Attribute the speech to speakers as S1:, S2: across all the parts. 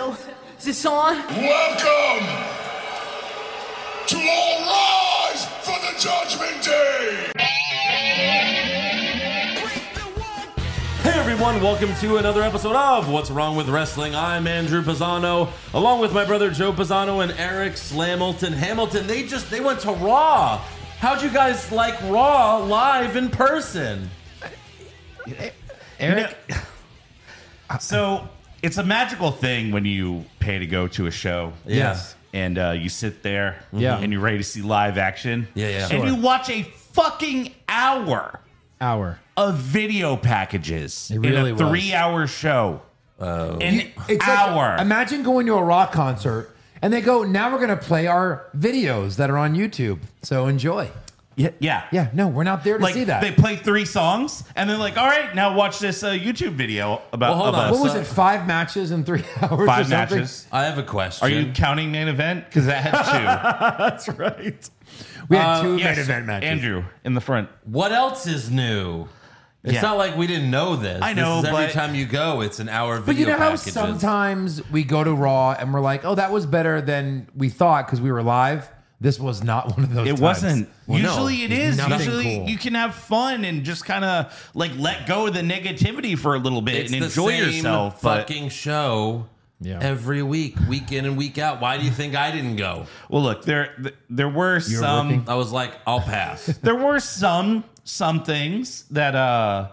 S1: Oh, this on?
S2: Welcome to all rise for the Judgment Day.
S3: Hey everyone, welcome to another episode of What's Wrong with Wrestling. I'm Andrew Pisano, along with my brother Joe Pisano and Eric Slamilton Hamilton. They just they went to Raw. How'd you guys like Raw live in person?
S4: Eric,
S5: So it's a magical thing when you pay to go to a show.
S3: Yes.
S5: And uh, you sit there.
S4: Yeah.
S5: And you're ready to see live action.
S3: Yeah, yeah.
S5: And
S3: Sure.
S5: you watch a fucking hour
S4: hour.
S5: of video packages
S4: It really
S5: in a
S4: was.
S5: three-hour show.
S3: Oh.
S5: An
S4: It's like-
S5: hour.
S4: imagine going to a rock concert and they go, now we're going to play our videos that are on YouTube. So enjoy.
S5: yeah. Yeah.
S4: Yeah, no, we're not there to
S5: Like
S4: see that.
S5: they play three songs, and they're like, "All right, now watch this uh, YouTube video about
S3: Well, hold
S5: Uh, of
S3: on.
S5: us."
S4: what was
S3: so-
S4: it? Five matches in three hours? or
S5: Five
S4: something?
S5: matches.
S3: I have a question.
S5: Are you counting main event? Because that had two. Uh,
S4: That's right. We had two
S5: Yes.
S4: main event matches.
S5: Andrew in the front.
S3: What else is new? It's
S5: Yeah.
S3: not like we didn't know this.
S5: I
S3: This
S5: know,
S3: is every
S5: but-
S3: time you go, it's an hour of
S4: But
S3: video
S4: you know how
S3: packages.
S4: sometimes we go to Raw and we're like, oh, that was better than we thought because we were live. This was not one of those.
S5: It
S4: times.
S5: wasn't.
S4: Well, no,
S5: Usually it
S4: there's
S5: is.
S4: nothing
S5: Usually
S4: cool.
S5: you can have fun and just kind of like let go of the negativity for a little bit
S3: it's
S5: and
S3: the
S5: enjoy
S3: same
S5: yourself. But
S3: fucking show
S4: Yeah.
S3: every week, week in and week out. Why do you think I didn't go?
S5: well, look there th- there were some
S4: working?
S3: I was like, I'll pass.
S5: there were some some things that uh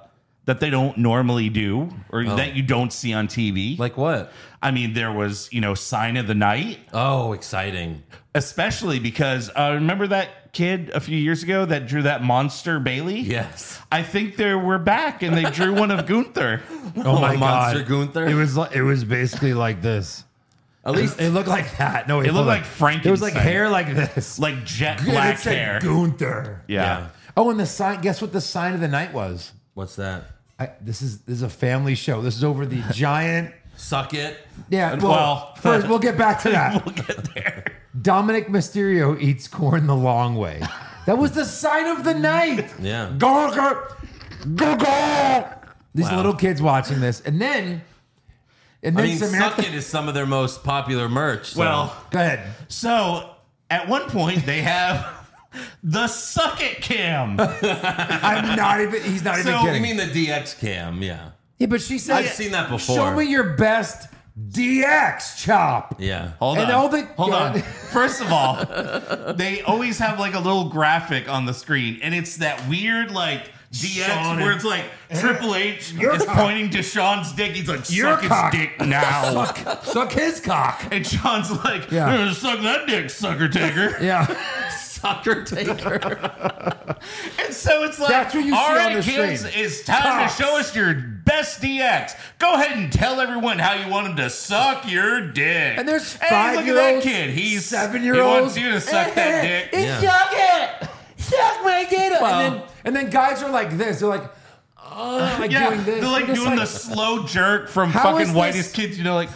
S5: that they don't normally do or
S4: Oh.
S5: that you don't see on TV.
S3: like what?
S5: I mean, there was you know sign of the night,
S3: Oh, exciting.
S5: especially because uh, remember that kid a few years ago that drew that monster Bailey.
S3: Yes.
S5: I think they were back and they drew one of Gunther.
S4: Oh my
S3: Monster
S4: god,
S3: Gunther?
S4: It was like, it was basically like this.
S3: At least
S4: It looked like that. No, wait,
S5: It looked
S4: hold on.
S5: like Frankenstein.
S4: It was like hair like this,
S5: like jet
S4: And it
S5: black
S4: said
S5: hair.
S4: Gunther.
S5: yeah.
S4: Oh, and the sign. Guess what the sign of the night was?
S3: What's that?
S4: I, this is this is a family show. This is over the giant.
S3: Suck it.
S4: Yeah. Well,
S5: Well-
S4: first we'll get back to that.
S5: We'll get there.
S4: Dominic Mysterio eats corn the long way. That was the sign of the night.
S3: Yeah.
S4: Go go go go. These
S3: Wow.
S4: little kids watching this, and then and
S3: I
S4: then
S3: mean,
S4: Samantha.
S3: suck it is some of their most popular merch. so-
S5: Well,
S4: Go ahead.
S5: so at one point they have the suck it cam.
S4: I'm not even. He's not even
S5: So,
S4: kidding.
S3: I mean the DX cam, yeah.
S4: Yeah, but she said
S3: I've seen that before.
S4: Show me your best DX chop.
S3: Yeah.
S5: Hold
S4: And
S5: on.
S4: all the-
S5: Hold
S4: yeah.
S5: on. First of all, they always have like a little graphic on the screen, and it's that weird like DX
S4: Sean
S5: where
S4: and-
S5: it's like Triple H
S4: Your
S5: is
S4: cock.
S5: pointing to Sean's dick. He's like,
S4: Your
S5: suck
S4: cock.
S5: his dick now.
S4: Suck, suck his cock.
S5: And Sean's like,
S4: Yeah.
S5: "Eh, suck that dick, sucker taker.
S4: Yeah,
S3: Sucker taker.
S5: And so it's like,
S4: That's what you see
S5: all
S4: on
S5: right,
S4: the
S5: kids,
S4: screen.
S5: it's time
S4: Cocks.
S5: to show us your best DX. Go ahead and tell everyone how you want them to suck your dick.
S4: and there's
S5: Hey,
S4: five
S5: look
S4: year
S5: at that
S4: olds,
S5: kid. He's
S4: seven year olds.
S5: He wants you to suck that dick.
S3: Yeah.
S4: Suck it. Suck my data.
S3: Well-
S4: and, then, and then guys are like this. They're like, oh, like
S5: yeah,
S4: doing this.
S5: they're like
S4: I'm just
S5: doing the slow jerk from
S4: How is
S5: fucking
S4: this-
S5: whitest kids. You know, like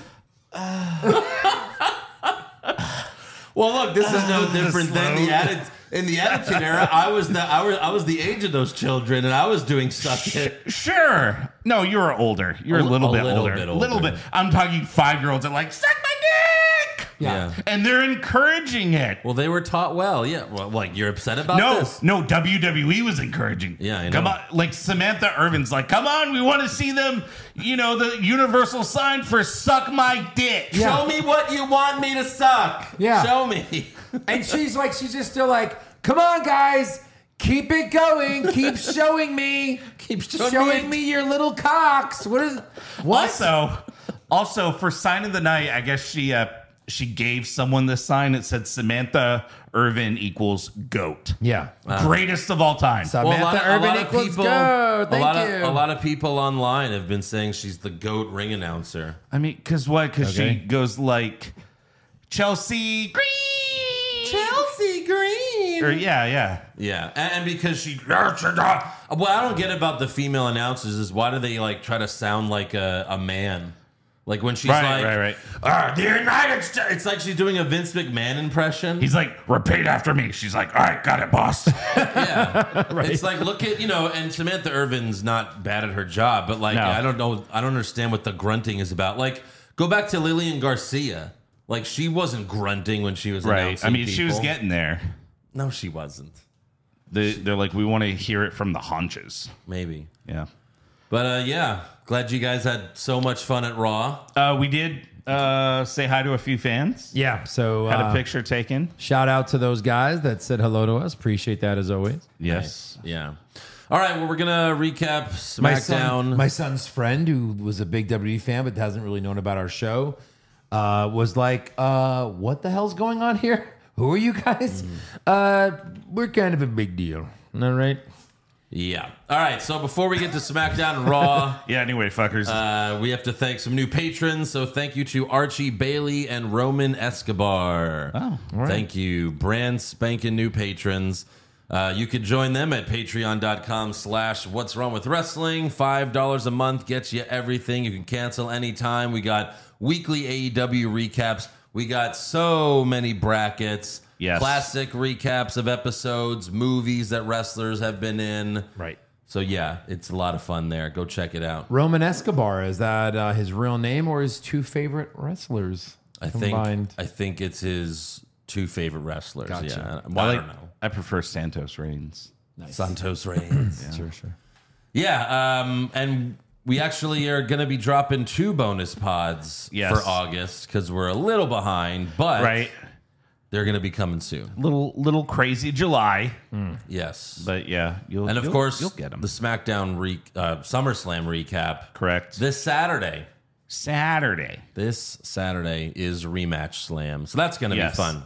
S3: well look, this is no different than the
S5: slow.
S3: attitude in the attitude era. I was the I was I was the age of those children and I was doing suck it.
S5: sure. No, you were older. You're
S3: A
S5: a,
S3: li-
S5: little
S3: a
S5: bit
S3: little
S5: older.
S3: bit
S5: Little
S3: older.
S5: bit. I'm talking five year olds that like suck my dick.
S3: Yeah.
S5: and they're encouraging it.
S3: Well they were taught well, yeah. Well like you're upset about
S5: No,
S3: this.
S5: no, WWE was encouraging.
S3: Yeah, I
S5: come
S3: know.
S5: on, like Samantha Irvin's like, come on, we want to see them. You know, the universal sign for suck my dick.
S4: Yeah.
S3: Show me what you want me to suck.
S4: Yeah.
S3: Show me.
S4: And she's like, she's just still like, come on, guys, keep it going, keep showing me,
S3: Keep showing
S4: showing,
S3: me-
S4: me, your little cocks. What is what?
S5: Also, also for sign of the night, I guess she uh she gave someone this sign that said Samantha Irvin equals goat,
S4: yeah,
S3: Uh,
S5: greatest of all time.
S4: Samantha Urban equals go. Thank
S3: a lot
S4: you.
S3: Of, a lot of people online have been saying she's the goat ring announcer.
S5: I mean, because what? Because
S4: Okay.
S5: she goes like Chelsea Green.
S3: Chelsea Green.
S5: Or, yeah, yeah.
S3: Yeah, and, and because she. Well, I don't get about the female announcers is why do they like try to sound like a, a man? Like when she's
S5: Right,
S3: like,
S5: right, right.
S3: "Ah, the United States. It's like she's doing a Vince McMahon impression.
S5: He's like, repeat after me. She's like, all right, got it, boss.
S3: yeah, it's like look at you know, and Samantha Irvin's not bad at her job, but like
S5: No.
S3: I don't know, I don't understand what the grunting is about. Like go back to Lillian Garcia. Like she wasn't grunting when she was
S5: Right.
S3: announcing
S5: I mean, she was
S3: people.
S5: getting there.
S3: no, she wasn't.
S5: They, they're like, we want to hear it from the haunches.
S3: Maybe,
S5: Yeah.
S3: but uh, yeah, glad you guys had so much fun at Raw.
S5: Uh, we did uh, say hi to a few fans.
S4: Yeah. So
S5: Had
S4: uh,
S5: a picture taken.
S4: shout out to those guys that said hello to us. Appreciate that as always.
S5: Yes.
S3: Yeah. All right. Well, we're gonna recap SmackDown.
S4: my son's friend, who was a big WWE fan but hasn't really known about our show, uh, was like, uh, "What the hell's going on here? Who are you guys?
S3: Mm.
S4: Uh, we're kind of a big deal. All right.
S3: yeah. All right. So before we get to SmackDown and Raw,
S5: Yeah. Anyway, fuckers.
S3: uh, we have to thank some new patrons. So thank you to Archie Bailey and Roman Escobar. Oh, thank you, brand spanking new patrons. Uh, you could join them at patreon.com slash what's wrong with wrestling. $5 a month gets you everything. You can cancel anytime. We got weekly AEW recaps. We got so many brackets.
S5: Yes.
S3: Classic recaps of episodes, movies that wrestlers have been in.
S5: right.
S3: So yeah, it's a lot of fun there. Go check it out.
S4: Roman Escobar is that uh, his real name or his two favorite wrestlers
S3: I think
S4: combined?
S3: I think it's his two favorite wrestlers.
S4: Gotcha.
S3: Yeah, well, I,
S5: like-
S3: don't know.
S5: I prefer Santos Reigns.
S3: Santos Reigns. yeah.
S4: Sure, sure.
S3: um, and we actually are going to be dropping two bonus pods
S5: Yes.
S3: for August because we're a little behind, but
S5: Right.
S3: they're going to be coming soon.
S5: Little little crazy July,
S3: Yes,
S5: but yeah, you'll
S3: and of
S5: you'll-
S3: course
S5: you'll get them.
S3: the SmackDown re- uh, SummerSlam recap
S5: Correct.
S3: this Saturday.
S5: Saturday.
S3: This Saturday is rematch slam. So that's going to
S5: Yes.
S3: be fun.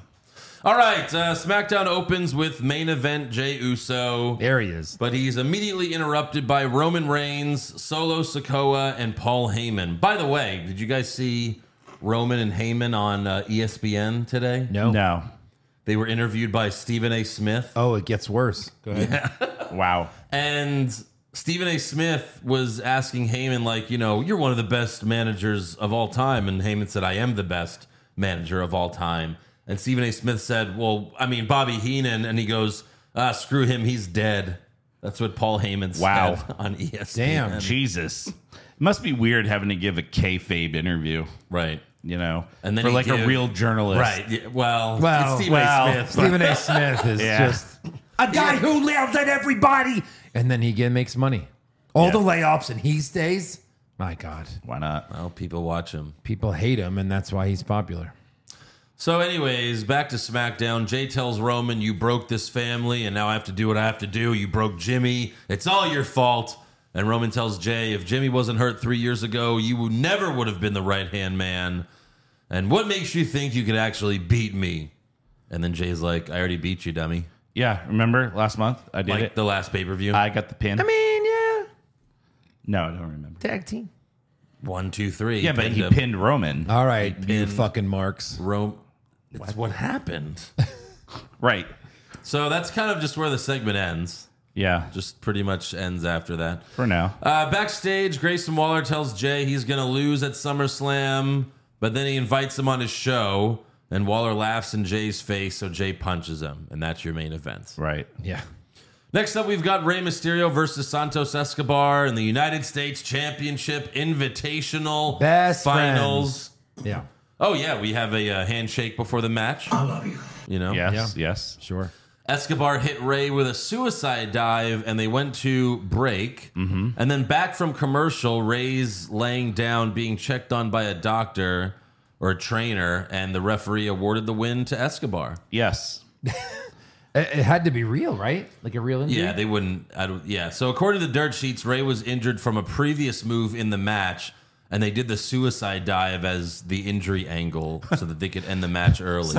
S3: All right. Uh, SmackDown opens with main event Jay Uso,
S4: There he is.
S3: but he's immediately interrupted by Roman Reigns, Solo Sokoa, and Paul Heyman. By the way, did you guys see Roman and Heyman on uh, ESPN today?
S4: No.
S5: No.
S3: They were interviewed by Stephen A. Smith.
S4: Oh, it gets worse. Go ahead.
S5: Wow.
S3: And Stephen A. Smith was asking Heyman, like, you know, you're one of the best managers of all time. And Heyman said, I am the best manager of all time. And Stephen A. Smith said, Well, I mean, Bobby Heenan. And he goes, ah, Screw him. He's dead. That's what Paul Heyman
S5: Wow.
S3: said on E ESPN.
S4: Damn.
S5: Jesus. It must be weird having to give a kayfabe interview,
S3: Right.
S5: you know,
S3: And then
S5: for
S3: he
S5: like a
S3: give-
S5: real journalist.
S3: Right. Yeah, well,
S4: Well,
S3: it's Stephen
S5: well.
S3: A. Smith.
S4: Stephen A. Smith is
S5: Yeah.
S4: just a guy who yells at everybody, and then he again makes money. All the layoffs, and he stays. My God,
S5: Why not?
S3: Well, people watch him.
S4: people hate him, and that's why he's popular.
S3: So, anyways, back to SmackDown. Jay tells Roman, You broke this family, and now I have to do what I have to do. You broke Jimmy. It's all your fault. And Roman tells Jay, If Jimmy wasn't hurt three years ago, you would- never would have been the right hand man. And what makes you think you could actually beat me? And then Jay's like, I already beat you, dummy.
S5: Yeah. Remember last month I did
S3: Like
S5: it.
S3: the last pay per view.
S5: I got the pin. I mean, yeah. No, I don't remember.
S4: Tag team.
S3: One, two, three.
S5: Yeah, but he
S3: him.
S5: pinned Roman.
S4: All right, you
S3: pinned-
S4: fucking marks.
S3: Ro- It's what happened.
S5: Right.
S3: so, that's kind of just where the segment ends.
S5: Yeah. Just
S3: Just pretty much ends after that.
S5: for now.
S3: Uh, backstage, Grayson Waller tells Jay he's going to lose at SummerSlam, but then he invites him on his show, and Waller laughs in Jay's face, so Jay punches him, and that's your main event.
S5: Right.
S4: Yeah.
S3: Next up, we've got Rey Mysterio versus Santos Escobar in the United States Championship Invitational
S4: Best
S3: Finals.
S4: Yeah.
S3: Oh, yeah, we have a uh, handshake before the match. I love you. You know?
S5: Yes. Yes.
S4: Sure.
S3: Escobar hit Ray with a suicide dive, and they went to break. Mm-hmm. And then back from commercial, Ray's laying down, being checked on by a doctor or a trainer, and the referee awarded the win to Escobar.
S5: Yes.
S4: It, it had to be real, right? Like a real injury.
S3: Yeah, they wouldn't. I don't, yeah. So according to the dirt sheets, Ray was injured from a previous move in the match, and they did the suicide dive as the injury angle so that they could end the match early.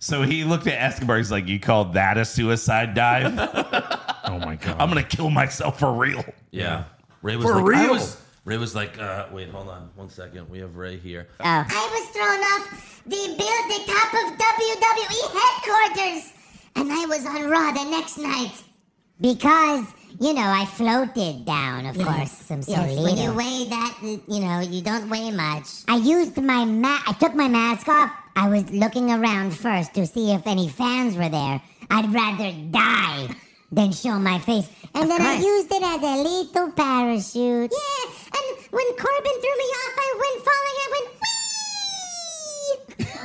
S5: So he looked at Escobar. He's like, "You called that a suicide dive?
S4: oh my god.
S5: I'm gonna kill myself for real."
S3: yeah. Ray was
S4: For
S3: like, I
S4: real?
S3: was- Ray was like, uh, wait, hold on one second. We have Ray here.
S1: I was thrown off the building top of WWE headquarters, and I was on Raw the next night.
S6: Because, you know, I floated down, of course. I'm so
S1: Yes, when you
S6: little.
S1: weigh that, you know, you don't weigh much.
S6: I used my ma- I took my mask off. I was looking around first to see if any fans were there. I'd rather die than show my face. And then I
S1: course.
S6: used it as a little parachute.
S1: Yeah, and when Corbin threw me off, I went falling. I went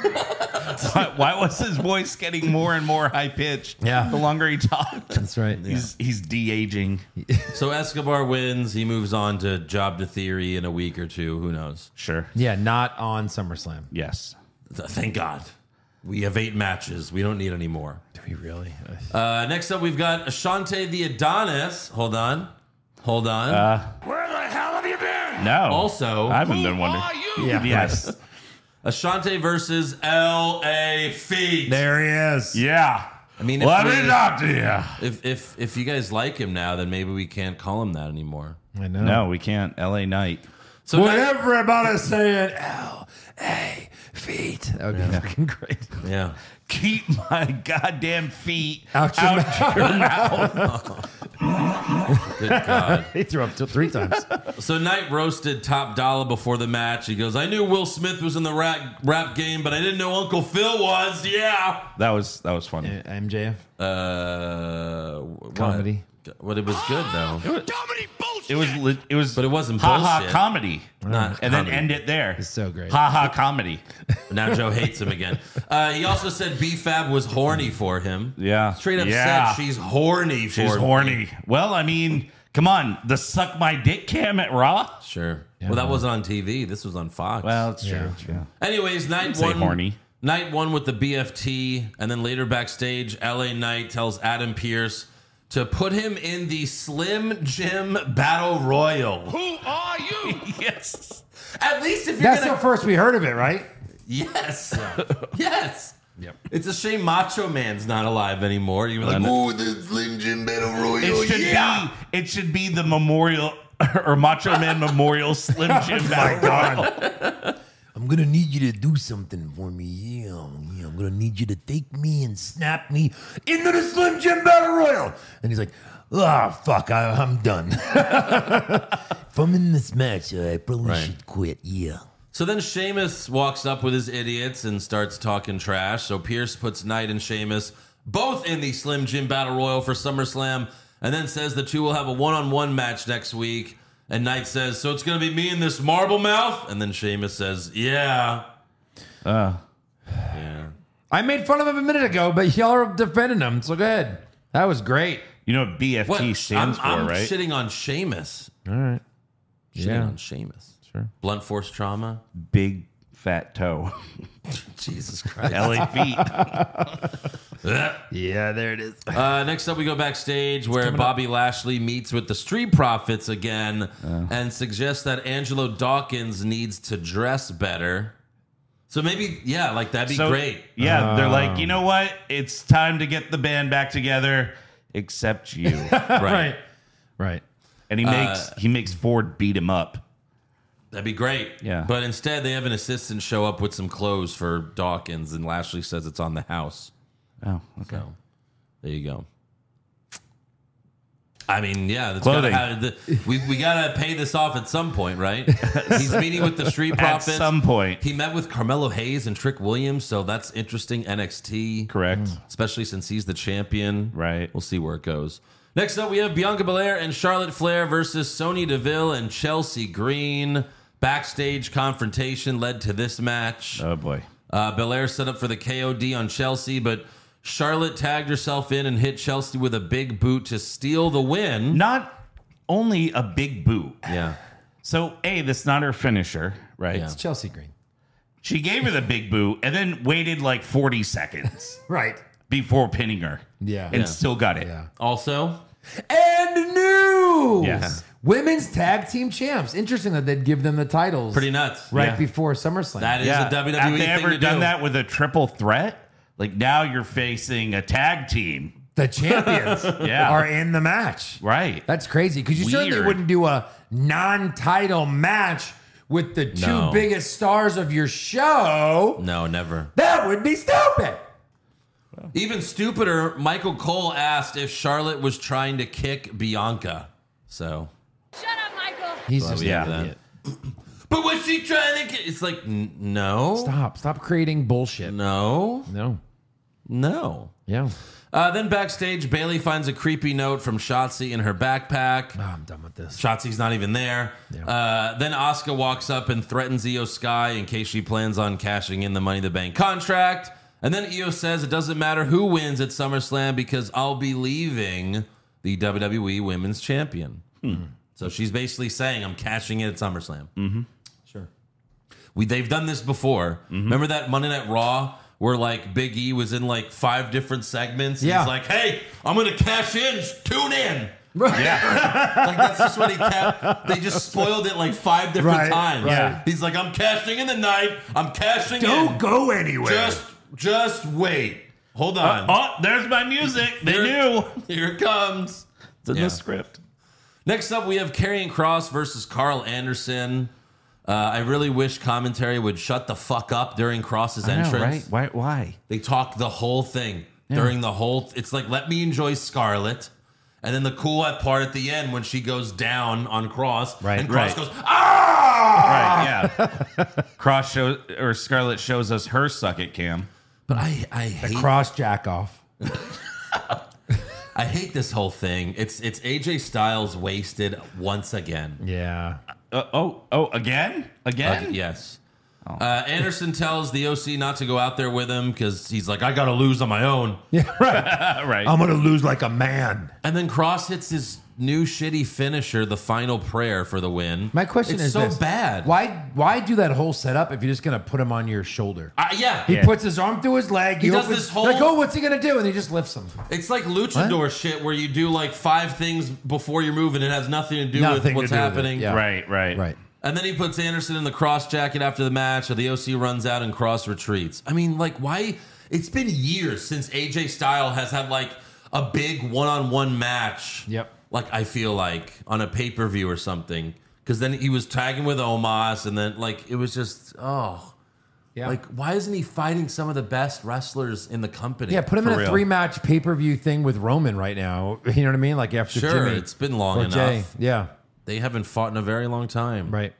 S1: wee.
S5: why, why was his voice getting more and more high pitched?
S4: Yeah.
S5: The longer he talked.
S4: That's right.
S5: He's he's de aging.
S3: So Escobar wins. He moves on to Job to Theory in a week or two. Who knows?
S5: Sure.
S4: Yeah, not on SummerSlam.
S5: Yes.
S3: Th- Thank God. We have eight matches. We don't need any more.
S4: Do we really?
S3: Uh, next up, we've got Ashante the Adonis. Hold on. Hold on.
S2: Where the hell have you been?
S5: No.
S3: Also-
S5: Uh, I haven't been
S2: Who
S5: wondering.
S2: are you?
S4: yeah.
S5: Yes.
S3: Ashante versus L.A. Feet.
S4: There he is.
S5: yeah.
S3: I mean, if,
S5: Let me
S3: we-
S5: talk to you.
S3: if, if, if you guys like him now, then maybe we can't call him that anymore.
S4: I know.
S5: No, we can't. LA Knight.
S3: So
S4: What
S3: now-
S4: everybody's saying, L A feet. That would be fucking great.
S3: yeah.
S5: Keep my goddamn feet
S4: Out your
S3: Good God.
S4: He threw up till three times.
S3: So Knight roasted Top Dollar before the match. He goes, "I knew Will Smith was in the rap rap game, but I didn't know Uncle Phil was." Yeah.
S5: That was that was funny.
S4: MJF.
S3: Uh, what?
S4: Comedy.
S3: Well, it was good though.
S2: Comedy bullshit.
S5: It was li- it was
S3: But it wasn't
S5: ha ha
S3: bullshit.
S5: comedy.
S3: Not
S5: and then
S3: comedy.
S5: end it there. It's
S4: so great.
S5: Ha ha comedy.
S3: Now Joe hates him again. Uh, he also said BFAB was horny for him.
S5: Yeah.
S3: Straight up
S5: Yeah.
S3: said she's horny for
S5: She's
S3: me."
S5: horny. Well, I mean, come on, the suck my dick cam at Raw.
S3: Sure. well, that wasn't on TV. This was on Fox.
S5: it's true.
S3: Anyways, night
S5: say
S3: one.
S5: horny.
S3: Night one with the BFT, and then later backstage, LA Knight tells Adam Pierce to put him in the Slim Jim Battle Royal.
S2: Who are you?
S5: Yes.
S3: At least if you're
S4: That's
S3: gonna.
S4: the first we heard of it, right?
S3: yes. yes. Yep. It's a shame Macho Man's not alive anymore. You're like,
S2: Ooh, the Slim Jim Battle
S5: It
S2: Royal.
S5: should be it should be the memorial or Macho Man Memorial Slim
S3: Oh
S5: Jim Battle Royal.
S4: I'm gonna need you to do something for me. Yeah, yeah, I'm gonna need you to take me and snap me into the Slim Jim Battle Royal. And he's like, ah, fuck, I, I'm done. if I'm in this match, I probably
S3: Right.
S4: should quit. Yeah.
S3: So then Seamus walks up with his idiots and starts talking trash. So Pierce puts Knight and Seamus both in the Slim Jim Battle Royal for SummerSlam and then says the two will have a one on one match next week. And Knight says, So it's going to be me and this marble mouth? And then Seamus says, Yeah. Yeah.
S4: I made fun of him a minute ago, but y'all are defending him, so go ahead. That was great.
S5: You know what BFT
S3: What? I'm,
S5: stands
S3: I'm
S5: for, right?
S3: shitting on Seamus.
S4: All right.
S3: Shitting
S4: Yeah.
S3: on Seamus.
S5: Sure.
S3: Blunt force trauma.
S5: Big fat toe.
S3: Jesus Christ.
S5: LA feet.
S4: Yeah, there it is.
S3: Uh, next up, we go backstage where Bobby Lashley meets with the Street Profits again and suggests that Angelo Dawkins needs to dress better. So maybe, yeah, like that'd be
S5: So,
S3: great.
S5: Yeah, they're like, you know what? It's time to get the band back together, except you.
S3: Right.
S4: Right. Right.
S5: and he
S3: Uh,
S5: makes he makes Ford beat him up.
S3: That'd be great.
S5: Yeah.
S3: But instead, they have an assistant show up with some clothes for Dawkins, and Lashley says it's on the house.
S5: Oh, okay.
S3: So there you go. I mean, yeah, that's
S5: Clothing.
S3: Gotta, have the, we we gotta pay this off at some point, right? He's meeting with the Street
S5: At
S3: Profits.
S5: some point,
S3: He met with Carmelo Hayes and Trick Williams, so that's interesting NXT,
S5: correct.
S3: especially since he's the champion.
S5: Right.
S3: We'll see where it goes. Next up, we have Bianca Belair and Charlotte Flair versus Sonya Deville and Chelsea Green. Backstage confrontation led to this match.
S5: Oh boy.
S3: Uh, Belair set up for the KOD on Chelsea, but Charlotte tagged herself in and hit Chelsea with a big boot to steal the win.
S5: Not only a big boot.
S3: Yeah.
S5: So a that's not her finisher, right?
S3: Yeah.
S4: Chelsea Green.
S5: She gave her the big boot and then waited like forty seconds
S4: Right.
S5: before pinning her.
S4: Yeah.
S5: And still got it.
S4: Yeah.
S3: Also,
S4: And new
S5: Yes.
S4: women's tag team champs. Interesting that they'd give them the titles
S3: pretty nuts.
S4: right
S5: Yeah.
S4: before SummerSlam.
S3: That is
S5: Yeah.
S3: a WWE
S5: Have they
S3: thing
S5: ever
S3: to
S5: done
S3: do.
S5: that with a triple threat? Like now you're facing a tag team.
S4: the champions
S5: Yeah.
S4: are in the match.
S5: Right.
S4: That's crazy because you certainly
S5: Weird.
S4: wouldn't do a non-title match with the two
S3: No.
S4: biggest stars of your show.
S3: No, never.
S4: That would be stupid.
S3: Even stupider, Michael Cole asked if Charlotte was trying to kick Bianca. So,
S7: Shut up, Michael.
S4: He's
S3: Well,
S4: just
S3: we
S4: yeah.
S3: have but was she trying to? Kick? It's like n- no,
S4: Stop. Stop creating bullshit.
S3: no,
S4: No.
S3: No.
S4: Yeah.
S3: Uh, then backstage, Bailey finds a creepy note from Shotzi in her backpack.
S4: Oh, I'm done with this.
S3: Shotzi's not even there.
S4: Yeah.
S3: Uh, then Asuka walks up and threatens Io Sky in case she plans on cashing in the Money in the Bank contract. And then Io says it doesn't matter who wins at SummerSlam because I'll be leaving the WWE Women's Champion.
S4: Hmm.
S3: So she's basically saying I'm cashing in at SummerSlam. Mm-hmm. Sure. We they've done this before.
S4: Mm-hmm.
S3: Remember that Monday Night Raw where like Big E was in like five different segments.
S4: Yeah.
S3: He's like, hey, I'm gonna cash in. Tune in.
S5: Yeah.
S3: Like that's just what he kept. They just spoiled it like five different
S4: Right,
S3: times.
S4: right.
S5: Yeah.
S3: He's like, I'm cashing in the night. I'm cashing in.
S5: go anywhere.
S3: Just, just wait. Hold on.
S5: oh, there's my music. They
S3: Here-
S5: knew.
S3: Here it comes.
S5: It's in
S3: Yeah.
S5: the script.
S3: Next up, we have Karrion Cross versus Carl Anderson. Uh, I really wish commentary would shut the fuck up during Cross's
S4: I know,
S3: entrance.
S4: right? Why? Why?
S3: They talk the whole thing during the whole. it's like let me enjoy Scarlet, and then the cool part at the end when she goes down on Cross,
S4: Right,
S3: and Cross
S5: right.
S3: goes ah.
S5: Right, yeah. Cross shows or Scarlett shows us her suck it cam.
S3: But I, I hate,
S4: Cross jack off.
S3: I hate this whole thing. It's, it's AJ Styles wasted once again.
S4: Yeah.
S5: Uh, oh, oh, again?
S3: Uh,
S5: Again?
S3: yes.
S4: Oh.
S3: Uh, Anderson tells the OC not to go out there with him because he's like, I got to lose on my own.
S5: Uh, right.
S4: I'm gonna lose like a man.
S3: And then Cross hits his new shitty finisher, the final prayer for the win.
S4: My question
S3: It's
S4: is
S3: so
S4: this.
S3: bad.
S4: Why? Why do that whole setup if you're just gonna put him on your shoulder?
S3: Uh, yeah.
S4: He puts his arm through his leg. He,
S3: does
S4: opens-
S3: this whole-
S4: like, oh, what's he gonna do? And he just lifts him.
S3: It's like luchador shit where you do like five things before you're moving. It has nothing to do with
S4: Nothing to
S3: what's
S4: do with it,
S3: happening.
S4: yeah.
S5: Right, right.
S4: Right.
S3: And then he puts Anderson in the cross jacket after the match, or the OC runs out and cross retreats. I mean, like, why? It's been years since AJ Style has had like a big one on one match.
S4: Yep.
S3: Like, I feel like on a pay per view or something. Because then he was tagging with Omos, and then like it was just oh,
S4: Yeah.
S3: like why isn't he fighting some of the best wrestlers in the company?
S4: yeah, put him
S5: For
S4: in a
S5: real.
S4: three match pay per view thing with Roman right now. You know what I mean? Like after
S3: sure.
S4: Jimmy
S3: It's been long
S4: or
S3: enough.
S4: Jay. Yeah.
S3: They haven't fought in a very long time.
S4: Right.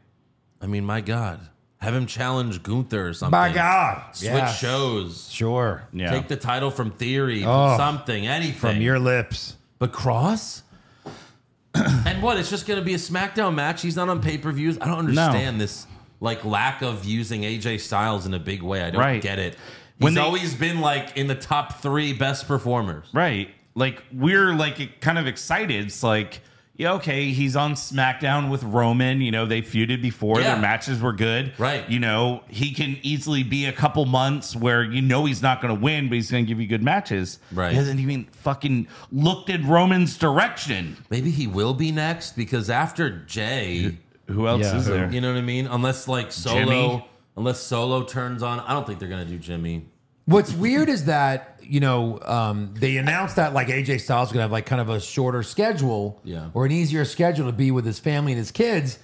S3: I mean, my God, have him challenge Gunther or something.
S4: My God.
S3: switch shows.
S4: Sure.
S5: Yeah.
S3: Take the title from Theory,
S4: Oh.
S3: from something, anything.
S4: From your lips.
S3: but Cross? and what? It's just going to be a SmackDown match. He's not on pay per views. I don't understand this like lack of using AJ Styles in a big way. I don't
S5: Right.
S3: get it. He's
S5: When they-
S3: always been like in the top three best performers.
S5: Right. Like we're like e, kind of excited. It's like, yeah, okay, he's on SmackDown with Roman. You know, they feuded before.
S3: Yeah.
S5: Their matches were good.
S3: Right.
S5: You know, he can easily be a couple months where you know he's not gonna win, but he's gonna give you good matches.
S3: Right.
S5: He hasn't even fucking looked at Roman's direction.
S3: Maybe he will be next because after Jay,
S5: Who else
S4: Yeah.
S5: is there?
S3: you know what I mean? Unless like Solo,
S5: Jimmy?
S3: unless Solo turns on, I don't think they're going to do Jimmy.
S4: What's weird is that you know um, they announced that like AJ Styles is gonna have like kind of a shorter schedule,
S3: Yeah.
S4: or an easier schedule to be with his family and his kids,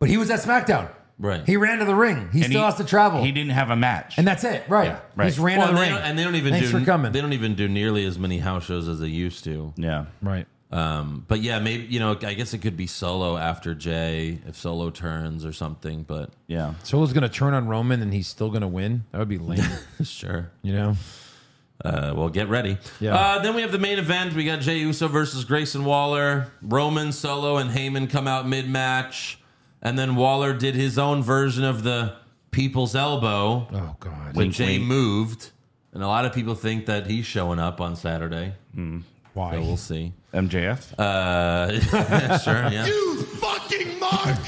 S4: but he was at SmackDown.
S3: Right.
S4: He ran to the ring. He
S5: And
S4: still
S5: he-
S4: has to travel,
S5: He didn't have a match.
S4: and that's it. Right.
S5: Yeah, right.
S4: He just ran
S3: Well,
S4: to the
S3: they
S4: ring,
S3: don't, and they don't even
S4: Thanks
S3: do
S4: for coming.
S3: They don't even do nearly as many house shows as they used to.
S5: yeah.
S4: right.
S3: Um, but yeah, maybe you know, I guess it could be solo after Jay if solo turns or something. But
S5: Yeah.
S4: Solo's gonna turn on Roman, and he's still gonna win. That would be lame,
S3: sure.
S4: you know.
S3: Uh, well, get ready.
S4: Yeah.
S3: Uh, then we have the main event. We got Jay Uso versus Grayson Waller. Roman, Solo, and Heyman come out mid match, and then Waller did his own version of the People's Elbow
S4: Oh God.
S3: when Jay
S5: wink.
S3: moved. And a lot of people think that he's showing up on Saturday.
S4: Mm. Why?
S3: So we'll see.
S5: MJF.
S3: Uh, sure. Yeah.
S2: You fucking mark!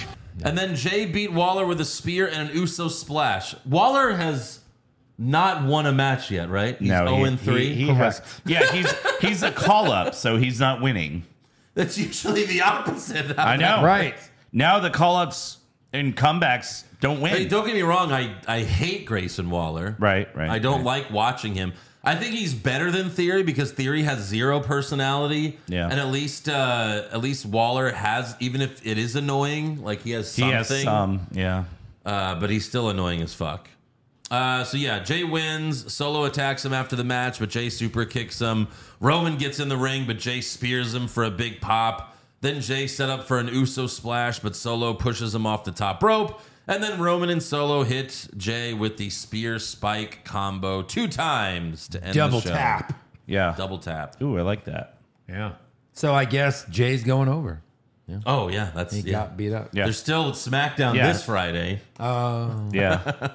S3: And then Jay beat Waller with a spear and an Uso splash. Waller has not won a match yet, right? He's
S5: no,
S3: 0
S5: he-
S3: and 3.
S5: He, he has, yeah, he's he's a call up, so he's not winning.
S3: That's usually the opposite.
S5: I know.
S4: Right.
S5: Now the call ups and comebacks don't win.
S3: Hey, don't get me wrong. I, I hate Grayson Waller.
S5: Right, right,
S3: I don't
S5: right.
S3: like watching him. I think he's better than Theory because Theory has zero personality.
S5: Yeah.
S3: And at least uh, at least Waller has, even if it is annoying, like he has
S5: he
S3: something.
S5: has some. Yeah.
S3: Uh, but he's still annoying as fuck. Uh, so yeah, Jay wins. Solo attacks him after the match, but Jay super kicks him. Roman gets in the ring, but Jay spears him for a big pop. Then Jay set up for an Uso splash, but Solo pushes him off the top rope. And then Roman and Solo hit Jay with the spear spike combo two times to end
S4: Double
S3: the show.
S4: tap.
S5: Yeah.
S3: Double tap.
S5: Ooh, I like that.
S4: Yeah. So I guess Jay's going over.
S3: Oh yeah, that's
S4: He
S3: yeah.
S4: got beat up.
S5: Yeah.
S3: There's still SmackDown
S5: Yeah.
S3: this Friday,
S5: Yeah.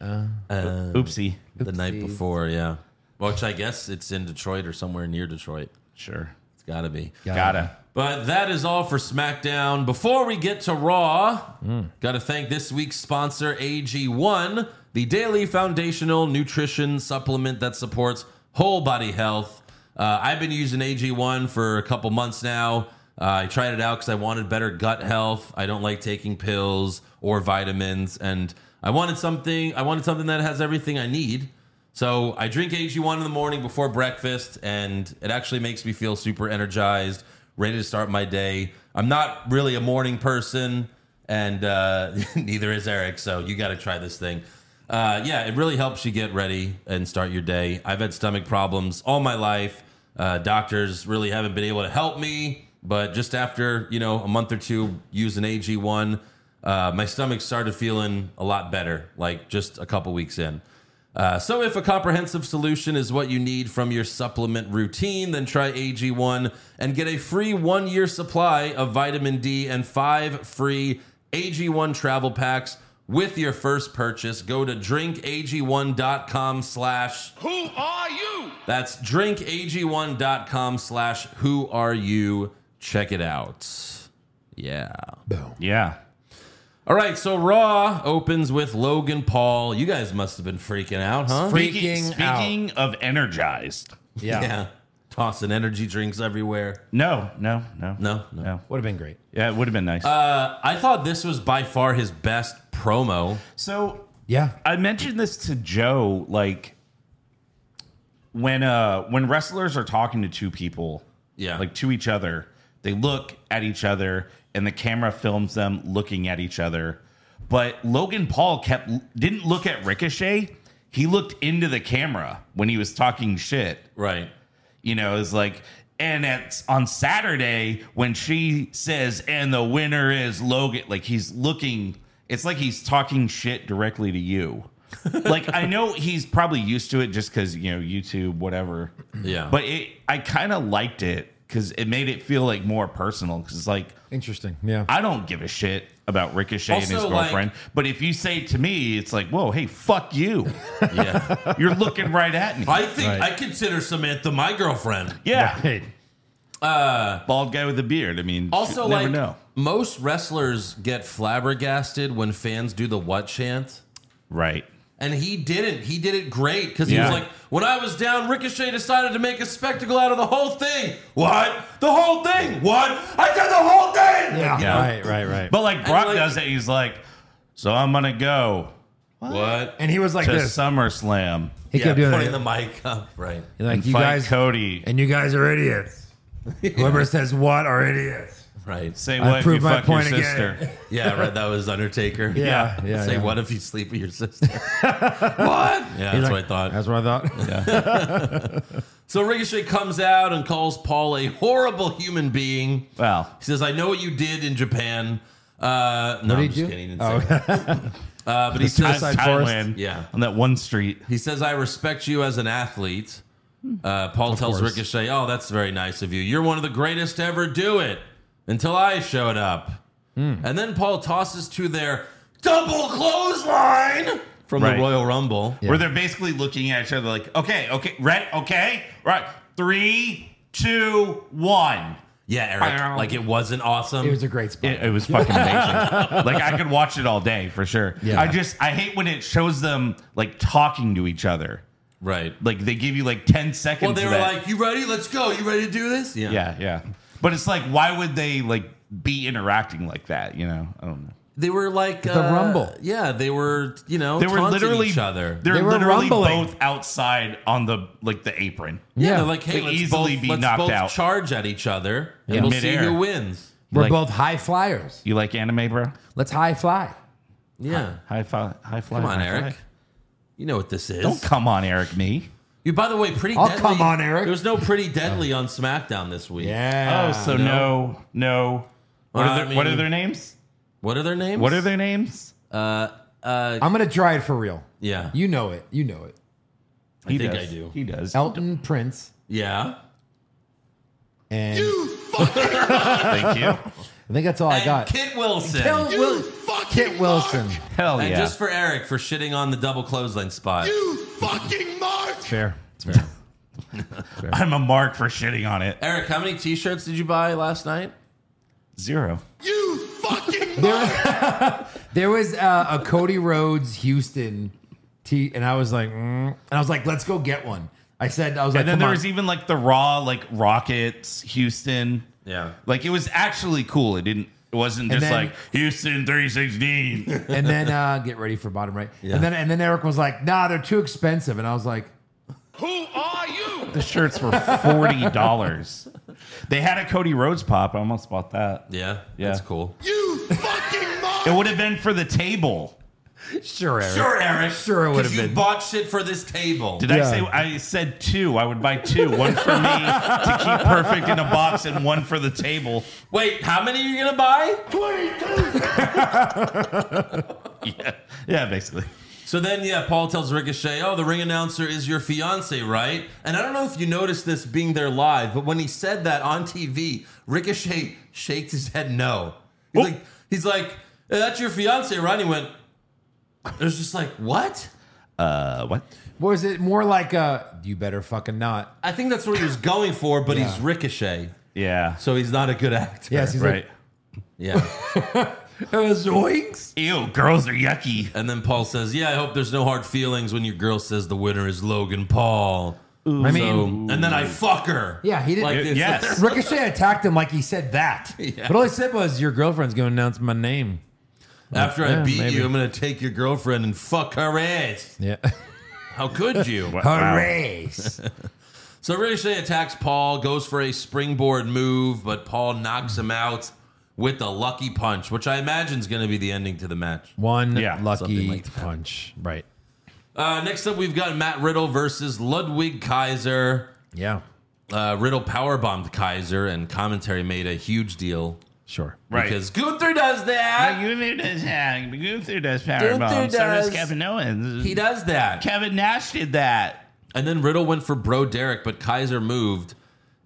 S3: Uh,
S5: Oopsie.
S3: the night before. Yeah, which I guess it's in Detroit or somewhere near Detroit.
S5: Sure.
S3: It's got to be.
S5: Gotta.
S3: But that is all for SmackDown. Before we get to Raw, got to thank this week's sponsor, AG1, the daily foundational nutrition supplement that supports whole body health. Uh, I've been using AG1 for a couple months now. Uh, I tried it out because I wanted better gut health. I don't like taking pills or vitamins, and I wanted something. I wanted something that has everything I need. So I drink AG1 in the morning before breakfast, and it actually makes me feel super energized, ready to start my day. I'm not really a morning person, and uh, neither is Eric. So you got to try this thing. Uh, yeah, it really helps you get ready and start your day. I've had stomach problems all my life. Uh, doctors really haven't been able to help me, but just after you know a month or two using AG1, uh, my stomach started feeling a lot better. Like just a couple weeks in. Uh, so, if a comprehensive solution is what you need from your supplement routine, then try AG1 and get a free one year supply of vitamin D and five free AG1 travel packs with your first purchase. Go to drinkag1.com slash
S2: Who are you?
S3: that's drinkag1.com slash who are you. Check it out. Yeah.
S5: Yeah.
S3: All right, so Raw opens with Logan Paul. You guys must have been freaking out, huh?
S5: Speaking,
S4: Freaking out.
S5: speaking of energized.
S4: Yeah.
S3: Yeah. Tossing energy drinks everywhere.
S5: No, no, no.
S3: No, no. Uh,
S5: No.
S4: Would have been great.
S5: Yeah, it would have been nice.
S3: I thought this was by far his best promo.
S5: so
S4: Yeah.
S5: I mentioned this to Joe, like when uh when wrestlers are talking to two people,
S3: Yeah.
S5: like to each other, they look at each other and the camera films them looking at each other. But Logan Paul kept didn't look at Ricochet. He looked into the camera when he was talking shit.
S3: Right.
S5: you know, is like, and it's on Saturday when she says, and the winner is Logan. Like he's looking, it's like he's talking shit directly to you. like I know he's probably used to it just because you know YouTube, whatever.
S3: Yeah.
S5: But it, I kind of liked it because it made it feel like more personal. Because it's like
S4: Interesting. Yeah.
S5: I don't give a shit about Ricochet and his
S3: Also, like-
S5: girlfriend, but if you say it to me, it's like, whoa, hey, fuck you.
S3: yeah.
S5: You're looking right at me.
S3: I think
S4: Right.
S3: I consider Samantha my girlfriend.
S5: yeah,
S4: Right.
S5: bald guy with a beard. I mean,
S3: Also,
S5: you never
S3: like
S5: know.
S3: most wrestlers get flabbergasted when fans do the what chant.
S5: Right.
S3: And he didn't. He did it great because he was
S5: Yeah.
S3: like, when I was down, Ricochet decided to make a spectacle out of the whole thing. What? The whole thing? What? I did the whole thing!
S4: Yeah.
S3: You know?
S4: Right. Right. Right.
S5: But like Brock
S3: like-
S5: does it, he's like, so I'm gonna go
S3: What?
S4: and he was like
S5: to
S4: this.
S5: SummerSlam
S4: He
S3: Yeah,
S4: kept doing
S3: putting
S4: that.
S3: the mic up. Right.
S4: like
S5: and
S4: you
S5: fight
S4: guys
S5: Cody.
S4: and you guys are idiots. Whoever says what are idiots.
S3: Right.
S5: Say
S4: I
S5: what if you
S4: proved my
S5: fuck your
S4: point
S5: sister.
S4: again.
S3: Yeah, right. That was Undertaker.
S4: Yeah. Yeah.
S3: Say
S4: yeah.
S3: what if you sleep with your sister? what? Yeah, that's
S4: He's like,
S3: what I thought.
S4: That's what I thought.
S3: so Ricochet comes out and calls Paul a horrible human being.
S5: Well,
S3: He says, "I know what you did in Japan." Uh, no,
S4: What'd
S3: I'm
S4: he
S3: just
S4: do?
S3: kidding. He didn't
S4: Oh.
S3: say that. uh, but he
S5: Thai-
S3: says,
S4: Suicide Forest.
S5: Thailand,
S3: Yeah.
S5: on that one street.
S3: he says, "I respect you as an athlete." Uh, Paul tells
S4: course.
S3: Ricochet, "Oh, that's very nice of you. You're one of the greatest to ever do it." Until I showed up,
S4: Hmm.
S3: and then Paul tosses to their double clothesline from
S5: Right.
S3: the Royal Rumble.
S5: Where they're basically looking at each other like, okay, okay, right, okay, right. Three, two, one.
S3: Yeah, Eric.
S5: Wow.
S3: Like it wasn't awesome.
S4: It was a great spot.
S5: It, it was fucking amazing. like I could watch it all day for sure.
S4: Yeah.
S5: I just I hate when it shows them like talking to each other.
S3: right.
S5: Like they give you like ten seconds.
S3: Well, they
S5: of
S3: were
S5: that.
S3: like, "You ready? Let's go. You ready to do this?"
S5: Yeah, yeah. But it's like, why would they like be interacting like that? You know, I don't know.
S3: They were like
S4: the
S3: uh,
S4: Rumble.
S3: Yeah, they were. You know,
S5: They were
S3: taunting
S5: literally
S3: each other.
S5: They're
S4: They were
S5: literally
S4: rumbling.
S5: both outside on the like the apron.
S3: yeah,
S4: Yeah.
S3: they're like, "Hey,
S5: They
S3: let's
S5: easily
S3: both,
S5: be
S3: let's
S5: knocked
S3: both
S5: out.
S3: charge at each other, and
S5: Yeah.
S3: we'll
S5: Midair.
S3: see who wins."
S4: We're
S5: Like-
S4: both high flyers.
S5: You like anime, bro?
S4: Let's high fly.
S3: Yeah,
S5: High five, high fly.
S3: come on,
S5: high
S3: Eric.
S5: fly.
S3: You know what this is.
S5: Don't come on, Eric. Me.
S3: you, by the way, pretty.
S4: I'll
S3: deadly.
S4: come on, Eric.
S3: There was no pretty deadly on SmackDown this week. Ah,
S4: Yeah.
S5: oh, so no, no. What
S3: I
S5: are their What
S3: mean-
S5: are their names?
S3: What are their names?
S5: What are their names?
S3: Uh, uh,
S4: I'm gonna try it for real.
S3: yeah.
S4: You know it. You know it.
S3: I think
S5: does.
S3: I do.
S5: He does.
S4: Elton Prince
S3: Yeah.
S4: and
S2: You fucking,
S5: Thank you.
S4: I think that's all I
S3: And
S4: got.
S3: Kit Wilson.
S4: Kit
S2: you
S4: Wil-
S2: fucking
S4: Kit
S2: mark.
S4: Wilson.
S5: Hell
S3: and
S5: yeah.
S3: just for Eric for shitting on the double clothesline spot.
S2: You fucking mark.
S4: Fair. It's fair.
S5: I'm a mark for shitting on it.
S3: Eric, how many T-shirts did you buy last night?
S5: Zero.
S2: You fucking mark.
S4: There was uh, a Cody Rhodes Houston tee, and I was like, mm. and I was like, let's go get one. I said, I was like,
S5: And then
S4: come
S5: there
S4: on.
S5: was even like the raw like Rockets, Houston.
S3: Yeah.
S5: Like it was actually cool. It didn't it wasn't
S4: And
S5: just
S4: then-
S5: like Houston 316.
S4: and then uh, get ready for bottom right.
S3: Yeah.
S4: And then and then Eric was like, nah, they're too expensive, and I was like,
S2: Who are you?
S5: the shirts were $40. they had a Cody Rhodes pop. I almost bought that.
S3: Yeah.
S5: Yeah.
S3: That's cool.
S2: You fucking
S5: It
S2: mark.
S5: would have been for the table.
S4: sure, Eric.
S3: Sure, Eric.
S4: Sure it would've
S3: 'Cause You
S4: been.
S3: bought shit for this table.
S5: Did
S4: Yeah.
S5: I say I said two? I would buy two. One for me to keep perfect in a box and one for the table.
S3: Wait, how many are you gonna buy?
S5: Yeah. Yeah, basically.
S3: So then, yeah, Paul tells Ricochet, "Oh, the ring announcer is your fiance, right?" And I don't know if you noticed this being there live, but when he said that on TV, Ricochet shakes his head no. He's like, he's like, "Eh, "That's your fiance, right?" And he went, "It was just like what?"
S5: Uh what?
S4: Was it more like a you better fucking not?
S3: I think that's what he was going for, but he's
S4: Yeah.
S3: Ricochet,
S5: Yeah.
S3: so he's not a good actor.
S4: Yes, he's
S5: Right.
S3: Yeah.
S4: like, uh, zoinks.
S5: Ew, girls are yucky.
S3: And then Paul says, "Yeah, I hope there's no hard feelings when your girl says the winner is Logan Paul."
S4: I
S3: So,
S4: mean,
S3: and then I fuck her.
S4: yeah, he didn't.
S3: Like this.
S5: Yes.
S4: Ricochet attacked him like he said that.
S3: Yeah.
S4: But all he said was, "Your girlfriend's going to announce my name."
S3: After I
S4: Yeah,
S3: beat
S4: maybe.
S3: you, I'm gonna take your girlfriend and fuck her ass.
S4: Yeah.
S3: How could you?
S4: Hoorays.
S3: so Ricochet attacks Paul, goes for a springboard move, but Paul knocks him out with a lucky punch, which I imagine is gonna be the ending to the match.
S4: One
S5: Yeah,
S4: lucky
S3: something like that.
S4: punch. Right.
S3: Uh, next up, we've got Matt Riddle versus Ludwig Kaiser.
S4: Yeah.
S3: Uh, Riddle powerbombed Kaiser, and commentary made a huge deal
S4: Sure.
S5: Right.
S3: because Gunther does that.
S5: Gunther does that. Gunther does power
S3: Gunther
S5: bombs. So does
S3: does-
S5: Kevin Owens.
S3: He does that.
S5: Kevin Nash did that.
S3: And then Riddle went for Bro Derek, but Kaiser moved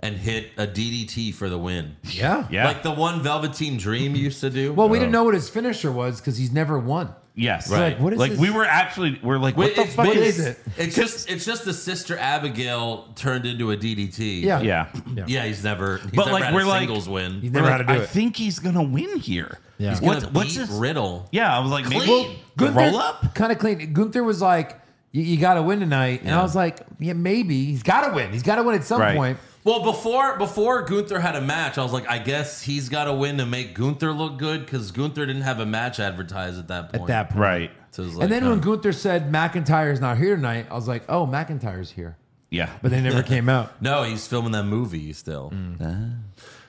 S3: and hit a DDT for the win.
S4: Yeah.
S5: Yeah.
S3: Like the one Velveteen Dream used to do.
S4: Well, we didn't know what his finisher was because he's never won.
S5: yes.
S3: Right.
S5: Right.
S4: Like, what is
S5: like
S4: this?
S5: we were actually we're like,
S3: Wait,
S5: what the
S3: it's-
S5: fuck
S4: what
S5: is
S4: is it?
S3: It's just it's just the sister Abigail turned into a DDT.
S4: Yeah.
S5: Yeah.
S4: Yeah.
S3: Yeah, he's never he's
S5: But,
S3: never
S5: like,
S3: had
S5: we're
S3: a
S5: like-
S3: singles
S4: He's
S3: win.
S4: never
S5: We're
S4: how
S5: like,
S4: to do
S5: I
S4: it.
S5: think he's gonna win here.
S4: Yeah. He's
S3: He's
S5: What,
S3: gonna
S5: what's
S3: beat
S5: this?
S3: Riddle.
S5: Yeah, I was like, maybe
S3: Clean.
S5: the roll up.
S4: Kind of clean. Gunther was like, "You, you got to win tonight," and I was like, "Yeah, maybe he's got to win. He's got to win at some
S5: Right.
S4: point."
S3: Well, before before Gunther had a match, I was like, I guess he's got to win to make Gunther look good because Gunther didn't have a match advertised at that point.
S4: At that point.
S5: Right.
S3: So it was like,
S4: And then
S3: huh.
S4: when Gunther said McIntyre's not here tonight, I was like, "Oh, McIntyre's here,"
S5: Yeah. Oh,
S4: but they never came out.
S3: No, he's filming that movie still.
S4: Mm.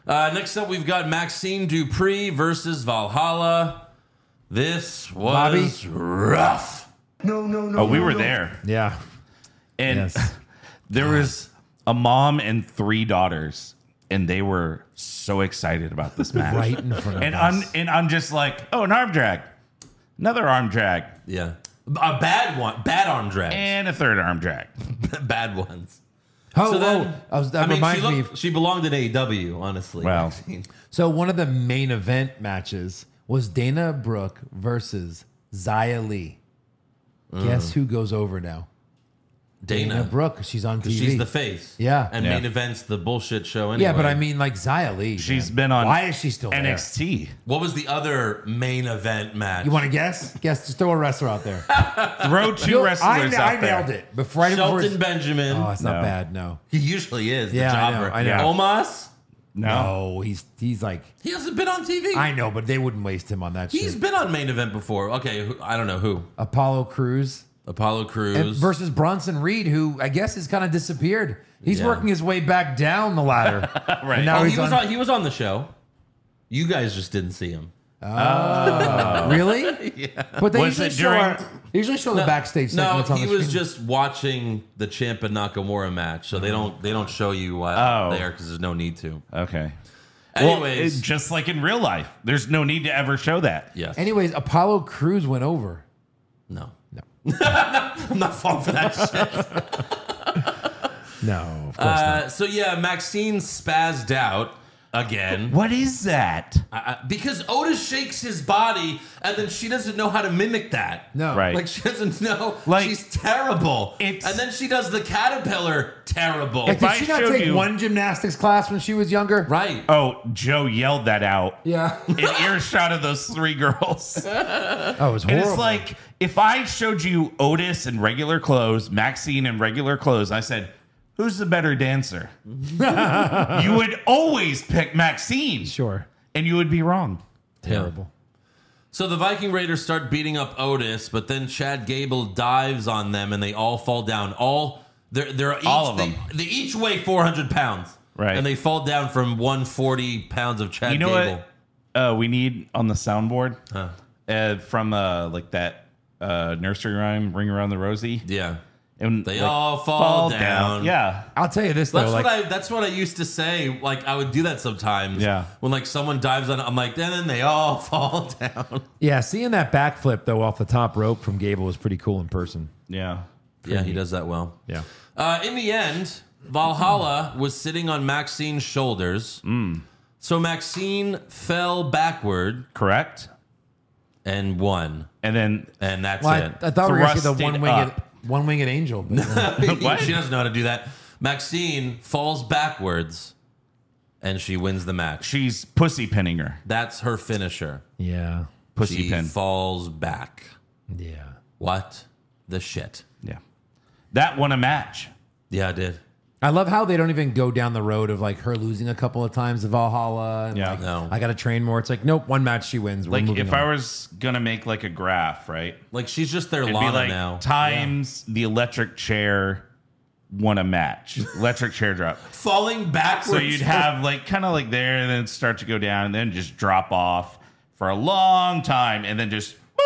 S3: Uh, next up, we've got Maxine Dupree versus Valhalla. This was rough.
S5: oh, we were there.
S4: Yeah,
S5: And
S4: Yes.
S5: there was a mom and three daughters, and they were so excited about this match.
S4: right in front of
S5: And I'm
S4: us.
S5: and I'm just like, oh, an arm drag, another arm drag,
S3: Yeah. A bad one. Bad arm drags.
S5: and a third arm drag.
S3: bad ones.
S4: Eh. oh,
S3: So then,
S4: oh, I was- that
S3: I mean,
S4: reminds
S3: she,
S4: me.
S3: looked- she belonged in AEW, honestly.
S5: Wow.
S3: Maxine.
S4: So one of the main event matches was Dana Brooke versus Zia Lee.
S3: Mm.
S4: Guess who goes over now?
S3: Dana.
S4: Dana Brooke. She's on TV.
S3: She's the face.
S4: Yeah.
S3: And
S5: Yeah.
S3: main events the bullshit show anyway.
S4: yeah, but I mean, like Zia Lee.
S5: She's
S4: She's
S5: been on
S4: Why is she still there?
S5: NXT.
S3: What was the other main event match?
S4: You want to guess? Guess. Just throw a wrestler out there.
S5: Throw two
S4: You'll-
S5: wrestlers
S4: I,
S5: out
S4: I
S5: there.
S4: nailed it. Before, right before.
S3: Shelton Benjamin.
S4: oh, it's not
S5: No.
S4: bad. No.
S3: he usually is.
S4: Yeah,
S3: the
S4: I know,
S3: jobber.
S4: I know.
S3: Omos?
S5: No.
S4: No, he's he's like
S3: He hasn't been on TV.
S4: I know, but they wouldn't waste him on that
S3: He's
S4: shit.
S3: been on main event before. Okay, who, I don't know who.
S4: Apollo Cruz
S3: Apollo
S4: Uh, and
S3: Cruz
S4: versus Bronson Reed, who I guess has kind of disappeared. He's
S3: Yeah.
S4: working his way back down the ladder.
S5: Right.
S4: And now
S3: Oh,
S4: he's
S3: he was
S4: on-
S3: on. He was on the show. You guys just didn't see him.
S4: Really? yeah. But they
S5: Was
S4: usually
S5: it
S4: show,
S5: during-
S4: our- they usually show the backstage
S3: No,
S4: segments on
S3: he
S4: the
S3: was
S4: screen. Oh.
S3: just watching the Champ and Nakamura match, so they don't they don't show you why
S5: Oh.
S3: there because there's no need to.
S5: Okay. Well,
S3: Anyways.
S5: it- just like in real life, there's no need to ever show that.
S3: Yes.
S4: Anyways, Apollo Crews went over.
S3: no. No. I'm not falling for that shit.
S4: No, of course not.
S3: Uh, so yeah, Maxine spazzed out again
S5: What is that?
S3: I- I- because Otis shakes his body, and then she doesn't know how to mimic that.
S4: No.
S5: Right.
S3: Like she doesn't know.
S5: Like-
S3: she's terrible.
S5: It's-
S3: and then she does the caterpillar. Terrible.
S4: Like,
S5: If
S4: did
S5: I
S4: she not
S5: showed
S4: take
S5: you-
S4: one gymnastics class when she was younger?
S3: right.
S5: Oh, Joe yelled that out
S4: Yeah.
S5: in earshot of those three girls.
S4: Oh, it was
S5: And
S4: horrible.
S5: it's like if I showed you Otis in regular clothes, Maxine in regular clothes, I said, "Who's the better dancer?" you would always pick Maxine,
S4: sure.
S5: and you would be wrong.
S3: Terrible. So the Viking Raiders start beating up Otis, but then Chad Gable dives on them, and they all fall down. All they're they're each,
S5: All of
S3: they-
S5: them.
S3: They, each weigh four hundred pounds,
S5: Right.
S3: And they fall down from one forty pounds of Chad
S5: you know
S3: Gable.
S5: what uh, we need on the soundboard
S3: Huh.
S5: uh, from uh, like that uh, nursery rhyme, "Ring Around the Rosie."
S3: Yeah,
S5: And
S3: They
S5: like,
S3: all fall down.
S5: Yeah,
S4: I'll tell you this though,
S3: that's
S4: like
S3: what I that's what I used to say. Like I would do that sometimes.
S5: Yeah.
S3: when like someone dives on, I'm like, then they all fall down.
S4: yeah, seeing that backflip though off the top rope from Gable was pretty cool in person.
S5: yeah.
S3: yeah, he does that well.
S4: Yeah.
S3: Uh, in the end, Valhalla was sitting on Maxine's shoulders.
S5: Mm.
S3: So Maxine fell backward
S5: Correct.
S3: and won.
S5: And then
S3: And that's
S4: Well, I,
S3: it.
S4: I thought we were gonna see the
S5: Thrusted
S4: one winged one winged angel. But uh,
S5: What?
S3: she doesn't know how to do that. Maxine falls backwards and she wins the match.
S5: she's pussy pinning her.
S3: That's her finisher.
S4: yeah.
S5: Pussy
S3: She
S5: pin.
S3: falls back.
S4: Yeah.
S3: What the shit?
S5: yeah. That won a match.
S3: Yeah, I did.
S4: I love how they don't even go down the road of like her losing a couple of times to Valhalla. And
S5: Yeah.
S4: like,
S3: No.
S4: I got to train more. It's like, nope, one match she wins. We're
S5: Like
S4: moving
S5: if
S4: on.
S5: I was gonna make like a graph, right?
S3: Like she's just their
S5: It'd
S3: Lana
S5: be like
S3: now.
S5: times the electric chair won a match. Electric chair drop.
S3: Falling backwards.
S5: So you'd have like kind of like there, and then start to go down, and then just drop off for a long time, and then just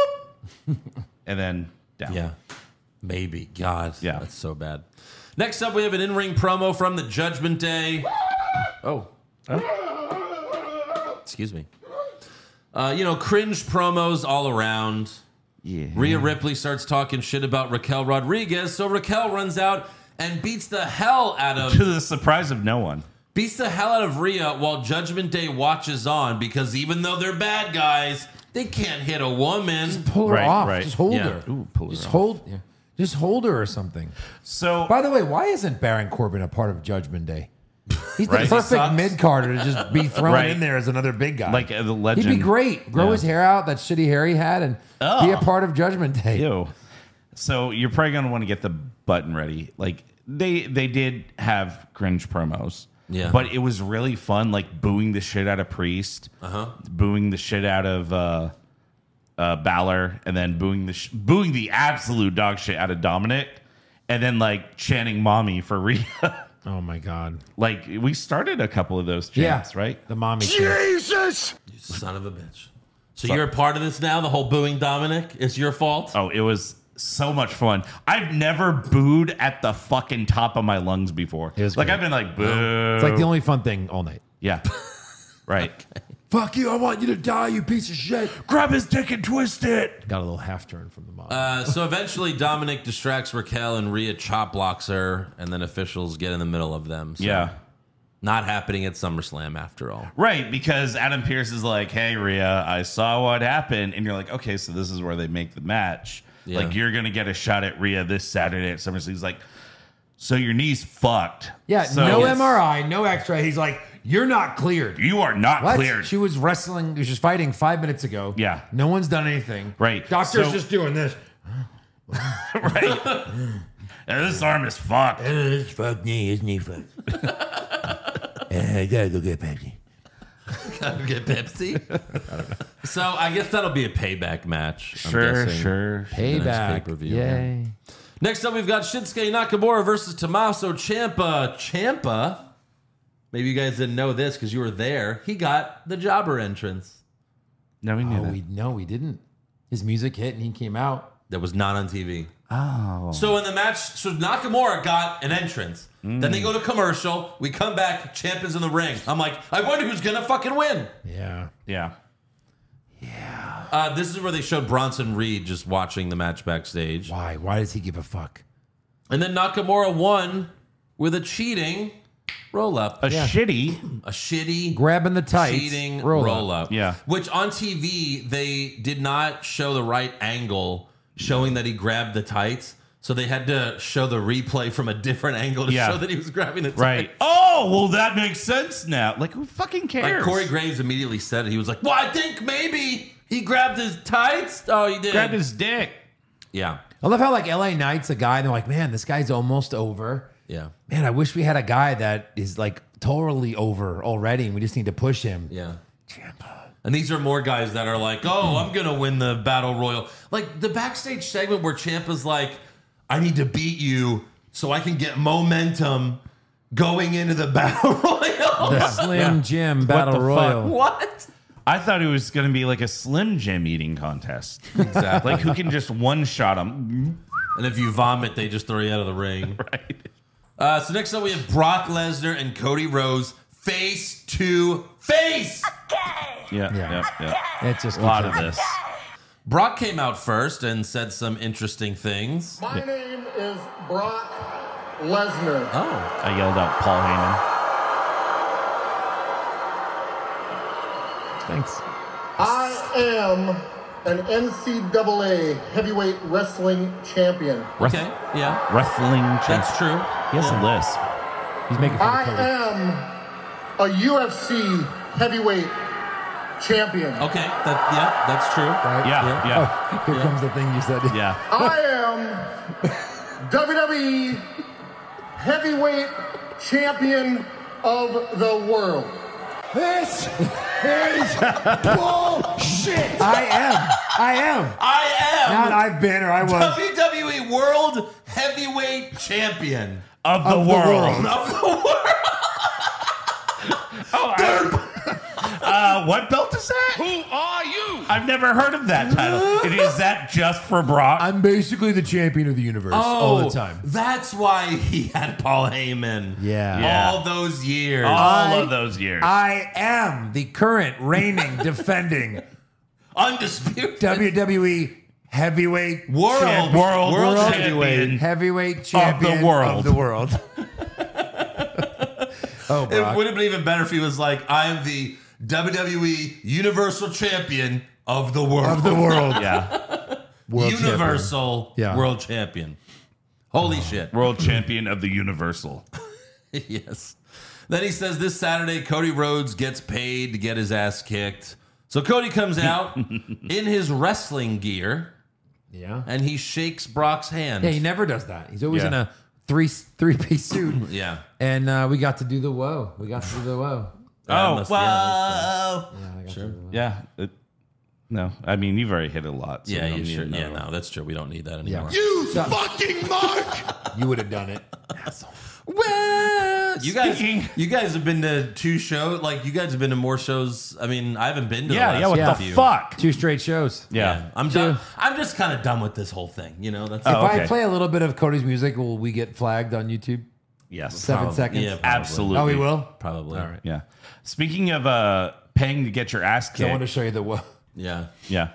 S5: boop, and then down.
S3: Yeah. Maybe. God.
S5: Yeah.
S3: That's so bad. Next up, we have an in ring promo from the Judgment Day. Oh. Excuse me. Uh, you know, cringe promos all around.
S5: yeah.
S3: Rhea Ripley starts talking shit about Raquel Rodriguez, so Raquel runs out and beats the hell out
S5: To
S3: of
S5: the surprise of no one.
S3: beats the hell out of Rhea while Judgment Day watches on because even though they're bad guys, they can't hit a woman.
S4: pull her
S5: Right,
S4: off,
S5: right.
S4: just hold
S3: Yeah.
S4: her. just hold. yeah. Just hold her or something.
S5: So
S4: By the way, why isn't Baron Corbin a part of Judgment Day? He's the
S5: Right.
S4: perfect
S3: Sucks.
S4: mid carder to just be thrown
S5: Right.
S4: in there as another big guy.
S5: like uh, the
S4: he'd
S5: legend.
S4: be great. Grow
S5: Yeah. Oh.
S4: his hair out that shitty hair he had and be a part of Judgment Day.
S5: Ew. So you're probably gonna want to get the button ready. Like they they did have cringe promos.
S3: Yeah.
S5: But it was really fun, like booing the shit out of Priest, uh-huh. booing the shit out of uh uh Balor, and then booing the sh- booing the absolute dog shit out of Dominic, and then like chanting mommy for Rhea.
S4: Oh my god.
S5: like we started a couple of those
S4: Yeah.
S5: chants, right?
S4: The mommy. shit.
S2: Jesus!
S3: Son of a bitch. So you're a part of this now? The whole booing Dominic? It's your fault?
S5: Oh, it was so much fun. I've never booed at the fucking top of my lungs before.
S4: It was
S5: like
S4: great.
S5: I've been like boo.
S4: It's like the only fun thing all night.
S5: Yeah. right.
S4: Fuck you! I want you to die, you piece of shit.
S5: Grab his dick and twist it.
S4: Got a little half turn from the mom.
S3: Uh, so eventually, Dominic distracts Raquel and Rhea chop blocks her, and then officials get in the middle of them. So
S5: Yeah.
S3: Not happening at SummerSlam after all.
S5: Right, because Adam Pierce is like, "Hey, Rhea, I saw what happened," and you're like, "Okay, so this is where they make the match.
S3: Yeah.
S5: Like, you're gonna get a shot at Rhea this Saturday at SummerSlam." He's like, "So your knee's fucked.
S4: yeah,
S5: so
S4: no MRI, no X-ray. He's like, you're not cleared.
S5: You are not
S4: What?
S5: cleared.
S4: She was wrestling. She was fighting five minutes ago.
S5: Yeah.
S4: No one's done anything.
S5: Right.
S4: Doctor's
S5: So-
S4: just doing this.
S5: right? And this arm is fucked.
S7: It's fuck me, isn't he? Fuck. I gotta go get Pepsi.
S3: get Pepsi. So I guess that'll be a payback match. I'm
S5: Sure,
S3: guessing.
S5: sure.
S3: Payback. pay-per-view, Yay. Next up, we've got Shinsuke Nakamura versus Tommaso Champa. Champa, maybe you guys didn't know this because you were there. He got the jobber entrance.
S5: No, we knew
S4: Oh,
S5: that.
S4: we no, we didn't. His music hit and he came out.
S3: that was not on TV. Oh. So in the match, so Nakamura got an entrance. Then they go to commercial. We come back, champions in the ring. I'm like, I wonder who's gonna fucking win.
S4: Yeah.
S5: Yeah.
S3: Uh, this is where they showed Bronson Reed just watching the match backstage,
S4: Why? Why does he give a fuck?
S3: and then Nakamura won with a cheating roll up,
S5: A shitty.
S3: a shitty
S4: Grabbing the tights.
S3: cheating roll,
S4: roll up.
S3: up.
S5: Yeah.
S3: Which on TV they did not show the right angle showing that he grabbed the tights. So they had to show the replay from a different angle to
S5: Yeah.
S3: show that he was grabbing the tights.
S5: Right. Oh, well, that makes sense now. Like, who fucking
S3: Like
S5: cares?
S3: Corey Graves immediately said it. He was like, Well, I think maybe he grabbed his tights. Oh, he did.
S5: grabbed his dick.
S3: yeah.
S4: I love how like LA Knight's a guy, and they're like, man, this guy's almost over.
S3: Yeah.
S4: Man, I wish we had a guy that is like totally over already, and we just need to push him.
S3: Yeah. And these are more guys that are like, oh, I'm going to win the battle royal. Like the backstage segment where Champa's like, I need to beat you so I can get momentum going into the battle royal.
S4: Slim Jim
S5: What the
S4: Battle Royal.
S5: fuck?
S3: what?
S5: I thought it was going to be like a Slim Jim eating contest.
S3: Exactly.
S5: like, who can just one shot him?
S3: and if you vomit, they just throw you out of the ring. right. Uh, so next up, we have Brock Lesnar and Cody Rhodes face to face.
S5: Yeah. Yeah. Yeah.
S4: It's just
S5: A lot of this.
S3: Brock came out first and said some interesting things.
S8: My name is Brock Lesnar.
S3: Oh.
S5: I yelled out Paul Heyman.
S4: Thanks.
S8: I am an NCAA heavyweight wrestling champion.
S3: Okay. Yeah.
S5: Wrestling champ.
S3: That's true.
S5: He has a list.
S4: He's making fun
S8: I
S4: of Cody.
S8: am a UFC heavyweight champion.
S9: Oh.
S3: Okay, that yeah, that's true.
S4: Right?
S5: Yeah. Yeah.
S4: Oh, here comes the thing you said.
S5: Yeah.
S8: I am WWE heavyweight champion of the world.
S7: This is bullshit.
S4: I am. I am. Not
S3: I
S4: I've been or I
S3: am
S4: was.
S3: WWE World Heavyweight Champion
S5: Of the,
S4: Of the
S5: world.
S4: world.
S3: of the world.
S5: Oh, I- uh, what belt is that?
S2: Who are you?
S5: I've never heard of that title. And is that just for Brock?
S4: I'm basically the champion of the universe all the time.
S3: Oh, That's why he had Paul Heyman.
S4: Yeah.
S5: Yeah. Uh,
S3: all those years.
S5: All of those years.
S4: I am the current reigning, defending
S3: Undisputed
S4: WWE heavyweight
S3: world,
S4: champ-
S5: world
S4: world
S5: champion.
S4: heavyweight champion
S5: world.
S4: Of the world. oh,
S3: It
S4: Brock.
S3: would have been even better if he was like, "I am the WWE Universal Champion of the world."
S4: of the world.
S5: yeah.
S4: World champion.
S3: Universal
S4: Yeah.
S3: World Champion. Holy shit.
S5: World champion of the universal.
S3: yes. Then he says this Saturday, Cody Rhodes gets paid to get his ass kicked. So Cody comes out in his wrestling gear
S4: Yeah.
S3: and he shakes Brock's hand.
S4: Yeah, he never does that. He's always
S5: Yeah.
S4: in a three three piece suit.
S3: Yeah.
S4: And uh, we got to do the whoa. We got to do the whoa.
S3: That
S5: Oh,
S3: must- yeah,
S5: wow.
S4: Yeah, we got to do the whoa.
S5: Yeah. it- no, I mean, you've already hit a lot. So
S3: Yeah,
S5: we don't
S3: you
S5: need
S3: sure.
S5: another
S3: yeah,
S5: one.
S3: no, that's true. We don't need that anymore.
S2: You fucking Mark!
S4: You would have done it.
S3: You guys,
S5: Speaking-
S3: you guys have been to two shows. Like you guys have been to more shows. I mean, I haven't been to.
S5: Yeah,
S3: the last
S5: yeah, what
S4: Yeah.
S5: the
S3: few.
S5: fuck?
S4: Two straight shows.
S5: Yeah.
S3: I'm done. I'm just kind of done with this whole thing. You know, that's
S4: If
S5: Oh,
S4: I
S5: okay.
S4: play a little bit of Cody's music, will we get flagged on YouTube?
S5: Yes.
S4: Seven seconds.
S3: yeah, probably.
S5: Absolutely.
S4: Oh, we will.
S3: probably. All right.
S5: Yeah. Speaking of uh, paying to get your ass
S4: I want to
S5: kicked.
S4: show you the whoa.
S3: Yeah.
S5: Yeah.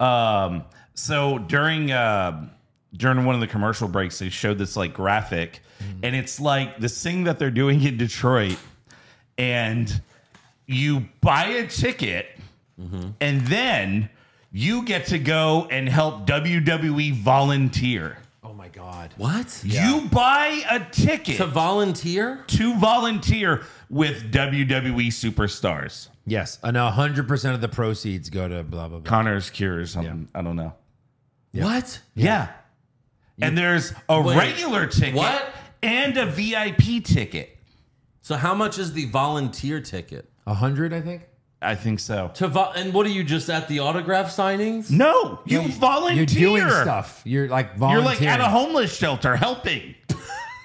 S5: Um, so during uh, during one of the commercial breaks, they showed this like graphic, and it's like this thing that they're doing in Detroit, and you buy a ticket, and then you get to go and help WWE volunteer.
S4: Oh my god.
S3: What?
S5: You buy a ticket
S3: To volunteer?
S5: to volunteer with WWE superstars.
S4: Yes, and hundred percent of the proceeds go to blah blah blah.
S5: Connor's Cure or something. I don't know.
S3: What?
S5: Yeah. And there's a
S3: Wait.
S5: regular ticket
S3: What?
S5: and a VIP ticket.
S3: So how much is the volunteer ticket?
S4: A hundred, I think.
S5: I think so.
S3: To vo- and what are you just at the autograph signings?
S5: No, you volunteer.
S4: You're doing stuff. You're like
S5: You're
S4: volunteering.
S5: like at a homeless shelter helping.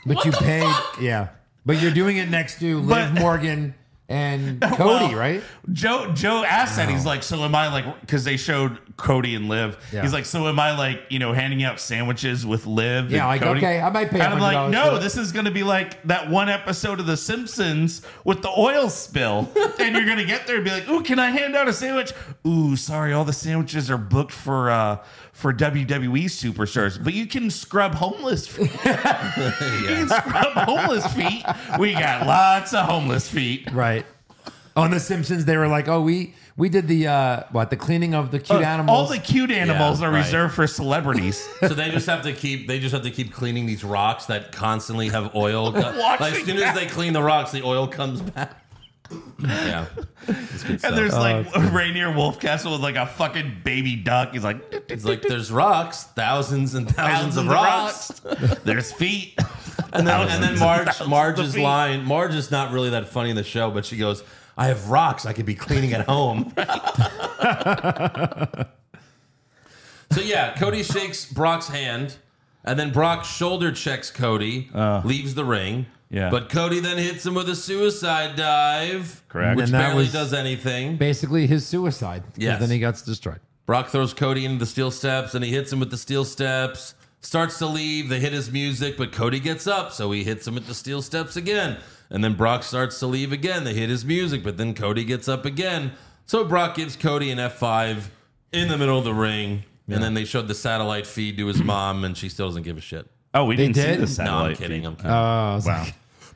S4: but you paid. Yeah, but you're doing it next to
S5: But-
S4: Liv Morgan and Cody,
S5: Well,
S4: right?
S5: Joe Joe asked that. He's like, so am I like because they showed Cody and Liv.
S4: Yeah.
S5: He's like, so am I like, you know, handing out sandwiches with Liv?
S4: Yeah,
S5: and
S4: like,
S5: Cody?
S4: okay, I might pay
S5: And I'm like,
S4: $100
S5: no,
S4: for it.
S5: this is going to be like that one episode of The Simpsons with the oil spill. and you're going to get there and be like, ooh, can I hand out a sandwich? Ooh, sorry, all the sandwiches are booked for uh for WWE superstars, but you can scrub homeless feet. You can scrub homeless feet. We got lots of homeless feet.
S4: Right. On The Simpsons, they were like, "Oh, we we did the uh, what the cleaning of the cute
S5: Uh,
S4: animals."
S5: All the cute animals
S3: Yeah,
S5: are
S3: right.
S5: reserved for celebrities.
S3: So they just have to keep they just have to keep cleaning these rocks that constantly have oil. co- like as
S5: Watching
S3: soon as
S5: that.
S3: they clean the rocks, the oil comes back. yeah, it's good stuff.
S5: and there's like Rainier Wolfcastle with like a fucking baby duck. He's like,
S3: it's like there's rocks, thousands and thousands,
S5: thousands
S3: of rocks,
S5: There's feet.
S3: and then and then Marge
S5: thousands of
S3: Marge's
S5: feet.
S3: line. Marge is not really that funny in the show, but she goes, "I have rocks I could be cleaning at home." so yeah, Cody shakes Brock's hand. And then Brock shoulder checks Cody,
S4: Uh.
S3: leaves the ring.
S5: Yeah.
S3: But Cody then hits him with a suicide dive.
S5: Correct.
S3: Which
S4: And that
S3: barely
S4: was-
S3: does anything.
S4: basically his suicide. 'cause
S3: Yes.
S4: Then he gets destroyed.
S3: Brock throws Cody into the steel steps and he hits him with the steel steps. Starts to leave. They hit his music, but Cody gets up, so he hits him with the steel steps again. And then Brock starts to leave again. They hit his music, but then Cody gets up again. So Brock gives Cody an F5 in the middle of the ring. And then they showed the satellite feed to his mom, and she still doesn't give a shit.
S5: Oh, we didn't
S4: did?
S5: see
S4: No,
S5: the
S4: I'm
S3: No, I'm
S5: satellite.
S3: kidding.
S5: feed. Uh,
S3: I'm kidding.
S5: Wow.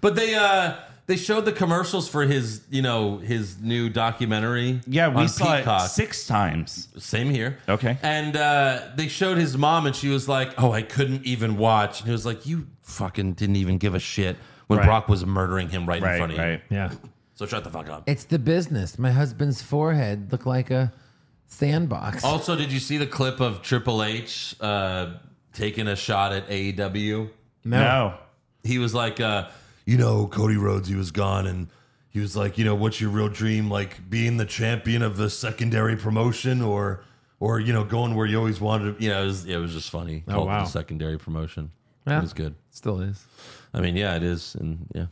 S3: But they uh they showed the commercials for his, you know, his new documentary.
S5: Yeah, we
S3: on
S5: saw
S3: Peacock.
S5: it six times.
S3: Same here.
S5: Okay.
S3: And uh, they showed his mom, and she was like, "Oh, I couldn't even watch." And he was like, "You fucking didn't even give a shit when
S5: Right.
S3: Brock was murdering him right, in front of you."
S4: Yeah.
S3: So shut the fuck up.
S4: It's the business. My husband's forehead looked like a sandbox.
S5: Oh.
S3: Also, did you see the clip of Triple H uh, taking a E shot at AEW?
S5: No.
S3: he was like, uh, you know, Cody Rhodes, he was gone, and he was like, you know, what's your real dream? Like being the champion of the secondary promotion, or or you know, going where you always wanted. to You know, it was, it was just funny. Oh
S4: wow.
S3: secondary promotion.
S4: Yeah.
S3: It was good.
S4: Still is.
S3: I mean, yeah, it is, and yeah.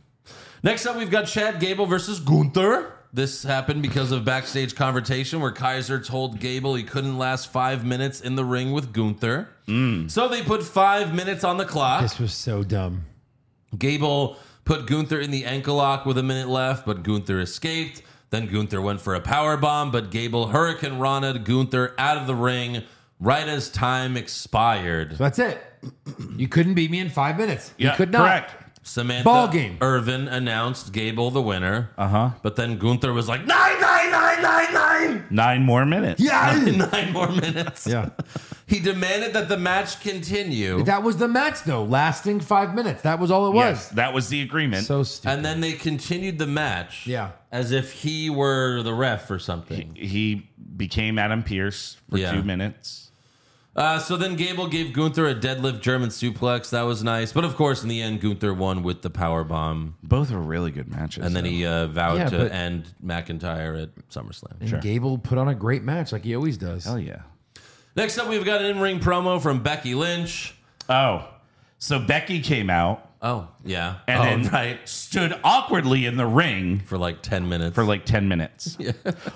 S3: Next up, we've got Chad Gable versus Gunther. This happened because of backstage confrontation where Kaiser told Gable he couldn't last five minutes in the ring with Gunther.
S4: Mm.
S3: So they put five minutes on the clock.
S4: This was so dumb.
S3: Gable put Gunther in the ankle lock with a minute left, but Gunther escaped. Then Gunther went for a power bomb, but Gable hurricane rana Gunther out of the ring right as time expired.
S4: That's it. You couldn't beat me in five minutes.
S5: Yeah,
S4: you could not.
S5: Correct.
S3: Samantha
S4: Ball game.
S3: Irvin announced Gable the winner. Uh
S5: Uh-huh.
S3: huh. But then Gunther was like nine, nine, nine, nine, nine.
S5: Nine more minutes. Yeah.
S3: Nine, nine more minutes.
S4: Yeah.
S3: He demanded that the match continue.
S4: That was the match, though, lasting five minutes. That was all it
S5: Yes,
S4: was.
S5: that was the agreement.
S4: So stupid.
S3: And then they continued the match.
S4: Yeah.
S3: As if he were the ref or something.
S5: he became Adam Pierce for
S3: Yeah.
S5: two minutes.
S3: Uh, so then Gable gave Gunther a deadlift German suplex. That was nice. But of course, in the end, Gunther won with the power bomb,
S5: Both were really good matches.
S3: and then he uh, vowed
S4: Yeah,
S3: to
S4: but-
S3: end McIntyre at SummerSlam.
S4: And Gable put on a great match like he always does.
S5: Hell yeah.
S3: Next up, we've got an in-ring promo from Becky Lynch.
S5: Oh, so Becky came out
S3: Oh yeah,
S5: and
S3: Oh,
S5: then stood awkwardly in the ring
S3: for like ten minutes.
S5: for like 10 minutes.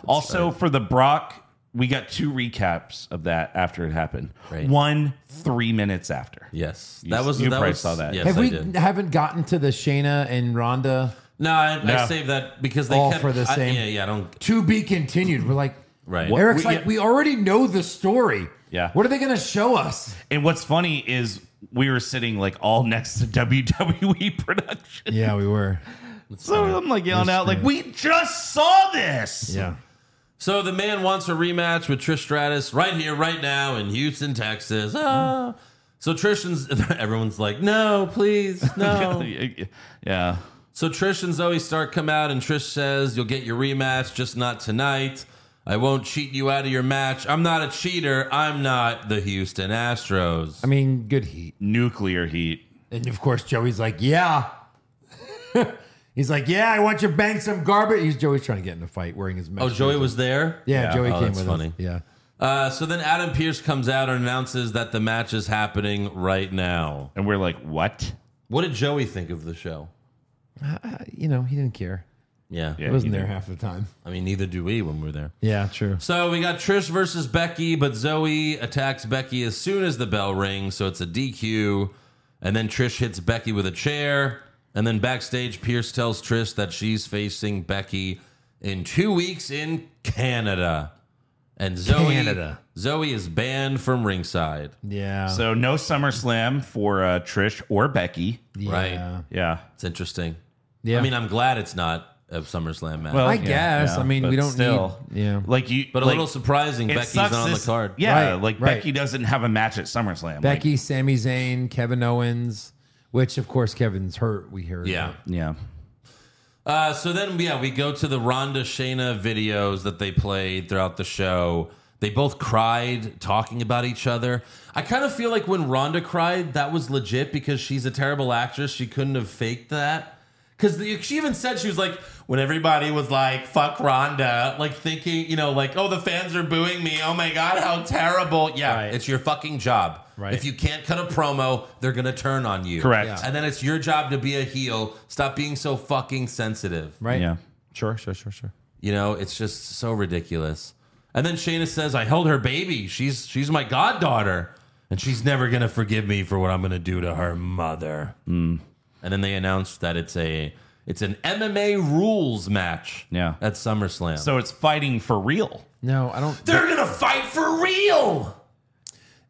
S5: also, for the Brock, we got two recaps of that after it happened.
S3: Right.
S5: One, three minutes after.
S3: yes,
S5: You-
S3: that was
S5: you
S3: that
S5: probably
S3: was,
S5: saw that.
S3: Yes,
S4: Have
S3: I
S4: we
S3: did.
S4: haven't gotten to the Shayna and Ronda
S3: No, I, I
S5: No.
S3: saved that because they
S4: All
S3: kept
S4: for the
S3: I-
S4: same-
S3: yeah, yeah. I don't.
S4: to be continued? We're like,
S3: Right.
S5: What- we-
S4: Eric's like, we already know the story.
S5: Yeah.
S4: What are they going to show us?
S5: And what's funny is we were sitting like all next to WWE production.
S4: Yeah, we were.
S5: So I'm like yelling out, like, we just saw this.
S4: Yeah.
S3: So the man wants a rematch with Trish Stratus right here, right now in Houston, Texas. Ah. So Trish and everyone's like, no, please, no.
S5: yeah.
S3: So Trish and Zoe Stark come out, and Trish says, You'll get your rematch, just not tonight. I won't cheat you out of your match. I'm not a cheater. I'm not the Houston Astros.
S4: I mean, good heat.
S5: Nuclear heat.
S4: And of course, Joey's like, yeah. He's like, yeah, I want you to bang some garbage. He's Joey's trying to get in a fight wearing his.
S3: oh,
S4: Mexican
S3: Joey
S4: jersey.
S3: was there?
S4: Yeah, Joey
S3: Oh,
S4: came
S3: that's
S4: with
S3: funny.
S4: us. Yeah.
S3: Uh, so then Adam Pierce comes out and announces that the match is happening right now.
S5: And we're like, what?
S3: What did Joey think of the show?
S4: Uh, you know, he didn't care.
S10: Yeah.
S5: Yeah,
S4: I wasn't
S5: you
S4: there
S5: do.
S4: half the time.
S10: I mean, neither do we when we're there.
S4: Yeah, true.
S3: So we got Trish versus Becky, but Zoe attacks Becky as soon as the bell rings, so it's a DQ. And then Trish hits Becky with a chair. And then backstage, Pierce tells Trish that she's facing Becky in two weeks in Canada. And Zoe,
S4: Canada.
S3: Zoe is banned from ringside.
S4: Yeah.
S5: So no SummerSlam for uh, Trish or Becky.
S4: yeah.
S3: Right.
S5: Yeah.
S3: It's interesting.
S4: Yeah.
S3: I mean, I'm glad it's not a SummerSlam match,
S5: Well,
S4: I
S5: yeah,
S4: guess.
S5: yeah,
S4: I mean,
S5: but
S4: we don't
S5: still,
S4: need. Yeah.
S5: Like you,
S3: but a
S5: like,
S3: little surprising.
S5: it
S3: Becky's
S5: sucks
S3: not on the
S5: this-
S3: card.
S5: Yeah,
S4: Right,
S5: like
S4: right.
S5: Becky doesn't have a match at SummerSlam. Like,
S4: Becky, Sami Zayn, Kevin Owens, which of course Kevin's hurt. We heard.
S3: Yeah.
S5: yeah.
S3: Uh, so then, yeah, we go to the Rhonda Shayna videos that they played throughout the show. They both cried talking about each other. I kind of feel like when Rhonda cried, that was legit because she's a terrible actress. She couldn't have faked that. Because she even said she was like, when everybody was like, fuck Rhonda, like thinking, you know, like, oh, the fans are booing me. Oh my God, how terrible. Yeah,
S4: Right.
S3: it's your fucking job.
S4: Right.
S3: If you can't cut a promo, they're going to turn on you.
S5: Correct. Yeah.
S3: And then it's your job to be a heel. Stop being so fucking sensitive.
S4: Right.
S5: Yeah.
S10: Sure, sure, sure, sure.
S3: You know, it's just so ridiculous. And then Shayna says, "I held her baby. She's she's my goddaughter, and she's never gonna forgive me for what I'm gonna do to her mother."
S5: Mm.
S3: And then they announced that it's a it's an MMA rules match.
S5: Yeah.
S3: at SummerSlam.
S5: So it's fighting for real.
S4: No, I don't.
S3: they're gonna fight for real.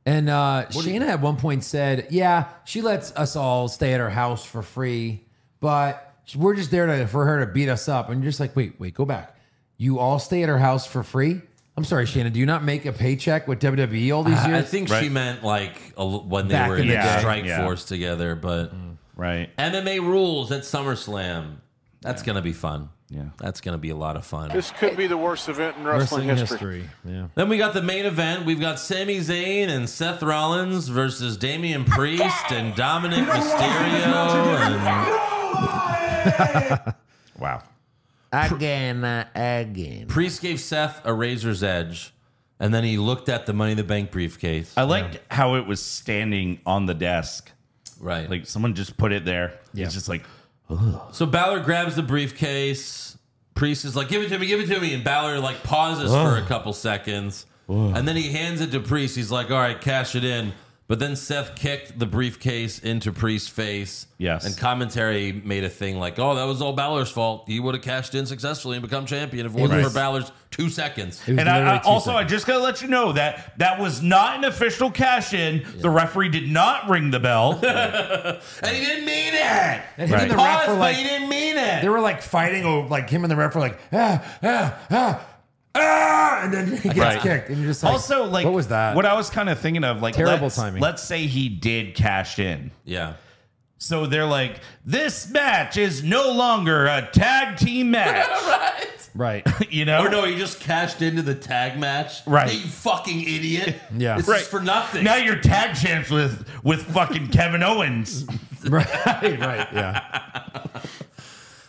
S4: And uh, Shayna at one point said, "Yeah, she lets us all stay at her house for free, but we're just there to, for her to beat us up." And you're just like, "Wait, wait, go back. You all stay at her house for free? I'm sorry, Shayna. Do you not make a paycheck with WWE all these
S3: I
S4: years?"
S3: think she
S5: Right.
S3: meant like a, l- when they
S4: Back
S3: were
S4: in
S3: in
S4: the
S5: day.
S3: Strike
S5: Yeah.
S3: Force together, but
S5: Right.
S3: MMA rules at SummerSlam. That's gonna be fun.
S5: Yeah.
S3: that's gonna be a lot of fun.
S9: This could be the worst event in wrestling, history.
S4: Yeah.
S3: Then we got the main event. We've got Sami Zayn and Seth Rollins versus Damian Priest and Dominic Mysterio. And
S5: Wow.
S7: Again, uh, again.
S3: Priest gave Seth a razor's edge, and then he looked at the Money in the Bank briefcase.
S5: I liked how it was standing on the desk.
S3: right.
S5: Like someone just put it there. It's just like
S3: so Balor grabs the briefcase. Priest is like, "Give it to me, give it to me," and Balor like pauses for a couple seconds, and then he hands it to Priest. He's like, "All right, cash it in." But then Seth kicked the briefcase into Priest's face.
S5: Yes.
S3: And commentary made a thing like, "Oh, that was all Balor's fault. He would have cashed in successfully and become champion if it wasn't
S4: was-
S3: for Balor's two seconds."
S4: was
S5: And I, I
S4: literally two
S5: also, I
S4: seconds.
S5: just gotta let you know that that was not an official cash in. The referee did not ring the bell.
S3: And he didn't mean it.
S4: And him
S5: Right.
S4: and the ref
S3: Paused,
S4: were
S3: but he
S4: like,
S3: didn't mean it.
S4: they were like fighting over, like him and the ref were like, ah, ah, ah, ah, and then he gets
S5: Right.
S4: kicked, and you're just like,
S5: also, like,
S4: what was that?
S5: What I was kind of thinking of, like,
S4: Terrible
S5: let's,
S4: timing.
S5: Let's say he did cash in.
S3: yeah.
S5: So they're like, this match is no longer a tag team match.
S4: right?
S5: you know?
S3: Or Oh, no, he just cashed into the tag match.
S5: Right.
S3: You fucking idiot.
S4: Yeah.
S3: This
S5: Right.
S3: is for nothing.
S5: Now you're tag champs with with fucking Kevin Owens.
S4: right, right, yeah,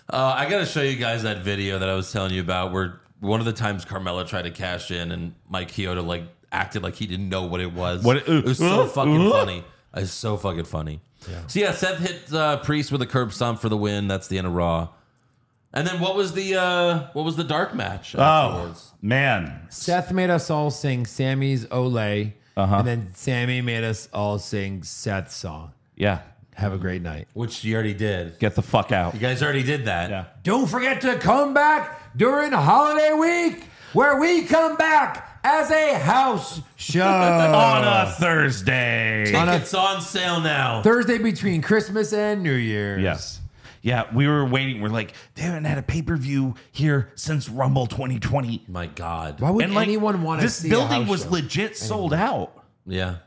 S3: Uh, I gotta show you guys that video that I was telling you about, where one of the times Carmella tried to cash in, and Mike Kyoto like acted like he didn't know what it was.
S5: What-
S3: it was so
S5: uh,
S3: fucking
S5: uh.
S3: funny. It's so fucking funny. So yeah, Seth hit uh, Priest with a curb stomp for the win. That's the end of Raw. And then what was the uh, what was the dark match?
S5: Oh
S3: Afterwards?
S5: man,
S4: Seth made us all sing Sammy's Olay,
S5: Uh-huh.
S4: and then Sammy made us all sing Seth's song.
S5: yeah,
S4: Have a great night.
S3: which you already did.
S5: get the fuck out.
S3: You guys already did that.
S5: Yeah.
S4: Don't forget to come back during holiday week, where we come back as a house show.
S5: On a Thursday.
S3: Tickets on sale now.
S4: Thursday between Christmas and New Year's.
S5: Yes. Yeah, we were waiting. We're like, they haven't had a pay per view here since Rumble 2020.
S3: My God.
S4: Why would
S5: And like,
S4: anyone want to
S5: this
S4: see a
S5: building
S4: house
S5: was
S4: show?
S5: legit sold out.
S3: Yeah.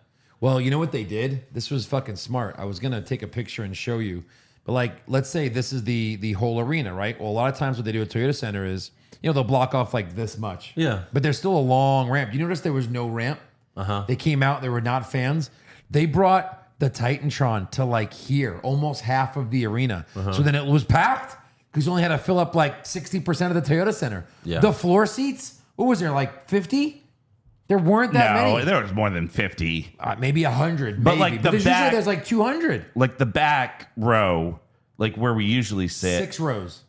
S4: Well, you know what they did? This was fucking smart. I was gonna take a picture and show you, but like, let's say this is the the whole arena, right? Well, a lot of times what they do at Toyota Center is, you know, they'll block off like this much.
S3: Yeah. Uh-huh.
S4: But there's still a long ramp. You notice there was no ramp. Uh huh. They came out. There were not fans. They brought the Titantron to like here, almost half of the arena.
S3: Uh-huh.
S4: So then it was packed because you only had to fill up like sixty percent of the Toyota Center.
S3: Yeah.
S4: The floor seats. What was there? Like fifty? There weren't that
S5: no,
S4: many
S5: there was more than 50.
S4: uh, maybe a hundred,
S5: But,
S4: maybe.
S5: like, the
S4: there's
S5: back-
S4: usually there's like two hundred,
S5: Like the back row, like where we usually sit.
S4: six rows.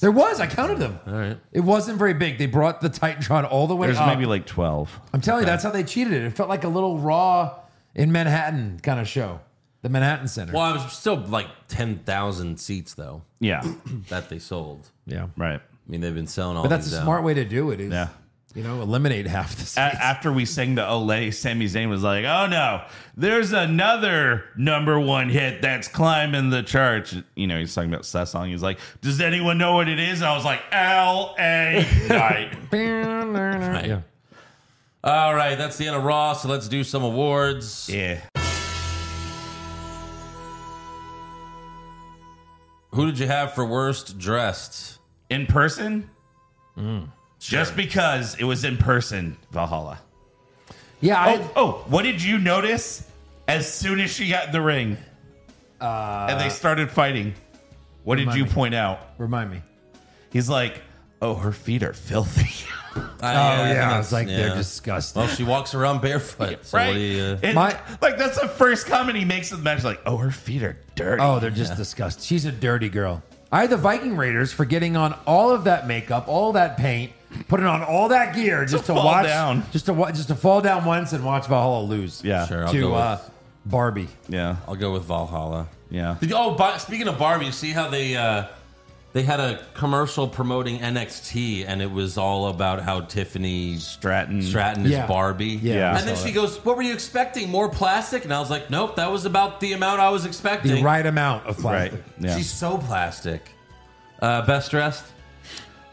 S4: There was. I counted them.
S10: All right.
S4: It wasn't very big. They brought the Titantron all the way
S5: There's
S4: up.
S5: maybe like 12.
S4: I'm telling you, that's how they cheated it. It felt like a little Raw in Manhattan kind of show. The Manhattan Center.
S3: Well, I was still like 10,000 seats, though,
S5: Yeah.
S3: that they sold.
S4: Yeah.
S5: right.
S3: I mean, they've been selling all
S4: But that's a
S3: these
S4: smart way to do it. Is,
S5: Yeah.
S4: You know, eliminate half the seats.
S5: A- after we sang the Olay, Sami Zayn was like, "Oh no, there's another number one hit that's climbing the charts." You know, he's talking about that song. He's like, "Does anyone know what it is?" I was like, "L A Night."
S3: Right. All right, that's the end of Raw, so let's do some awards.
S5: yeah,
S3: Who did you have for worst dressed?
S5: in person. Just because it was in person, Valhalla.
S4: yeah. I,
S5: Oh, oh, what did you notice as soon as she got in the ring
S4: Uh,
S5: and they started fighting? What did
S4: remind
S5: you
S4: me.
S5: point out?
S4: Remind me.
S5: He's like, "Oh, her feet are filthy."
S3: I- I
S4: Oh,
S3: think
S4: yeah.
S3: that's-
S4: It's like
S3: yeah.
S4: they're disgusting.
S3: Well, she walks around barefoot. So
S5: right?
S3: what do you, uh,
S5: And,
S4: My-
S5: like that's the first comment he makes of the match. Like, oh, her feet are dirty.
S4: Oh, they're just disgusting. She's a dirty girl. I had the Viking Raiders for getting on all of that makeup, all that paint, putting on all that gear just to,
S5: fall
S4: watch,
S5: down.
S4: just to wa- just to fall down once and watch Valhalla lose.
S5: Yeah.
S3: Sure, I'll go
S4: to
S3: with-
S4: uh, Barbie.
S5: yeah,
S3: I'll go with Valhalla.
S5: yeah.
S3: Did you- oh, but speaking of Barbie, you see how they uh, they had a commercial promoting NXT, and it was all about how Tiffany
S5: Stratton.
S3: Stratton
S4: Yeah.
S3: is Barbie.
S4: Yeah,
S5: we
S3: and then
S4: saw
S3: she goes, "What were you expecting? More plastic?" And I was like, "Nope, that was about the amount I was
S4: The
S3: expecting."
S4: right amount of
S5: Right.
S4: plastic.
S5: Yeah.
S3: She's so plastic. Uh, best dressed.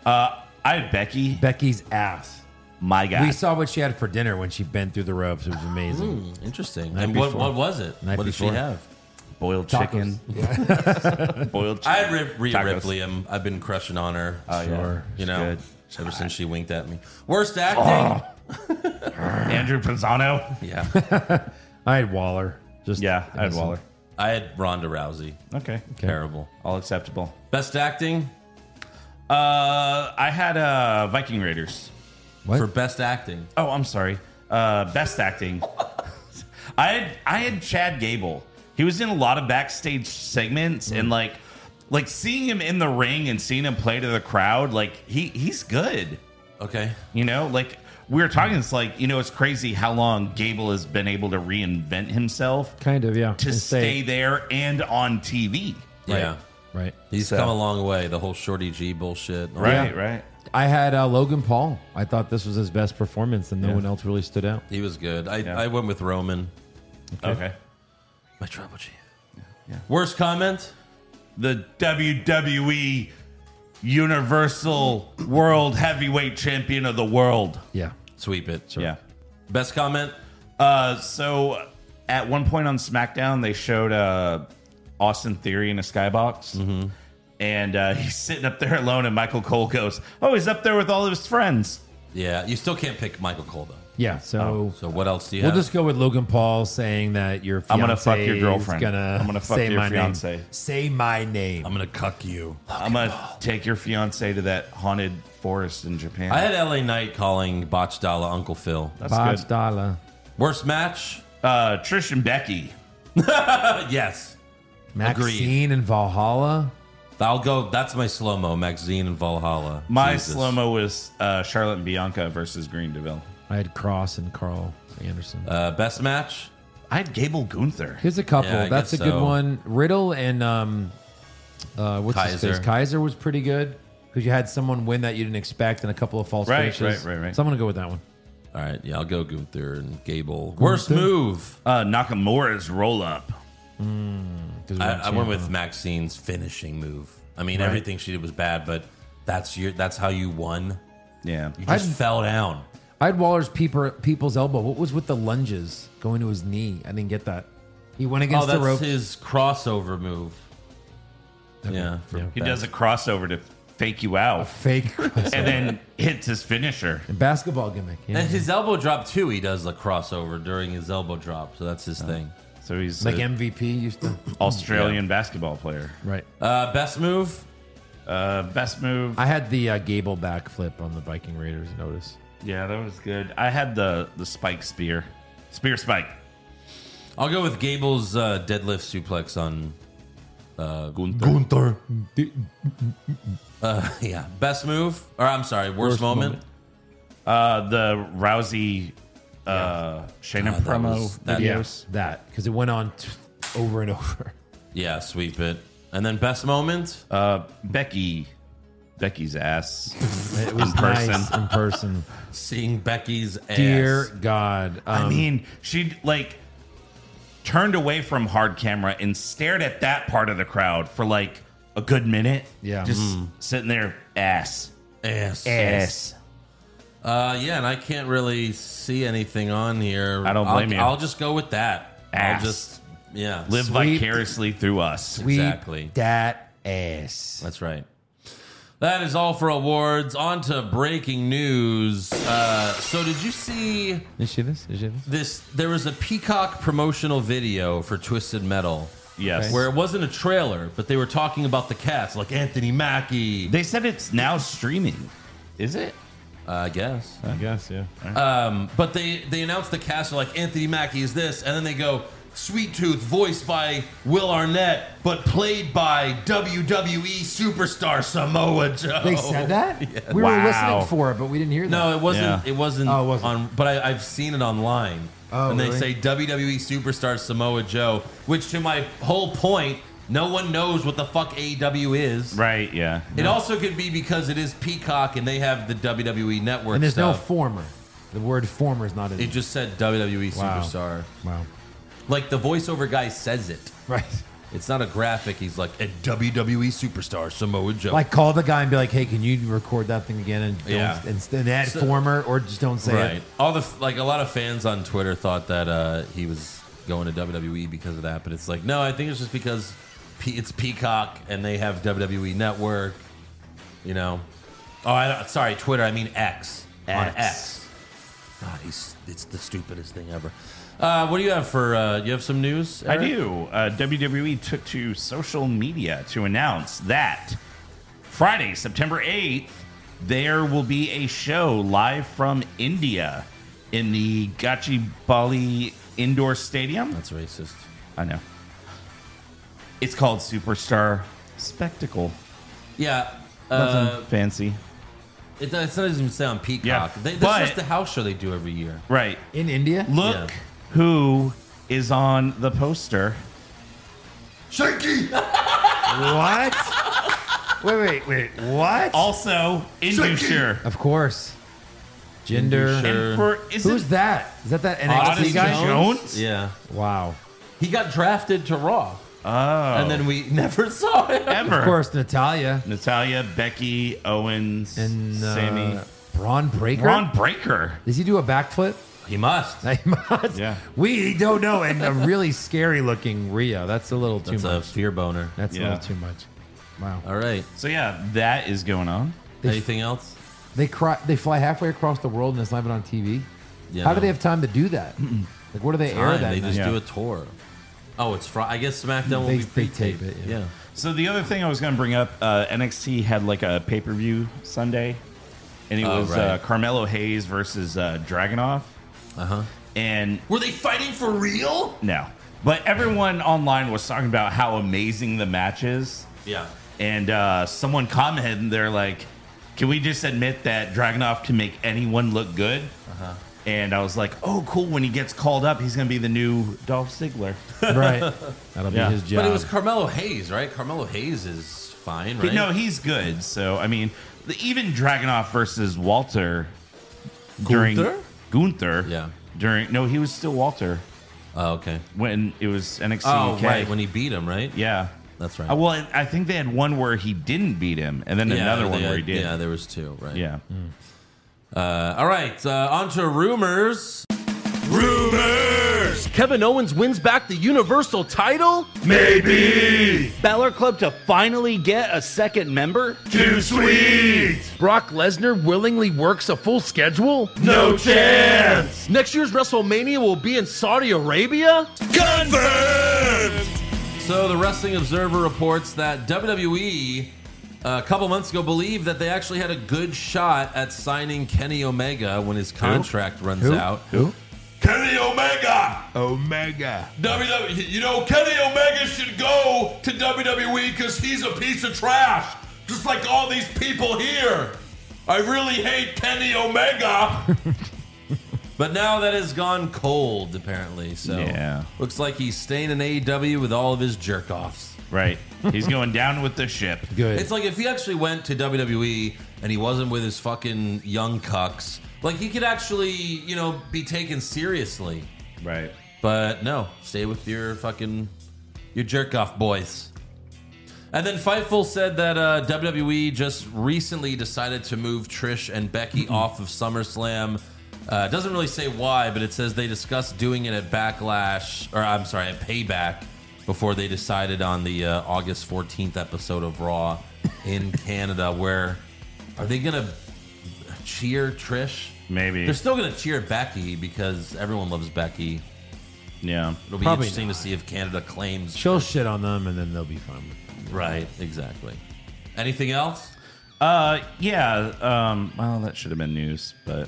S5: Uh, I had Becky.
S4: Becky's ass.
S5: My God.
S4: We saw what she had for dinner when she bent through the ropes. It was amazing.
S3: Interesting. and what,
S4: before.
S3: what was it?
S4: Night
S3: what did she
S4: before.
S3: have?
S5: boiled
S4: Tacos.
S5: chicken. boiled chicken.
S3: I had Rhea- Rhea
S5: Tacos.
S3: Ripley. I'm, I've been crushing on her.
S5: Oh, yeah.
S4: Sure.
S3: You know,
S5: Good.
S3: ever since she winked at me. Worst acting.
S5: Andrew Pisano.
S3: Yeah.
S4: I had Waller. Just
S5: Yeah, I had
S4: innocent.
S5: Waller.
S3: I had Ronda Rousey.
S5: Okay.
S3: Terrible.
S5: All acceptable.
S3: Best acting
S5: Uh, I had uh Viking Raiders.
S4: What?
S3: for best acting.
S5: Oh, I'm sorry. Uh, best acting. I had I had Chad Gable. He was in a lot of backstage segments and like like seeing him in the ring and seeing him play to the crowd, like he he's good.
S3: Okay.
S5: You know, like we were talking, it's like, you know, it's crazy how long Gable has been able to reinvent himself
S4: Kind of, yeah.
S5: to
S4: And
S5: stay there and on TV.
S3: Yeah.
S4: Right.
S3: He's
S5: So-
S3: come a long way. The whole Shorty G bullshit.
S5: Right, right.
S4: I had uh, Logan Paul. I thought this was his best performance, and no one else really stood out.
S3: He was good. I, I went with Roman.
S5: Okay.
S3: My trouble chief. Worst comment?
S5: The WWE Universal World Heavyweight Champion of the World.
S4: Yeah.
S3: Sweep it.
S5: Yeah.
S3: Best comment?
S5: Uh, so at one point on SmackDown, they showed uh, Austin Theory in a skybox. And uh, he's sitting up there alone, and Michael Cole goes, Oh, he's up there with all of his friends.
S3: Yeah. You still can't pick Michael Cole, though.
S4: Yeah. So,
S3: So what else do you
S4: we'll
S3: have?
S4: just go with Logan Paul saying that your
S5: I'm gonna
S4: fiance's
S5: fuck your girlfriend.
S4: Gonna
S5: I'm gonna fuck
S4: say
S5: your
S4: my
S5: fiance. Um,
S4: Name. Say my name.
S3: I'm going to cuck you.
S5: I'm gonna take your fiance to that haunted forest in Japan.
S3: I had LA Knight calling Botch Dalla Uncle Phil.
S5: That's
S4: Bob
S5: good.
S4: Dollar.
S3: Worst match?
S5: Uh, Trish and Becky.
S3: Uh, yes.
S4: Maxine and Valhalla.
S3: I'll go. That's my slow mo, Maxine and Valhalla.
S5: My
S3: Jesus.
S5: slow mo was uh, Charlotte and Bianca versus Green Deville.
S4: I had Cross and Carl Anderson.
S3: Uh, best match?
S5: I had Gable Gunther.
S4: Here's a couple.
S3: yeah, I
S4: That's a
S3: guess
S4: good
S3: so.
S4: one. Riddle and um, uh, what's his
S3: Kaiser.
S4: face? Kaiser was pretty good because you had someone win that you didn't expect and a couple of false
S5: Right,
S4: finishes.
S5: right, right, right.
S4: So I'm gonna go with that one.
S3: All right. Yeah, I'll go Gunther and Gable. Worst move?
S5: Uh, Nakamura's roll up.
S3: I,
S4: 'cause we're on
S3: I went
S4: channel.
S3: with Maxine's finishing move. I mean, everything she did was bad, but that's your that's how you won.
S5: Yeah.
S3: You just
S4: I'd-
S3: fell down.
S4: I had Waller's peeper, people's elbow. What was with the lunges going to his knee? I didn't get that. He went
S3: Oh,
S4: against the
S3: that's
S4: rope.
S3: his crossover move. Yeah, for
S4: Yeah.
S5: He does a crossover to fake you out
S4: Fake cross-
S5: and then hits his finisher.
S4: basketball gimmick. yeah.
S3: And his elbow drop too. He does the crossover during his elbow drop, so that's his thing.
S5: So he's
S4: like
S5: an
S4: MVP used to.
S5: Australian basketball player.
S4: right.
S3: Uh, best move.
S5: Uh, best move.
S4: I had the uh, Gable backflip on the Viking Raiders notice.
S5: yeah, that was good. I had the, the spike spear. Spear spike.
S3: I'll go with Gable's uh, deadlift suplex on uh, Gunther.
S4: Gunther.
S3: Uh, yeah, best move, or I'm sorry, worst,
S10: Worst
S3: moment.
S10: moment.
S5: Uh, the Rousey, uh, Shayna
S3: that
S5: promo
S3: was- that-
S5: videos.
S4: That because it went on t- over and over.
S3: Yeah, sweep it. And then best moment.
S5: Uh, Becky, Becky's ass.
S4: It was
S5: person.
S4: nice in person.
S3: Seeing Becky's ass.
S4: Dear God, um,
S5: I mean, she like turned away from hard camera and stared at that part of the crowd for like a good minute.
S4: Yeah. Mm.
S5: just sitting there, ass,
S3: ass.
S5: ass.
S3: Uh, yeah, and I can't really see anything on here.
S5: I don't blame
S3: I'll,
S5: you.
S3: I'll just go with that.
S5: Ass.
S3: I'll just yeah.
S5: Live
S4: Sweet.
S5: vicariously through us.
S4: we
S3: exactly.
S4: that ass.
S3: That's right. That is all for awards. On to breaking news. Uh, so, did you see
S10: Is she this? Is she this?
S3: this? There was a Peacock promotional video for Twisted Metal.
S5: Yes.
S3: Where it wasn't a trailer, but they were talking about the cast, like Anthony Mackie.
S5: They said it's now streaming. Is it?
S3: I guess. Um,
S10: I guess, yeah.
S3: But they they announced the cast are like Anthony Mackie is this, and then they go Sweet Tooth, voiced by Will Arnett, but played by WWE superstar Samoa Joe.
S4: They said that we were
S5: Wow.
S4: listening for it, but we didn't hear that.
S3: No, it wasn't.
S5: Yeah.
S3: It wasn't.
S4: Oh, it wasn't.
S3: On, but I, I've seen it online.
S4: Oh,
S3: and they
S4: really?
S3: say WWE superstar Samoa Joe, which to my whole point, no one knows what the fuck AEW is.
S5: Right. Yeah.
S3: It also could be because it is Peacock and they have the WWE network.
S4: and there's no
S3: stuff.
S4: former. The word former is not in
S3: It just said WWE
S4: Wow.
S3: superstar.
S4: Wow.
S3: Like the voiceover guy says it.
S4: Right.
S3: It's not a graphic. He's like a WWE superstar Samoa Joe.
S4: Like call the guy and be like, "Hey, can you record that thing again?" And don't,
S3: Yeah.
S4: and, and add
S3: So-
S4: former or just don't say
S3: right.
S4: it.
S3: All the f- like a lot of fans on Twitter thought that uh, he was going to WWE because of that, but it's like no, I think it's just because P- it's Peacock and they have WWE Network. You know. Oh, I don't, sorry, Twitter. I mean X, on
S4: X.
S3: X. God, he's it's the stupidest thing ever. Uh, what do you have for? Uh, you have some news?
S5: I
S3: Eric?
S5: do. Uh, WWE took to social media to announce that Friday, September 8th, there will be a show live from India in the Gachibali Indoor Stadium.
S3: That's racist.
S5: I know. It's called Superstar Spectacle.
S3: Yeah.
S5: Nothing
S3: Uh,
S5: fancy.
S3: it, does- it doesn't even say on Peacock.
S5: Yeah,
S3: They, this
S5: but-
S3: is just the house show they do every year.
S5: Right.
S4: In India,
S5: Look
S3: Yeah.
S5: who is on the poster.
S2: Shaky!
S4: what? wait, wait, wait. What?
S5: Also, Indusher.
S4: of course. Gender.
S5: And for isn't
S4: Who's that? Is that that
S5: Odyssey
S4: NXT guy?
S5: Jones?
S3: Yeah.
S4: Wow.
S3: He got drafted to Raw.
S5: Oh.
S3: and then we never saw it.
S5: ever.
S4: Of course, Natalia
S5: Natalia, Becky, Owens,
S4: and uh,
S5: Sammy,
S4: Braun Breaker.
S5: Ron Breaker.
S4: Does he do a backflip?
S3: He must.
S4: He must.
S5: Yeah.
S4: We don't know. And a really scary looking Rhea. That's a little too
S3: That's a
S4: much.
S3: fear boner.
S4: That's a
S5: Yeah.
S4: little too much. Wow.
S3: All right.
S5: So yeah, that is going on.
S3: Anything else?
S4: They cry. They fly halfway across the world and it's not even on TV.
S3: Yeah,
S4: How do
S3: no.
S4: they have time to do that? Like, where do they air
S3: Fine,
S4: that?
S3: They
S4: night?
S3: just
S5: night.
S3: do
S5: Yeah.
S3: a tour. Oh, it's Friday. I guess SmackDown
S4: They-
S3: will be
S4: they tape
S3: pre-taped.
S4: it, yeah.
S3: yeah.
S5: So the other thing I was going to bring up, uh, NXT had like a pay per view Sunday, and it
S3: Oh,
S5: was
S3: right.
S5: uh, Carmelo Hayes versus uh, Dragunov. Uh huh.
S4: Uh-huh.
S5: And
S3: Were they fighting for real?
S5: no, but everyone online was talking about how amazing the match is,
S3: Yeah.
S5: and uh, someone commented, and they're like, "Can we just admit that Dragunov can make anyone look good?" Uh-huh. And I was like, "Oh, cool! When he gets called up, he's gonna be the new Dolph Ziggler."
S4: right. That'll
S5: Yeah.
S4: be his job.
S3: But it was Carmelo Hayes, right? Carmelo Hayes is fine, right?
S5: But no, he's good. So I mean, the, even Dragonoff versus Walter during
S3: Gunther?
S5: Gunther,
S3: Yeah.
S5: during no, he was still Walter
S3: Oh, okay.
S5: when it was NXT
S3: Oh,
S5: UK.
S3: right. When he beat him, right?
S5: yeah,
S3: That's right.
S5: Uh, well, I- I think they had one where he didn't beat him, and then
S3: Yeah,
S5: another one
S3: they
S5: where he
S3: had-
S5: did.
S3: Yeah,
S5: Yeah.
S3: there was two, right? Uh, all right, uh, on to rumors. Rumors! Kevin Owens wins back the Universal title?
S5: Balor Club to finally get a second member.
S2: Too sweet!
S11: Brock Lesnar willingly works a full schedule?
S2: No chance!
S11: Next year's WrestleMania will be in Saudi Arabia?
S2: Confirmed!
S3: So the Wrestling Observer reports that WWE uh, a couple months ago believed that they actually had a good shot at signing Kenny Omega when his contract runs out.
S4: Who?
S2: Kenny Omega! E,
S4: Omega.
S2: E WWE, you know, Kenny Omega should go to WWE because he's a piece of trash. Just like all these people here. I really hate Kenny Omega.
S3: But now that has gone cold, apparently. So
S5: Yeah.
S3: looks like he's staying in AEW with all of his jerk offs.
S5: Right. He's going down with the ship.
S4: Good.
S3: It's like if he actually went to WWE and he wasn't with his fucking young cucks, like he could actually, you know, be taken seriously.
S5: Right.
S3: But no, stay with your fucking your jerk off boys. And then Fightful said that uh, WWE just recently decided to move Trish and Becky off of SummerSlam. Uh, it doesn't really say why, but it says they discussed doing it at Backlash, or I'm sorry, at Payback, before they decided on the uh, August 14th episode of Raw in Canada. Where are they going to cheer Trish?
S5: Maybe.
S3: They're still going to cheer Becky because everyone loves Becky.
S5: yeah.
S3: It'll be
S4: Probably
S3: interesting to see if Canada claims.
S4: She'll shit on them and then they'll be fine.
S3: Right, exactly. Anything else?
S5: Uh, yeah. Um, well, that should have been news, but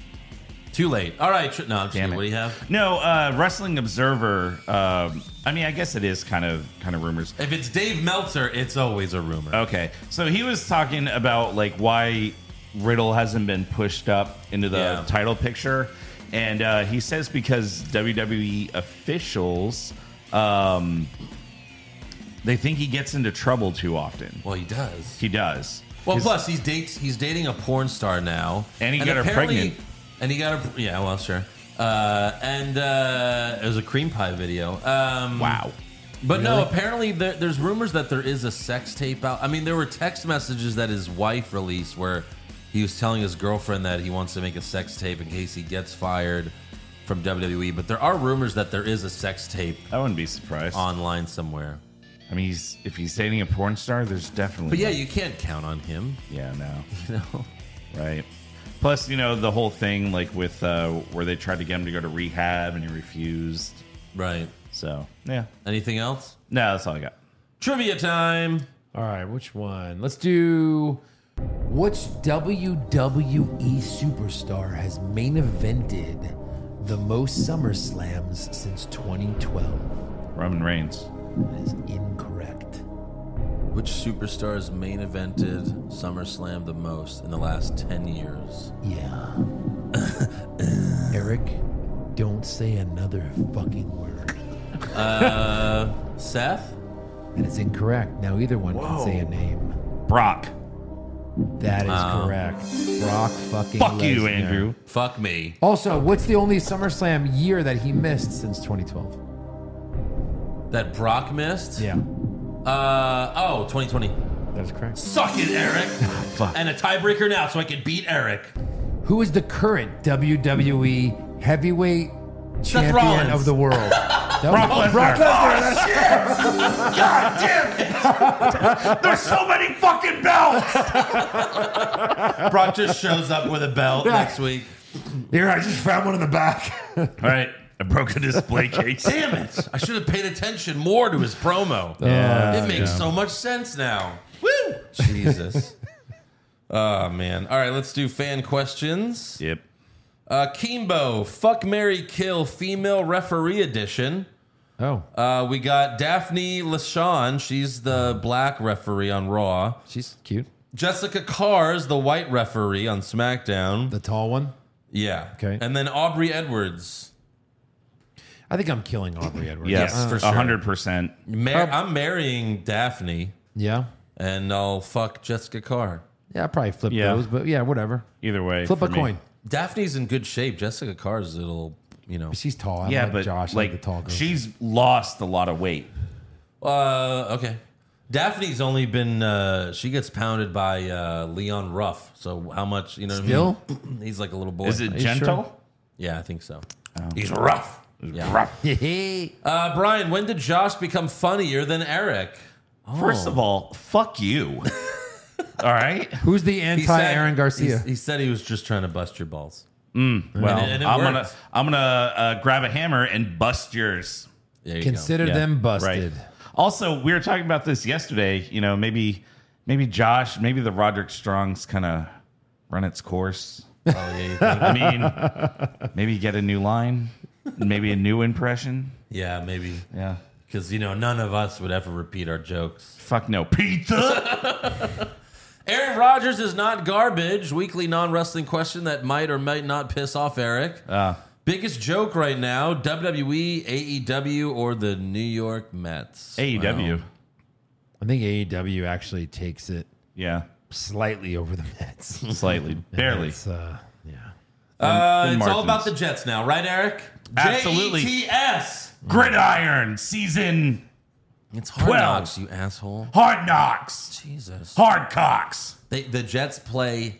S3: Too late. All right. Tr- no, I'm just
S5: Damn
S3: kidding.
S5: it.
S3: What do you have?
S5: no. Uh, Wrestling Observer. Um, I mean, I guess it is kind of kind of rumors.
S3: If it's Dave Meltzer, it's always a rumor.
S5: Okay, so he was talking about like why Riddle hasn't been pushed up into the
S3: Yeah.
S5: title picture, and uh, he says because WWE officials, um, they think he gets into trouble too often.
S3: Well, he does.
S5: He does.
S3: Well,
S5: 'Cause-
S3: plus he's dates. He's dating a porn star now,
S5: And he got her
S3: apparently-
S5: pregnant.
S3: And he got her. Yeah. Well, sure. Uh, and uh, it was a cream pie video. Um,
S5: wow.
S3: But no, apparently there, there's rumors that there is a sex tape out. I mean, there were text messages that his wife released where he was telling his girlfriend that he wants to make a sex tape in case he gets fired from WWE. But there are rumors that there is a sex tape
S5: I wouldn't be surprised.
S3: online somewhere.
S5: I mean, he's, if he's dating a porn star, there's definitely.
S3: But yeah, you can't count on him.
S5: Yeah, no. You know? Right. Plus, you know, the whole thing, like with uh, where they tried to get him to go to rehab and he refused.
S3: Right.
S5: So, yeah.
S3: Anything else?
S5: No, that's all I got.
S3: Trivia time.
S4: All right, which one? Let's do. Which WWE superstar has main evented the most SummerSlams since 2012?
S5: Roman Reigns.
S4: That is incorrect.
S3: Which superstar has main evented SummerSlam the most in the last 10 years?
S4: Yeah. Eric, don't say another fucking word.
S3: Seth?
S4: That is incorrect. Now either one can say a name.
S5: Brock.
S4: That is correct. Brock fucking.
S5: Fuck you,
S4: Lesnar.
S5: Andrew.
S3: Fuck me.
S4: Also, what's the only SummerSlam year that he missed since 2012?
S3: That Brock missed?
S4: Yeah,
S3: Uh, oh, 2020.
S4: that is correct.
S3: Suck it, Eric. And a tiebreaker now so I can beat Eric.
S4: Who is the current WWE heavyweight champion
S3: Rollins.
S4: of the world? No,
S5: Brock Lesnar.
S4: Brock Lesnar.
S2: God damn it! There's so many fucking belts.
S3: Brock just shows up with a belt next week.
S2: Here, I just found one in the back.
S5: All right. I broke a display case.
S3: Damn it. I should have paid attention more to his promo.
S5: Yeah.
S3: it makes so much sense now. Oh, Woo! Jesus. oh, man. All right, let's do fan questions.
S5: Yep.
S3: Uh, Kimbo, fuck Mary Kill, female referee edition.
S4: Oh,
S3: Uh, we got Daphne LaShawn. She's the black referee on Raw.
S4: she's cute.
S3: Jessica Carr's the white referee on SmackDown.
S4: The tall one.
S3: yeah.
S4: Okay.
S3: And then Aubrey Edwards.
S4: I think I'm killing Aubrey Edwards.
S5: Yes,
S3: Yes, for
S5: for
S3: sure.
S5: 100%.
S3: Mar- I'm marrying Daphne,
S4: Yeah.
S3: and I'll fuck Jessica Carr.
S4: Yeah, I probably flip
S5: Yeah.
S4: those, but yeah, whatever.
S5: Either way.
S4: Flip
S5: for
S4: a
S5: me.
S4: coin.
S3: Daphne's in good shape. Jessica Carr's a little, you know.
S4: She's tall. I
S5: Yeah,
S4: like
S5: but
S4: Josh I
S5: like,
S4: the tall girl.
S5: she's lost a lot of weight.
S3: Uh, okay. Daphne's only been uh, she gets pounded by uh, Leon Ruff. So how much you know?
S4: Still?
S3: What I mean? he's like a little boy.
S5: Is it
S4: you
S5: gentle?
S4: sure?
S3: Yeah, I think so.
S4: Oh.
S2: He's rough.
S3: Yeah. Uh, Brian, when did Josh become funnier than Eric?
S5: First of all, fuck you. all right.
S4: Who's the
S3: He
S4: anti
S3: said-
S4: Aaron Garcia?
S3: He, he said he was just trying to bust your balls.
S5: Well,
S3: and it
S5: I'm
S3: worked.
S5: gonna I'm gonna uh, grab a hammer and bust yours.
S3: There you
S4: Consider
S5: Yeah,
S4: them busted.
S5: Right. Also, we were talking about this yesterday. You know, maybe maybe Josh, maybe the Roderick Strong's kind of run its course.
S3: go. Oh, yeah, you think-
S5: I mean, maybe get a new line, maybe a new impression.
S3: yeah, maybe
S5: Yeah.
S3: because you know none of us would ever repeat our jokes.
S5: Fuck no, pizza.
S3: Aaron Rodgers is not garbage. Weekly non wrestling question that might or might not piss off Eric.
S5: Ah.
S3: Biggest joke right now E, WWE, AEW, or the New York Mets?
S5: AEW.
S4: I think AEW actually takes it
S5: Yeah.
S4: slightly over the Mets.
S5: Slightly. Barely.
S4: It's, uh, yeah.
S3: Uh,
S5: Thin
S3: it's all
S5: margins.
S3: about the Jets now, right, Eric? E
S5: Absolutely.
S3: JETS.
S5: Gridiron season.
S3: It's hard
S5: Twelve.
S3: knocks, you asshole.
S5: Hard knocks.
S3: Jesus.
S5: Hard cocks.
S3: They, the Jets play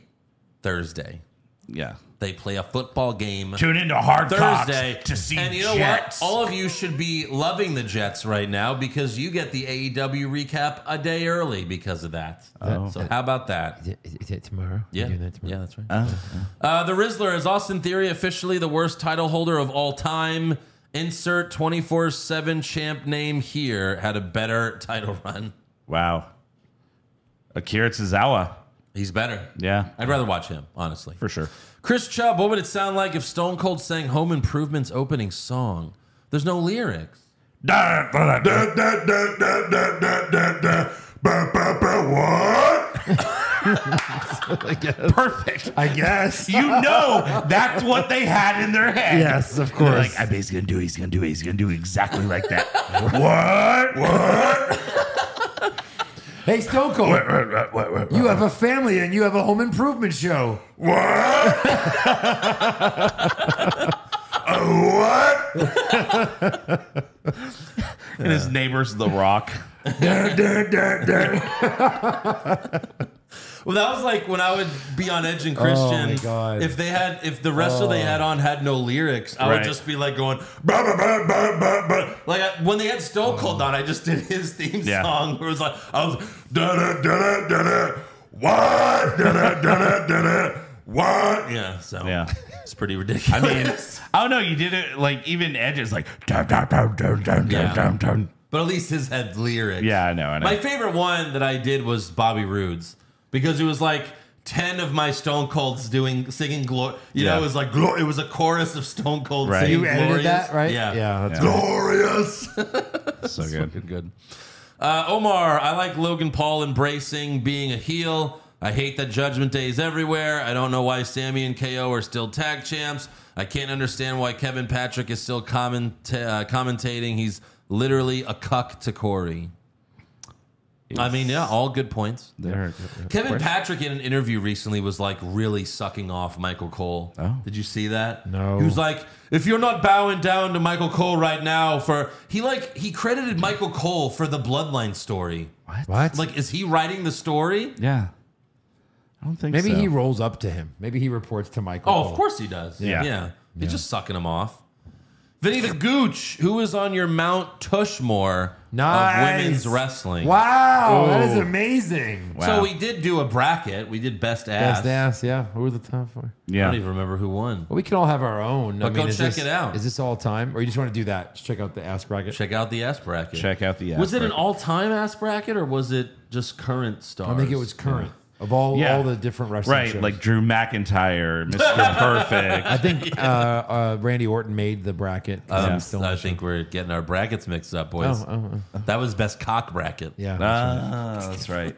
S3: Thursday.
S5: Yeah.
S3: They play a football game
S5: Tune into Hard
S3: Thursday
S5: Cocks to see
S3: And you know
S5: Jets.
S3: what? All of you should be loving the Jets right now because you get the AEW recap a day early because of that. So how about that?
S4: Is it, is it tomorrow?
S3: Oh. Yeah,
S4: We're doing that tomorrow?
S3: yeah, that's right. Uh, the Rizzler is Austin Theory officially the worst title holder of all time. Insert twenty four seven champ name here had a better title run.
S5: Wow. Akira Tozawa.
S3: He's better.
S5: Yeah.
S3: I'd rather watch him honestly.
S5: For sure.
S3: Chris Chubb, what would it sound like if Stone Cold sang Home Improvement's opening song? There's no lyrics.
S2: What?
S5: Perfect.
S4: I guess.
S5: You know that's what they had in their head.
S4: yes, of
S5: They're
S4: course.
S5: like, I bet he's gonna do it, he's gonna do it, he's gonna do it exactly like that.
S2: What? What?
S4: hey, Stone Cold,
S2: What? What? What?
S4: you have a family and you have a home improvement show.
S2: What? Uh, what?
S5: and his neighbor's the rock.
S2: Da, da, da, da.
S3: Well, that was like when I would be on Edge and Christian.
S4: Oh my God. Oh.
S3: If they had, if the wrestler they had on had no lyrics, I would
S5: Right.
S3: just be like going,
S2: Ba, ba, ba, ba, ba, ba.
S3: like I, when they had Stone Cold
S4: Oh.
S3: on, I just did his theme
S5: Yeah.
S3: song. Where it was like, I was,
S2: Da, da, da, da, da, da. What? Da, da, da, da, da, da. What?
S3: yeah, so
S5: Yeah.
S3: it's pretty ridiculous.
S5: I mean, I don't know. Oh, You did it like even edges like. Dum, dum, dum, dum, dum,
S3: Yeah.
S5: dum, dum, dum.
S3: but at least his had lyrics.
S5: Yeah, I know. I know.
S3: My favorite one that I did was Bobby Roode's because it was like ten of my Stone Colds doing singing glory. You know,
S5: Yeah.
S3: it was like glo- it was a chorus of Stone Cold
S5: Right.
S3: singing
S4: You edited
S3: glorious.
S4: that, right?
S3: Yeah,
S4: Yeah. That's
S2: Glorious.
S5: so good. Good.
S3: Uh, Omar, I like Logan Paul embracing being a heel. I hate that Judgment Day is everywhere. I don't know why Sammy and KO are still tag champs. I can't understand why Kevin Patrick is still comment- uh, commentating. He's literally a cuck to Corey. I mean, yeah, all good points.
S5: There.
S3: Kevin Patrick in an interview recently was like really sucking off Michael Cole.
S5: Oh.
S3: Did you see that?
S4: No.
S3: He was like, if you're not bowing down to Michael Cole right now for he like he credited Michael Cole for the bloodline story.
S4: What?
S3: Like, is he writing the story?
S5: Yeah. I don't think
S4: Maybe
S5: so.
S4: he rolls up to him. Maybe he reports to Michael.
S3: Oh, of
S4: Cole.
S3: course he does.
S5: Yeah.
S3: Yeah. He's just sucking him off. Vinny the Gooch, who is on your Mount Tushmore
S4: Nice.
S3: of women's wrestling.
S4: Wow, that is
S5: Ooh.
S4: amazing.
S5: Wow.
S3: So we did do a bracket. We did best ass.
S4: Best ass, yeah. Who are the top four?
S3: I
S5: yeah.
S3: don't even remember who won.
S4: Well, we can all have our own.
S3: But go
S4: is
S3: check
S4: this-
S3: it out.
S4: Is this all time, or you just want to do that? Just check out the ass bracket.
S3: Check out the ass bracket.
S5: Check out the.
S3: was
S5: app
S3: it an
S5: record.
S3: all-time ass bracket or was it just current stars?
S4: I think it was current of all
S5: Yeah.
S4: all the different wrestling
S5: Right,
S4: shows.
S5: like Drew McIntyre, Mr. Perfect.
S4: I think uh, uh, Randy Orton made the bracket. 'cause
S3: Um,
S4: he's still
S3: I think we're getting our brackets mixed up, boys.
S4: Oh, oh, oh.
S3: That was best cock bracket.
S4: yeah.
S5: Ah, that's right.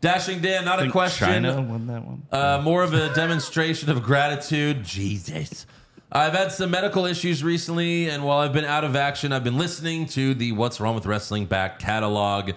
S3: Dashing Dan, not a
S5: Think
S3: question.
S5: China won that one.
S3: Uh, more of a demonstration of gratitude. Jesus. I've had some medical issues recently, and while I've been out of action, I've been listening to the What's Wrong with Wrestling back catalog.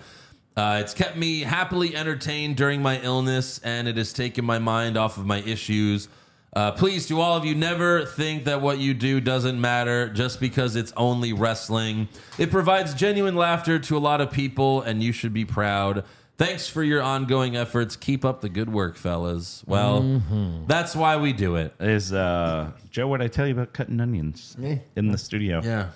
S3: Uh, it's kept me happily entertained during my illness, and it has taken my mind off of my issues. Uh, please, to all of you, never think that what you do doesn't matter just because it's only wrestling. It provides genuine laughter to a lot of people, and you should be proud. Thanks for your ongoing efforts. Keep up the good work, fellas. Well,
S5: Mm-hmm.
S3: that's why we do it.
S5: Is uh, Joe? What I tell you about cutting onions in the studio?
S3: Yeah.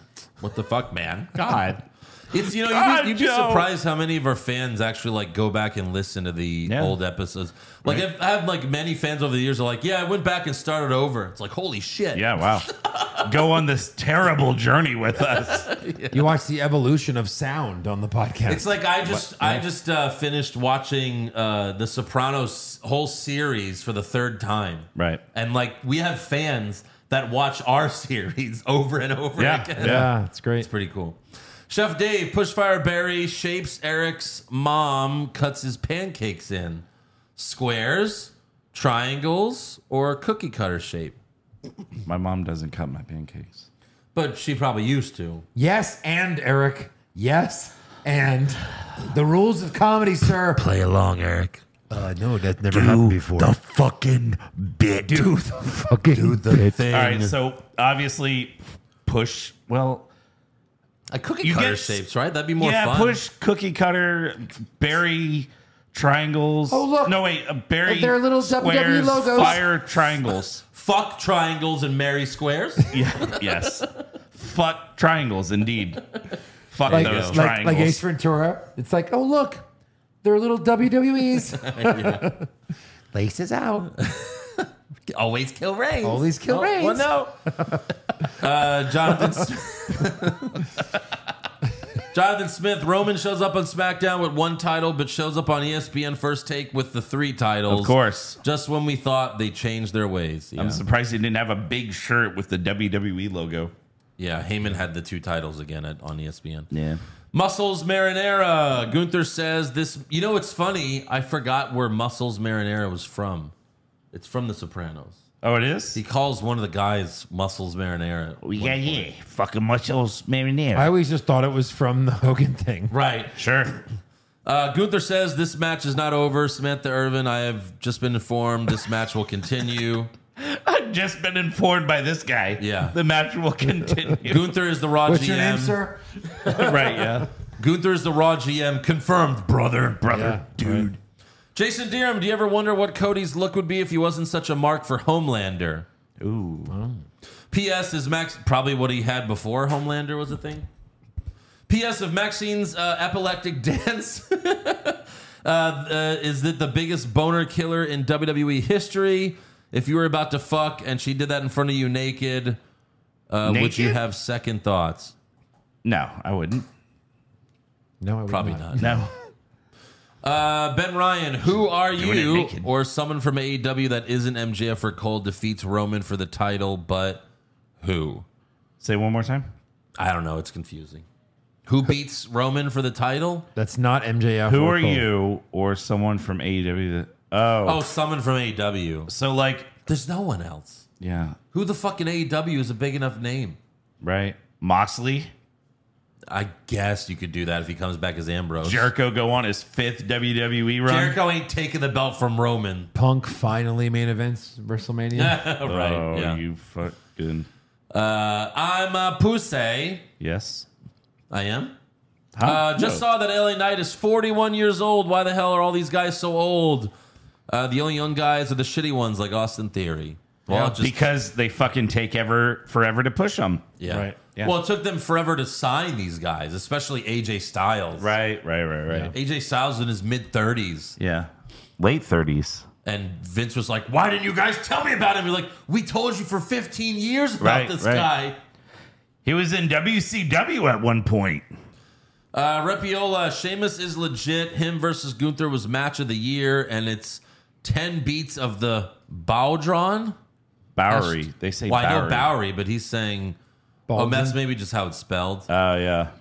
S3: What the fuck, man?
S5: God.
S3: It's you know
S5: God,
S3: you'd, be, you'd be
S5: Joe.
S3: surprised how many of our fans actually like go back and listen to the
S5: Yeah.
S3: old episodes. Like I've, I have like many fans over the years are like, yeah, I went back and started over. It's like holy shit.
S5: Yeah. Wow. Go on this terrible journey with us.
S4: You watch the evolution of sound on the podcast.
S3: It's like I just I just uh, finished watching uh, the Sopranos whole series for the third time.
S5: Right.
S3: And like we have fans that watch our series over and over
S5: Yeah,
S3: again.
S5: yeah.
S4: yeah, Ah, it's great.
S3: It's pretty cool. Chef Dave, Pushfire Barry shapes Eric's mom, cuts his pancakes in. squares, triangles, or a cookie cutter shape?
S5: My mom doesn't cut my pancakes.
S3: But she probably used to.
S4: Yes, and Eric. Yes, and the rules of comedy, sir.
S7: Play along, Eric.
S4: Uh, no, that never
S7: Do
S4: happened before.
S7: the fucking bit.
S4: Do the fucking Do the bit. thing.
S5: All right, so obviously push. Well,
S3: A cookie
S5: You
S3: cutter
S5: get-
S3: shapes, right? That'd be more
S5: yeah,
S3: fun.
S5: push cookie cutter, berry triangles.
S4: Oh, look.
S5: No wait, a berry.
S4: They're little WWE
S5: squares,
S4: logos.
S5: Fire triangles.
S3: Fuck triangles and marry squares.
S5: yeah, yes. Fuck triangles, indeed. Fuck
S4: like,
S5: those
S4: like,
S5: triangles.
S4: like Ace Ventura. It's like, oh look, they're little WWEs. Laces out.
S3: Always kill Reigns.
S4: Always kill Reigns.
S3: Well, no. uh, Jonathan. S- Jonathan Smith. Roman shows up on SmackDown with one title, but shows up on E ESPN First Take with the three titles.
S5: Of course.
S3: Just when we thought they changed their ways. Yeah.
S5: I'm surprised he didn't have a big shirt with the WWE logo.
S3: yeah. Heyman had the two titles again at, on E ESPN.
S5: Yeah.
S3: Muscles Marinara. Gunther says this. You know, it's funny. I forgot where Muscles Marinara was from. It's from The Sopranos.
S5: Oh, it is?
S3: He calls one of the guys Muscles Marinara.
S5: yeah, yeah. Fucking muscles marinara.
S4: I always just thought it was from the Hogan thing.
S3: Right.
S5: sure.
S3: Uh, Gunther says this match is not over. Samantha Irvin, I have just been informed this match will continue.
S5: I've just been informed by this guy.
S3: Yeah.
S5: The match will continue.
S3: Gunther is the um, raw
S4: What's
S3: GM.
S4: your name, sir?
S5: right, yeah.
S3: Gunther is the raw GM. Confirmed, brother.
S4: Ah,
S5: Brother, dude.
S3: Jason Deerham, do you ever wonder what Cody's look would be if he wasn't such a mark for Homelander?
S5: Ooh.
S3: P.S. is Max probably what he had before Homelander was a thing. P.S. of Maxine's uh, epileptic dance uh, uh, is that the biggest boner killer in WWE history? If you were about to fuck and she did that in front of you naked, uh, would you
S5: Naked?
S3: have second thoughts?
S5: No, I wouldn't.
S4: No, I would
S3: Probably not.
S5: No.
S3: Uh, ben Ryan, who are
S5: Doing it
S3: you?
S5: naked.
S3: Or someone from AEW that isn't MJF or Cole defeats Roman for the title, but who?
S5: Say one more time.
S3: I don't know. It's confusing. Who beats Roman for the title?
S4: That's not MJF.
S5: Who
S4: or
S5: are
S4: Cole.
S5: you or someone from AEW? That, oh.
S3: Oh, someone from AEW.
S5: So, like,
S3: There's no one else.
S5: yeah,
S3: Who the fuck in AEW is a big enough name?
S5: right. Moxley.
S3: I guess you could do that if he comes back as Ambrose.
S5: Jericho go on his fifth WWE run.
S3: Jericho ain't taking the belt from Roman.
S4: Punk finally main events WrestleMania.
S3: right.
S5: Oh,
S3: yeah.
S5: you fucking.
S3: Uh, I'm a Pusey.
S5: Yes.
S3: I am.
S5: Huh?
S3: Uh, just
S5: No.
S3: saw that LA Knight is 41 years old. Why the hell are all these guys so old? Uh, the only young guys are the shitty ones like Austin Theory. Well, just,
S5: because they fucking take ever forever to push them.
S3: yeah.
S5: Right. Yeah.
S3: Well, it took them forever to sign these guys, especially AJ Styles.
S5: Right. Right. Right. Right.
S3: AJ Styles in his mid 30s.
S5: Yeah. Late thirties.
S3: And Vince was like, "Why didn't you guys tell me about him?" We're like, "We told you for 15 years about
S5: Right,
S3: this
S5: right.
S3: guy."
S5: He was in WCW at one point.
S3: Uh, Repiola, Sheamus is legit. Him versus Gunther was match of the year, and it's 10 beats of the Bowdron.
S5: Bowery. they say
S3: Well, I
S5: Bowery.
S3: know Bowery, but he's saying, "Oh,
S4: Baldwin.
S3: that's maybe just how it's spelled."
S5: Oh yeah.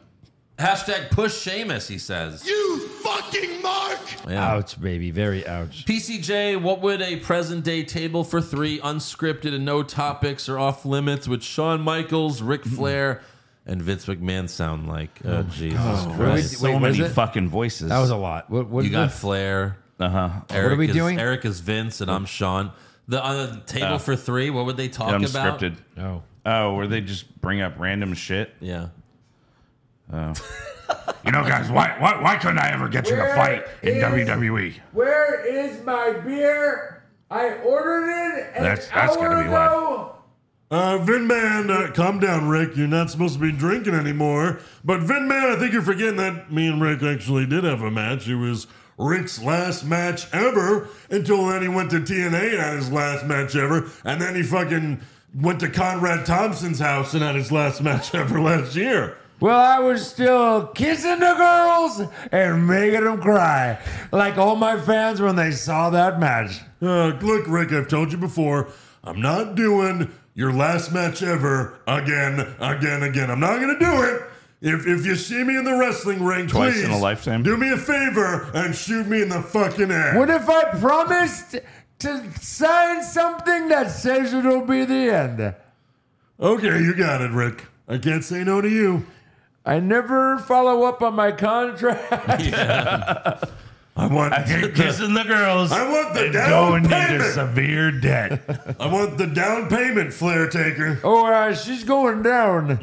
S3: Hashtag push Sheamus. He says.
S2: You fucking mark!
S3: Yeah.
S4: ouch, baby, very ouch.
S3: PCJ, what would a present day table for three, unscripted and no topics or off limits, with Shawn Michaels, Ric Flair, and Vince McMahon sound like? Oh, Jesus Christ.
S5: So
S4: Wait, what
S5: many
S4: is it?
S5: fucking voices.
S4: That was a lot. What, what
S3: You got Flair.
S5: uh huh.
S3: Eric
S4: Uh-huh. we
S3: is,
S4: doing?
S3: Eric is Vince, and I'm Sean. The uh, table for three, what would they talk about?
S5: Unscripted.
S4: No.
S5: Oh, where they just bring up random shit.
S3: Yeah.
S2: You know, guys, why, why, why couldn't I ever get you to fight in WWE?
S5: E?
S4: Where is my beer? I ordered it.
S2: That's- that's hour gotta be why.
S12: Uh, Vin Man, uh, calm down, Rick. You're not supposed to be drinking anymore. But Vin Man, I think you're forgetting that me and Rick actually did have a match. It was Rick's last match ever. Until then, he went to TNA and had his last match ever, and then he fucking went to Conrad Thompson's house and had his last match ever last year.
S4: Well, I was still kissing the girls and making them cry, like all my fans when they saw that match.
S12: Uh, look, Rick, I've told you before, I'm not doing your last match ever again, again, again. I'm not going to do it. If, if you see me in the wrestling ring,
S5: Twice
S12: please
S5: in a lifetime.
S12: do me a favor and shoot me in the fucking ass.
S4: What if I promised to sign something that says it'll be the end?
S12: Okay, you got it, Rick. I can't say no to you.
S4: I never follow up on my contract.
S12: I want
S5: You're kissing the girls.
S12: I want the
S5: and
S12: down
S5: going into
S12: payment.
S5: severe debt.
S12: I want the down payment, Flair Taker.
S4: oh, uh, she's going down.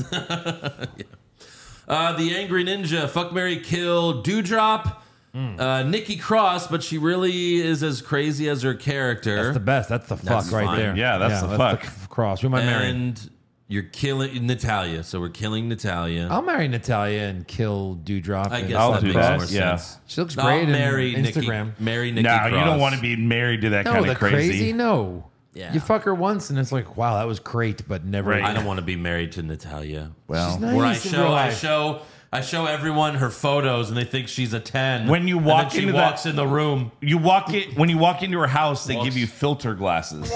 S3: Uh, the Angry Ninja, Fuck Mary Kill, Dewdrop,
S4: Hmm.
S3: uh, Nikki Cross, but she really is as crazy as her character.
S4: That's the best. That's the fuck
S3: That's
S4: right
S3: fine.
S4: there.
S5: Yeah, that's the fuck.
S4: c- cross. Who am I marrying?
S3: and you're killing Natalia, so we're killing Natalia.
S4: I'll marry Natalia and kill Dewdrop.
S3: I
S4: and-
S3: guess
S5: I'll
S3: that
S5: do
S3: makes
S5: that,
S3: more
S5: yeah.
S3: sense.
S4: She looks
S3: I'll
S4: great in
S3: marry
S4: Instagram.
S3: Nikki, marry Nikki.
S5: No, you don't
S3: Cross.
S5: want to be married to that
S4: No,
S5: kind
S4: the
S5: of
S4: crazy.
S5: crazy.
S4: No.
S3: Yeah.
S4: You fuck her once and it's like, wow, that was great, but never.
S5: Right.
S3: I don't want to be married to Natalia.
S4: She's
S5: Well,
S4: nice
S3: Where I
S4: in real
S3: show, I
S4: life.
S3: show, I show everyone her photos, and they think she's a ten.
S5: When you
S3: And
S5: walk
S3: then she
S5: into that-
S3: walks in the room.
S5: you walk it when you walk into her house. They give you filter glasses,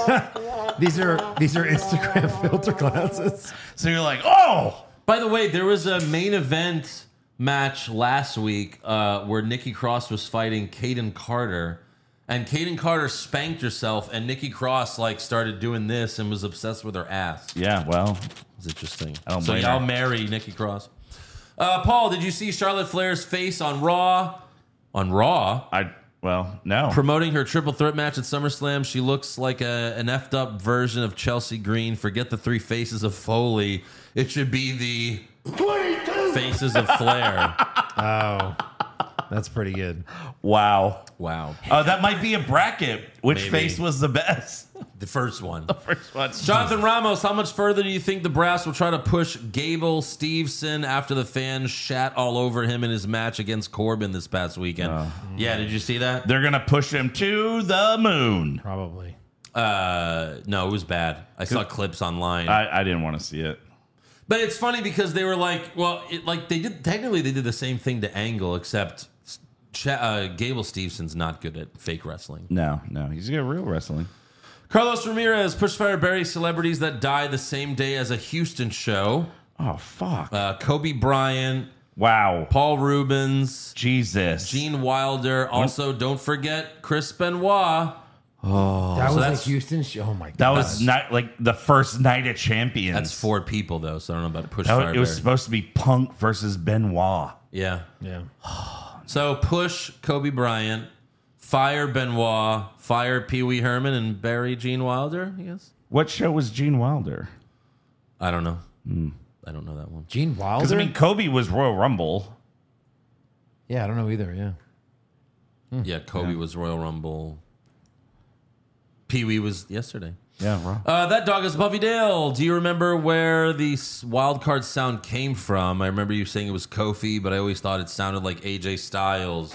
S4: These are these are Instagram filter glasses.
S5: so you're like, oh,
S3: By the way, there was a main event match last week uh, where Nikki Cross was fighting Caden Carter, and Caden Carter spanked herself, and Nikki Cross like started doing this and was obsessed with her ass.
S5: yeah. Well,
S3: It's interesting.
S5: I don't
S3: so
S5: blame
S3: y'all
S5: her.
S3: marry Nikki Cross. Uh, Paul, did you see Charlotte Flair's face on Raw? On Raw,
S5: I well no.
S3: promoting her triple threat match at SummerSlam, she looks like a, an effed up version of Chelsea Green. Forget the three faces of Foley. It should be the faces of Flair.
S4: Oh, that's pretty good.
S5: wow.
S3: wow,
S5: Uh, that might be a bracket. Which
S3: Maybe.
S5: face was the best?
S3: the first one.
S5: First one.
S3: Jonathan Ramos, how much further do you think the brass will try to push Gable Steveson after the fans shat all over him in his match against Corbin this past weekend? yeah, did you see that?
S5: They're gonna push him to the moon.
S4: Probably.
S3: Uh, no, it was bad. I saw clips online.
S5: I, I didn't want to see it.
S3: But it's funny because they were like, well, it, like they did technically they did the same thing to Angle, except Ch- uh, Gable Stevenson's not good at fake wrestling.
S5: No, no, he's got real wrestling.
S3: Carlos Ramirez pushed fire bury celebrities that die the same day as a Houston show.
S5: Oh fuck!
S3: Uh, Kobe Bryant,
S5: wow,
S3: Paul Rubens,
S5: Jesus.
S3: Gene Wilder. Also, don't forget Chris Benoit.
S4: that was like
S3: that's-
S4: Houston. Sh- oh my god.
S5: that was not like the first night of champions.
S3: That's four people though, so I don't know about push
S5: That was-
S3: fire.
S5: it was
S3: bury.
S5: supposed to be Punk versus Benoit.
S3: yeah.
S4: Yeah.
S3: So push Kobe Bryant, fire Benoit, fire Pee Wee Herman, and bury Gene Wilder. I guess
S5: What show was Gene Wilder?
S3: I don't know.
S4: Hmm.
S3: I don't know that one.
S4: Gene
S5: Because
S4: Wilder.
S5: I mean, Kobe was Royal Rumble.
S4: yeah, I don't know either. Yeah. Hmm.
S3: Yeah, Kobe was Royal Rumble. Pee Wee was yesterday.
S5: Yeah, wrong.
S3: Uh, that dog is Buffy Dale. Do you remember where the s- wild card sound came from? I remember you saying it was Kofi, but I always thought it sounded like AJ Styles.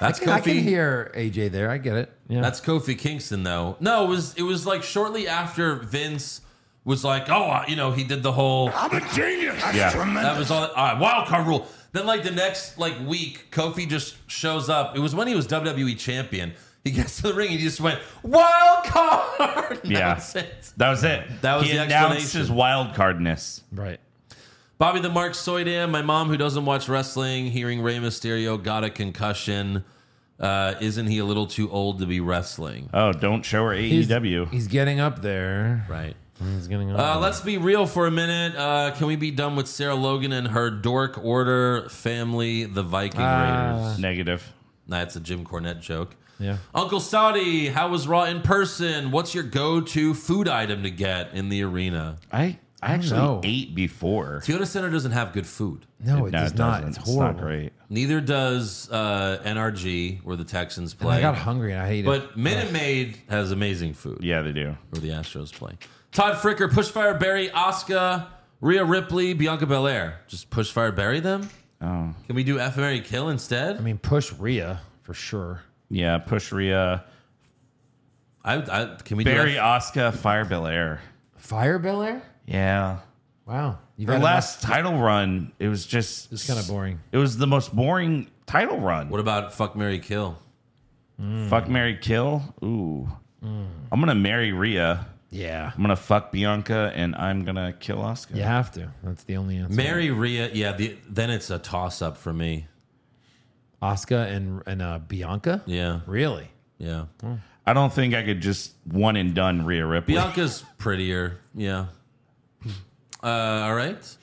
S3: That's
S4: I can
S3: Kofi.
S4: hear AJ there. I get it. Yeah.
S3: That's Kofi Kingston, though. No, it was it was like shortly after Vince was like, oh, I- you know, he did the whole
S2: I'm a genius. That's
S5: Yeah.
S2: tremendous.
S3: that was all, all right, wild card rule. Then like the next like week, Kofi just shows up. It was when he was WWE champion. He gets to the ring and he just went wild card. That
S5: Yeah.
S3: was it.
S5: That was it.
S3: That was
S5: he
S3: the
S5: announced
S3: explanation.
S5: his wild cardness.
S4: right.
S3: Bobby the Mark Soydam, my mom who doesn't watch wrestling, hearing Rey Mysterio got a concussion. Uh, isn't he a little too old to be wrestling?
S5: Oh, don't show her
S4: He's,
S5: AEW.
S4: he's getting up there.
S3: Right.
S4: He's getting up.
S3: Uh, let's be real for a minute. Uh, can we be done with Sarah Logan and her dork order family, the Viking Raiders?
S5: Negative.
S3: That's a Jim Cornette joke.
S4: Ah. yeah.
S3: Uncle Saudi, how was Raw in person? What's your go-to food item to get in the arena?
S5: I I
S4: don't
S5: actually
S4: know.
S5: ate before.
S3: Toyota Center doesn't have good food.
S4: No, it, does not.
S5: doesn't.
S4: It's horrible.
S5: not great.
S3: Neither does uh, NRG, where the Texans
S4: And I
S3: play.
S4: got hungry and I hate it.
S3: But Minute Maid has amazing food.
S5: Yeah, they do.
S3: Where the Astros play. Todd Fricker, Pushfire Barry, Asuka, Rhea Ripley, Bianca Belair. Just Pushfire Barry them?
S5: Oh.
S3: Can we do F Mary Kill instead?
S4: I mean, push Rhea for sure.
S5: Yeah, push Rhea.
S3: I, I can we
S5: Barry uh,
S3: do
S5: Oscar, Fire Bill Air.
S4: Fire Bel Air?
S5: Yeah.
S4: Wow. You've
S5: Her
S4: had
S5: last title run, it was just
S4: It's kinda boring.
S5: It was the most boring title run.
S3: What about Fuck Mary Kill?
S4: Mm.
S5: Fuck Mary Kill. Ooh. I'm gonna marry Rhea.
S4: enough- Yeah.
S5: I'm gonna fuck Bianca and I'm gonna kill Oscar.
S4: You have to. That's the only answer.
S3: Mary Rhea, yeah. The, then it's a toss up for me.
S4: Oscar and and uh, Bianca.
S3: Yeah,
S4: Really?
S3: yeah.
S5: I don't think I could just one and done Rhea Ripley.
S3: Bianca's prettier. Yeah. Uh, all right.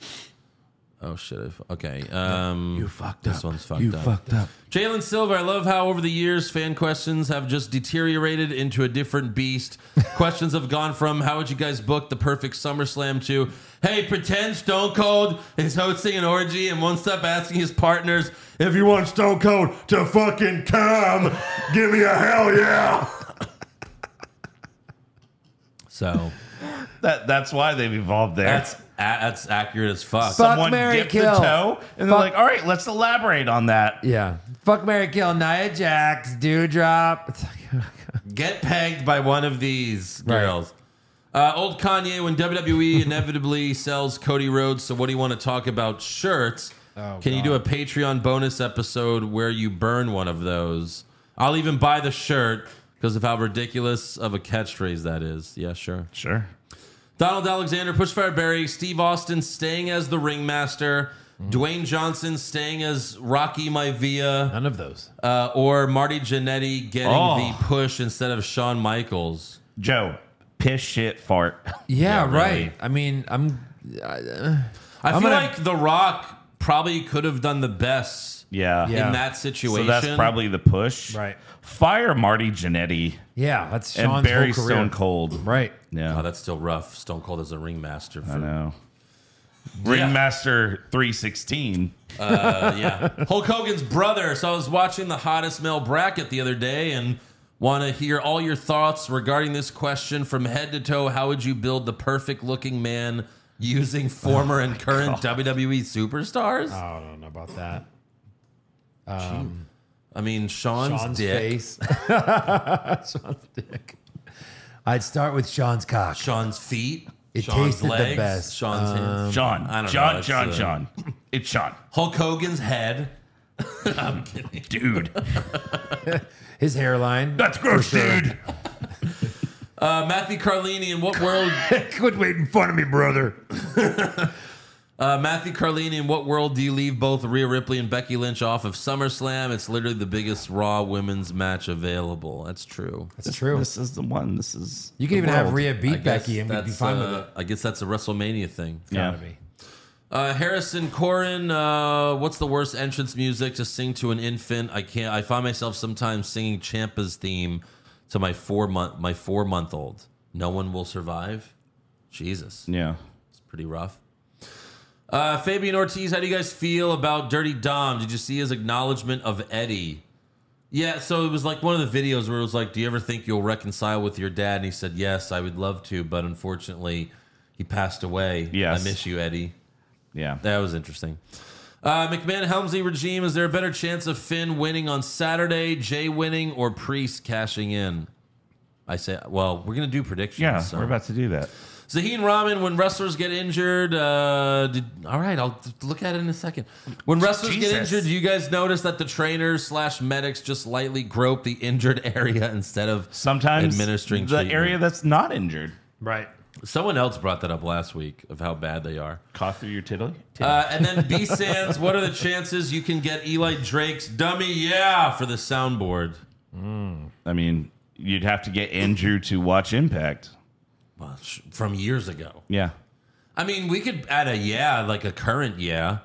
S3: Oh shit! I fu- Okay. Um, you fucked this up. This one's fucked
S7: You
S3: up.
S7: fucked up.
S3: Jalen Silver, I love how over the years fan questions have just deteriorated into a different beast. questions have gone from how would you guys book the perfect SummerSlam to hey, pretend Stone Cold is hosting an orgy and one step asking his partners if you want Stone Cold to fucking come.
S12: Give me a hell yeah.
S3: So
S5: that that's why they've evolved there.
S3: that's a- that's accurate as fuck.
S4: Fuck, marry,
S5: dipped
S4: kill.
S5: the toe, and they're
S4: Fuck-
S5: like, "All right, let's elaborate on that."
S4: Yeah. Fuck Mary Kill, Nia Jax, Dewdrop. It's like,
S3: Get pegged by one of these girls. Uh, old Kanye, when WWE inevitably sells Cody Rhodes, so what do you want to talk about? Shirts. Can you do a Patreon bonus episode where you burn one of those? I'll even buy the shirt because of how ridiculous of a catchphrase that is. Yeah, sure.
S5: Sure.
S3: Donald Alexander, Pushfire Barry, Steve Austin staying as the ringmaster, Dwayne Johnson staying as Rocky Maivia,
S4: None of those.
S3: uh, or Marty Jannetty getting
S5: Oh.
S3: the push instead of Shawn Michaels.
S5: Joe, piss, shit, fart.
S4: Yeah,
S3: really.
S4: right. I mean, I'm.
S3: I
S4: I'm
S3: feel
S4: gonna-
S3: like The Rock probably could have done the best
S5: Yeah.
S4: Yeah.
S3: in that situation.
S5: So that's probably the push.
S4: Right.
S5: Fire Marty Jannetty
S4: Yeah, that's Sean's
S5: and Barry
S4: whole career.
S5: Stone Cold.
S4: Right.
S5: Yeah.
S3: Oh, that's still rough. Stone Cold is a ringmaster.
S5: I
S3: For,
S5: know. Ringmaster 316.
S3: uh, yeah, Hulk Hogan's brother. So I was watching the hottest male bracket the other day and want to hear all your thoughts regarding this question from head to toe. How would you build the perfect looking man using former
S5: Oh
S3: and current WWE superstars?
S5: Uh,
S4: I don't know about that.
S3: I mean, Sean's,
S4: Sean's
S3: dick.
S4: face. Sean's dick. I'd start with Sean's cock.
S3: Sean's feet.
S4: It
S3: Sean's
S4: tasted the
S3: legs,
S4: best. Um,
S3: Sean's hands.
S5: John.
S3: I don't
S5: John,
S3: know, it's,
S5: John,
S3: uh,
S5: John. It's Sean.
S3: Hulk Hogan's head.
S5: Dude.
S4: His hairline.
S5: That's gross, dude.
S3: Uh, Matthew Carlini, in what world?
S7: Quit making fun of me, brother.
S3: Uh, Matthew Carlini, in what world do you leave both Rhea Ripley and Becky Lynch off of SummerSlam? It's literally the biggest Raw women's match available. That's true.
S4: That's true.
S5: This is the one. This is.
S4: you can even have Rhea
S3: I
S4: beat
S3: guess
S4: Becky and we'd be
S3: that's,
S4: fine with
S3: uh,
S4: it.
S3: I guess that's a WrestleMania thing.
S5: Yeah.
S4: Gotta be.
S3: Uh, Harrison Corin, uh, what's the worst entrance music to sing to an infant? I can't. I find myself sometimes singing Champa's theme to my four month my four month old. No one will survive. Jesus.
S5: Yeah.
S3: pretty rough. Uh, Fabian Ortiz, how do you guys feel about Dirty Dom? Did you see his acknowledgement of Eddie? Yeah, so it was like one of the videos where it was like, "Do you ever think you'll reconcile with your dad?" And he said, "Yes, I would love to, but unfortunately, he passed away.
S5: Yes.
S3: I miss you, Eddie."
S5: Yeah.
S3: That was interesting. Uh, McMahon Helmsley regime. Is there a better chance of Finn winning on Saturday, Jay winning, or Priest cashing in? I say, well, we're gonna do predictions.
S5: Yeah.
S3: so.
S5: We're about to do that.
S3: Zaheen Rahman, when wrestlers get injured, uh, did, all right, I'll t- look at it in a second. When wrestlers get
S5: Jesus.
S3: injured, do you guys notice that the trainers slash medics just lightly grope the injured area instead of
S5: Sometimes
S3: administering
S5: the
S3: treatment?
S5: area that's not injured.
S4: Right.
S3: Someone else brought that up last week of how bad they are.
S5: Cough through your tittle.
S3: Uh, and then B Sands, what are the chances you can get Eli Drake's dummy yeah for the soundboard?
S5: I mean, you'd have to get Andrew to watch Impact.
S3: Well, sh- from years ago.
S5: Yeah.
S3: I mean, we could add a yeah, like a current yeah.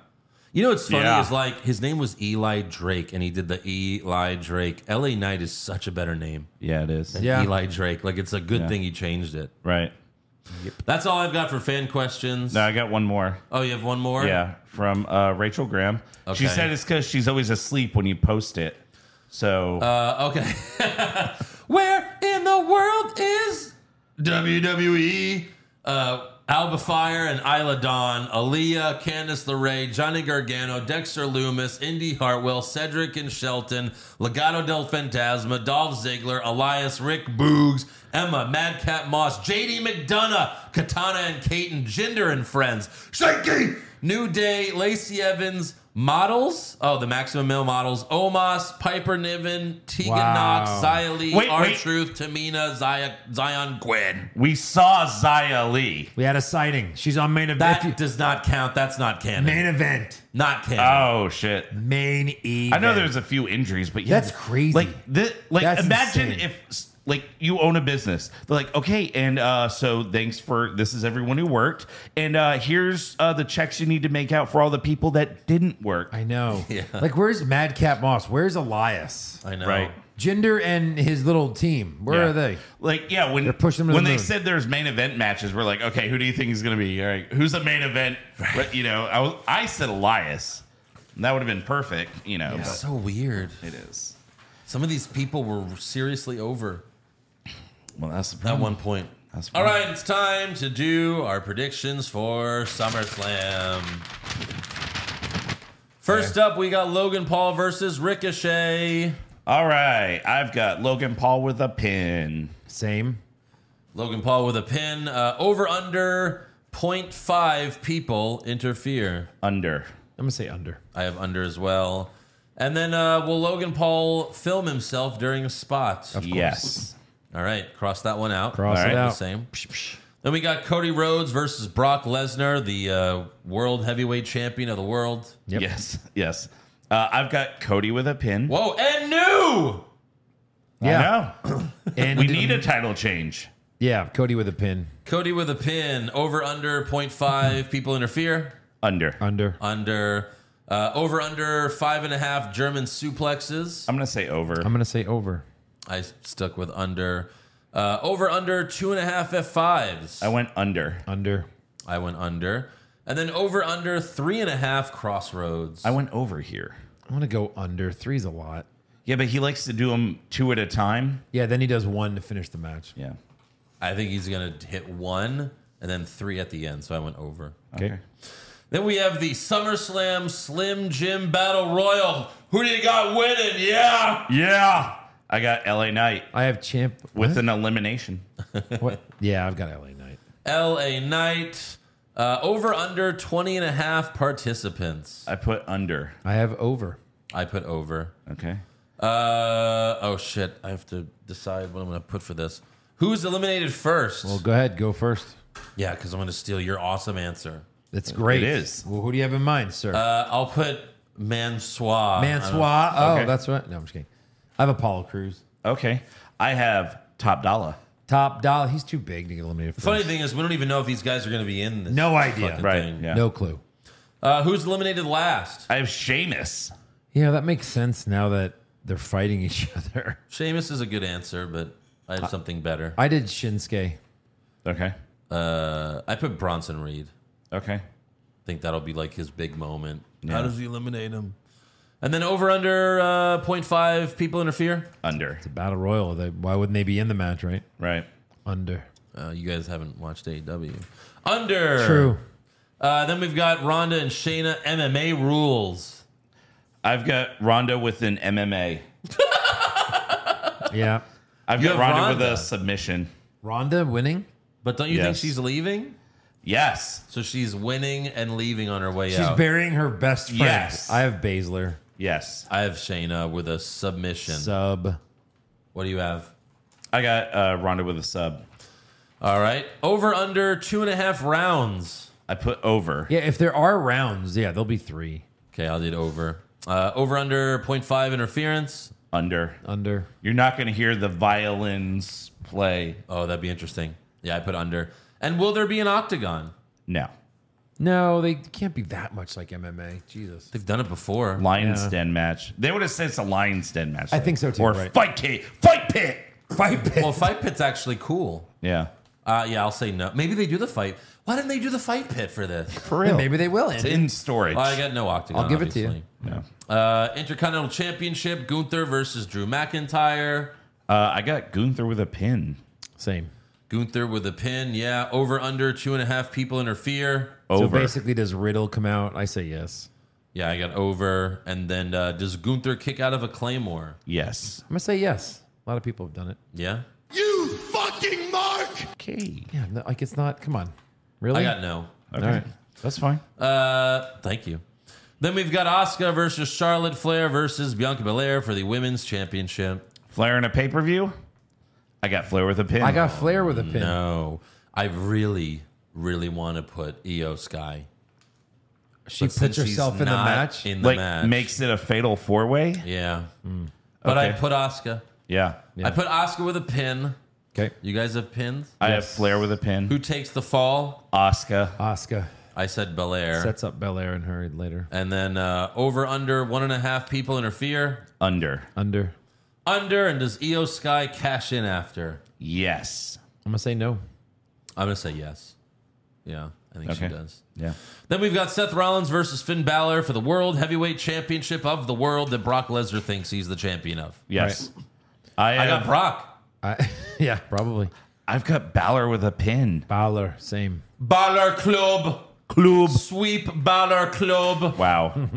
S3: You know what's funny
S5: Yeah.
S3: is like his name was Eli Drake, and he did the Eli Drake. L.A. Knight is such a better name.
S5: Yeah, it is.
S4: Yeah.
S3: Eli Drake. Like it's a good
S5: Yeah.
S3: thing he changed it.
S5: Right.
S3: That's all I've got for fan questions.
S5: Now I got one more.
S3: Oh, you have one more.
S5: Yeah, from uh, Rachel Graham.
S3: Okay.
S5: She said it's because she's always asleep when you post it. So
S3: Uh, okay. Where in the world is WWE? Uh, Alba Fire and Isla Dawn, Aaliyah, Candice LeRae, Johnny Gargano, Dexter Loomis, Indy Hartwell, Cedric and Shelton, Legado del Fantasma, Dolph Ziggler, Elias, Rick Boogs, Emma, Madcap Moss, JD McDonough, Katana and Kate and Jinder and Friends, Shaky, New Day, Lacey Evans, Models, oh, the maximum male models: Omos, Piper Niven, Tegan
S5: Wow.
S3: Knox, Xia Li,
S5: Wait,
S3: R
S5: wait.
S3: Truth, Tamina, Zia, Zion Gwen.
S5: We saw Zia Lee.
S4: We had a sighting. She's on main event.
S3: That does not count. That's not canon.
S4: Main event.
S3: Not canon.
S5: Oh shit.
S4: Main event.
S5: I know there's a few injuries, but yeah,
S4: That's crazy.
S5: Like thi- like
S4: That's
S5: imagine
S4: insane.
S5: if like you own a business. They're like, okay, and uh, so thanks for this is everyone who worked, and uh, here's uh, the checks you need to make out for all the people that didn't work.
S4: I know. Like, where's Madcap Moss? Where's Elias?
S3: I know.
S5: Oh, Right.
S4: Jinder and his little team. Where
S5: Yeah.
S4: are they?
S5: Like yeah, when
S4: They're pushing them to
S5: when
S4: the
S5: they
S4: moon.
S5: said there's main event matches, we're like, okay, who do you think is going to be? All right, who's the main event? But, You know, I was, I said Elias. And that would have been perfect. You know,
S3: It's
S5: but
S3: so weird.
S5: it is.
S3: Some of these people were seriously over
S5: Well, that's the
S3: at
S5: problem.
S3: one point.
S5: That's the
S3: All
S5: problem.
S3: right, it's time to do our predictions for SummerSlam. First up, we got Logan Paul versus Ricochet.
S5: All right, I've got Logan Paul with a pin.
S4: Same.
S3: Logan Paul with a pin. Uh, over under 0.5 people interfere.
S5: Under.
S4: I'm gonna say under.
S3: I have under as well. And then uh, will Logan Paul film himself during a spot?
S5: Yes.
S3: All right, cross that one out.
S4: Cross
S5: All
S4: it
S5: right,
S3: The
S4: out.
S3: same. Then we got Cody Rhodes versus Brock Lesnar, the uh, world heavyweight champion of the world.
S4: Yep.
S5: Yes. Yes. Uh, I've got Cody with a pin.
S3: Whoa, and new!
S4: Yeah.
S5: No.
S4: And
S5: we need a title change.
S4: Yeah, Cody with a pin.
S3: Cody with a pin. Over under 0.5 people interfere.
S5: Under.
S4: Under.
S3: Under. Uh, over under five and a half German suplexes.
S4: Um,
S5: I'm gonna say over.
S4: I'm gonna say over.
S3: I stuck with under. Uh, over under two and a half F5s.
S5: I went under.
S4: Under.
S3: I went under. And then over under three and a half crossroads.
S5: I went over here.
S4: I'm gonna go under. Three's a lot.
S5: Yeah, but he likes to do them two at a time.
S4: Yeah, then he does one to finish the match.
S5: Yeah.
S3: I think he's going to hit one and then three at the end. So I went over.
S4: Okay.
S3: Then we have the SummerSlam Slim Jim Battle Royal. Who do you got winning? Yeah.
S5: Yeah. I got LA Knight
S4: I have champ
S5: with an elimination.
S4: what? Yeah, I've got LA Knight.
S3: LA Knight. Uh, over under 20 and a half participants.
S5: I put under.
S4: I have over.
S3: I put over.
S5: Okay.
S3: Uh, oh, shit. I have to decide what I'm going to put for this. Who's eliminated first?
S4: Well, go ahead, go first.
S3: yeah, because I'm going to steal your awesome answer.
S4: That's great.
S5: It is.
S4: Well, who do you have in mind, sir?
S3: Uh, I'll put Mansois.
S4: Mansois. Oh,
S5: Okay.
S4: that's right. No, I'm just kidding. I have Apollo Cruz.
S5: Okay. I have top dollar.
S4: Top dollar. He's too big to get eliminated. First.
S3: Funny thing is, we don't even know if these guys are going to be in this.
S4: No idea.
S3: fucking
S5: Right.
S3: thing.
S5: Yeah.
S4: No clue.
S3: Uh, who's eliminated last?
S5: I have Sheamus.
S4: You know that makes sense now that they're fighting each other.
S3: Seamus is a good answer, but I have something better.
S4: I did Shinsuke.
S5: Okay.
S3: Uh, I put Bronson Reed.
S5: Okay.
S3: I think that'll be like his big moment. How does he eliminate him? And then over under uh, 0.5 people interfere.
S5: Under.
S4: Battle Royal. They, why wouldn't they be in the match, right?
S5: Right.
S4: Under.
S3: Uh, you guys haven't watched AEW. Under.
S4: True.
S3: Uh, then we've got Ronda and Shayna MMA rules.
S5: I've got Ronda with an MMA.
S4: Yeah.
S5: I've
S3: You
S5: got
S3: have
S5: Ronda, with
S3: Ronda.
S5: a submission.
S4: Ronda winning.
S3: But don't you think
S5: Yes.
S3: she's leaving?
S5: Yes.
S3: So she's winning and leaving on her way
S4: She's
S3: out.
S4: burying her best friend.
S5: Yes.
S4: I have Baszler.
S5: Yes.
S3: I have Shayna with a submission.
S4: Sub.
S3: what do you have?
S5: I got uh, Ronda with a sub.
S3: All right. Over under two and a half rounds.
S5: I put over.
S4: Yeah, if there are rounds, yeah, there'll be three.
S3: Okay, I'll do it over. Uh, over under 0.5 interference.
S5: Under.
S4: Under.
S5: You're not going to hear the violins play.
S3: Oh, that'd be interesting. Yeah, I put under. And will there be an octagon?
S5: No.
S4: No, they can't be that much like MMA. Jesus.
S3: They've done it before.
S5: Lion's Den match. They would have said it's a Lion's Den match.
S4: I think so too,
S5: Or
S4: right.
S5: fight pit. Fight pit.
S4: Fight pit.
S3: Well, fight pit's actually cool.
S5: Yeah.
S3: Uh, yeah, I'll say no. Maybe they do the fight. Why didn't they do the fight pit for this?
S5: For real.
S4: Maybe they will.
S5: It's
S4: Andy.
S5: in storage.
S3: Well, I got no octagon.
S4: I'll give it to you.
S3: obviously.
S5: yeah.
S3: Uh, Intercontinental Championship: Gunther versus Drew McIntyre.
S5: uh, I got Gunther with a pin.
S4: Same.
S3: Gunther with a pin. Yeah, over under two and a half people interfere.
S4: So
S5: Over.
S4: basically, does Riddle come out? I say yes.
S3: Yeah, I got over. And then uh, does Gunther kick out of a claymore?
S5: yes.
S4: I'm gonna say yes. A lot of people have done it.
S3: Yeah,
S2: You fucking mark!
S5: Okay.
S4: Yeah, no, like it's not. Come on, really?
S3: I got no.
S5: Okay. That's fine.
S3: Uh, thank you. Then we've got Asuka versus Charlotte Flair versus Bianca Belair for the women's championship.
S5: Flair in a pay per view? I got Flair with a pin.
S4: I got Flair with a pin.
S3: No, Oh, I really, really want to put Io Sky.
S4: She
S3: But
S4: puts
S3: since she's
S4: herself in the
S3: not
S4: match?
S3: In the
S5: like
S3: match,
S5: makes it a fatal four way.
S3: yeah.
S4: Mm.
S3: But I
S5: Okay.
S3: put Asuka.
S5: Yeah.
S3: I put Oscar with a pin.
S4: Okay.
S3: You guys have pins?
S5: I have Flair with a pin.
S3: Who takes the fall?
S5: Oscar.
S4: Asuka
S3: I said Belair.
S10: Sets up Bel Air and her later.
S3: and then uh, over, under, one and a half people interfere.
S5: Under.
S10: Under.
S3: Under, and does EO Sky cash in after?
S5: Yes.
S10: I'm gonna say no.
S3: I'm going to say yes. Yeah, I think she
S5: Okay.
S3: does.
S5: Yeah.
S3: Then we've got Seth Rollins versus Finn Balor for the World Heavyweight Championship of the world that Brock Lesnar thinks he's the champion of.
S5: Yes.
S3: I got
S5: I, have,
S3: Brock.
S4: I, yeah, probably.
S5: I've got Balor with a pin.
S4: Balor, same.
S3: Balor Club.
S5: Club.
S3: Sweep Balor Club.
S5: Wow.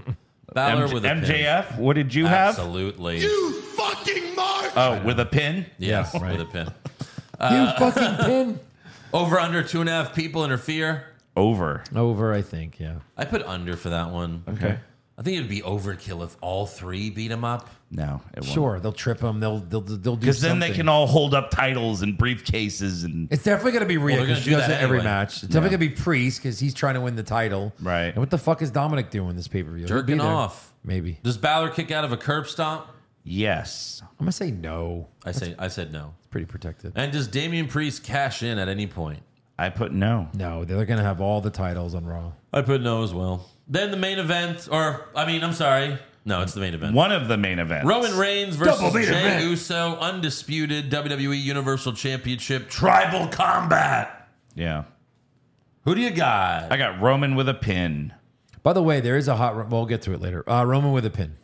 S3: Balor
S5: M-
S3: with a pin.
S5: MJF, what did you have?
S3: Absolutely.
S2: You fucking mark.
S5: Oh, with a pin?
S3: Yes, with a pin.
S4: you fucking pin.
S3: Over under two and a half people interfere.
S5: Over.
S4: Over, I think. Yeah.
S3: I put under for that one.
S5: Okay.
S3: I think it'd be overkill if all three beat him up.
S5: No, it won't.
S4: Sure, they'll trip him. They'll they'll they'll do.
S5: Because then they
S4: something.
S5: can all hold up titles and briefcases and
S4: It's definitely going to be Rhea
S3: they're
S4: 'cause
S3: gonna
S4: she
S3: do
S4: does
S3: that
S4: it every
S3: anyway.
S4: match. It's definitely going to be Priest because he's trying to win the title.
S5: Right.
S4: And what the fuck is Dominic doing this pay per view?
S3: Jerking off.
S4: Maybe.
S3: Does Balor kick out of a curb stomp?
S5: yes.
S4: I'm going to say no.
S3: I say I said no.
S4: It's pretty protected.
S3: And does Damian Priest cash in at any point?
S5: I put no.
S4: No, they're going to have all the titles on Raw.
S3: I put no as well. Then the main event, or I mean, I'm sorry. No, it's the main event.
S5: One of the main events.
S3: Roman Reigns versus
S2: Double main
S3: Jey
S2: event.
S3: Uso, undisputed WWE Universal Championship. Tri-
S2: Tribal combat.
S5: Yeah.
S3: Who do you got?
S5: I got Roman with a pin.
S4: By the way, there is a hot. Ro- Well, we'll get to it later. Uh, Roman with a pin.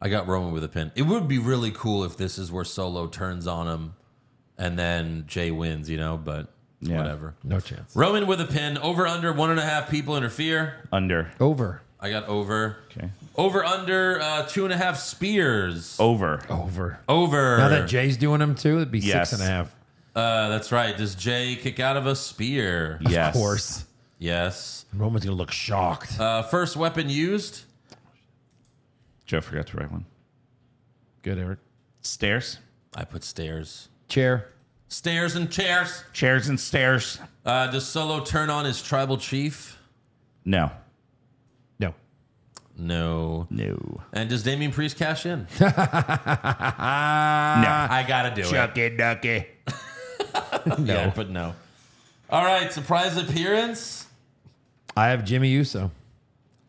S3: I got Roman with a pin. It would be really cool if this is where Solo turns on him and then Jay wins, you know, but
S5: Yeah.
S3: whatever.
S4: No chance.
S3: Roman with a pin. Over under one and a half people interfere.
S5: Under.
S4: Over.
S3: I got over.
S5: Okay.
S3: Over under uh, two and a half spears.
S5: Over.
S4: Over.
S3: Over.
S4: Now that Jay's doing them too, it'd be
S5: Yes.
S4: six and a half.
S3: uh, that's right. Does Jay kick out of a spear?
S5: yes.
S4: Of course.
S3: Yes.
S4: Roman's going to look shocked.
S3: Uh, first weapon used.
S5: Joe forgot to write one.
S4: Good, Eric.
S5: Stairs.
S3: I put stairs.
S4: Chair.
S3: Stairs and chairs.
S5: Chairs and stairs.
S3: Uh, does Solo turn on his tribal chief?
S5: No.
S4: No.
S3: No.
S5: No.
S3: And does Damien Priest cash in?
S5: no.
S3: I gotta do it.
S5: Chucky ducky.
S3: No. Yeah, but no. All right, surprise appearance.
S4: I have Jimmy Uso.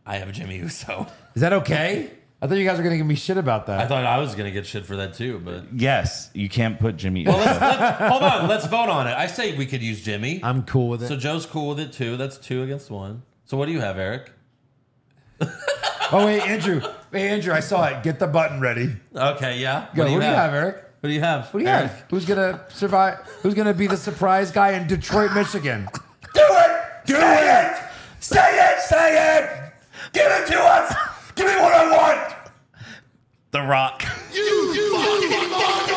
S3: I have Jimmy Uso.
S4: Is that okay? I thought you guys were going to give me shit about that.
S3: I thought I was gonna get shit for that too, but
S5: Yes. You can't put Jimmy.
S3: hold on, let's vote on it. I say we could use Jimmy.
S4: I'm cool with it.
S3: So Joe's cool with it too. That's two against one. So what do you have, Eric?
S4: oh wait, Andrew. Hey Andrew, I saw it. Get the button ready.
S3: Okay, yeah.
S4: Go.
S3: what do you, have?
S4: Eric?
S3: What do you have?
S4: What do you
S3: Eric?
S4: have? Who's gonna survive? Who's gonna be the surprise guy in Detroit, Michigan?
S2: Do it. Do say it. Say it. Say it. Give it to us. Give me what I want.
S5: the Rock.
S2: You, fucking mark.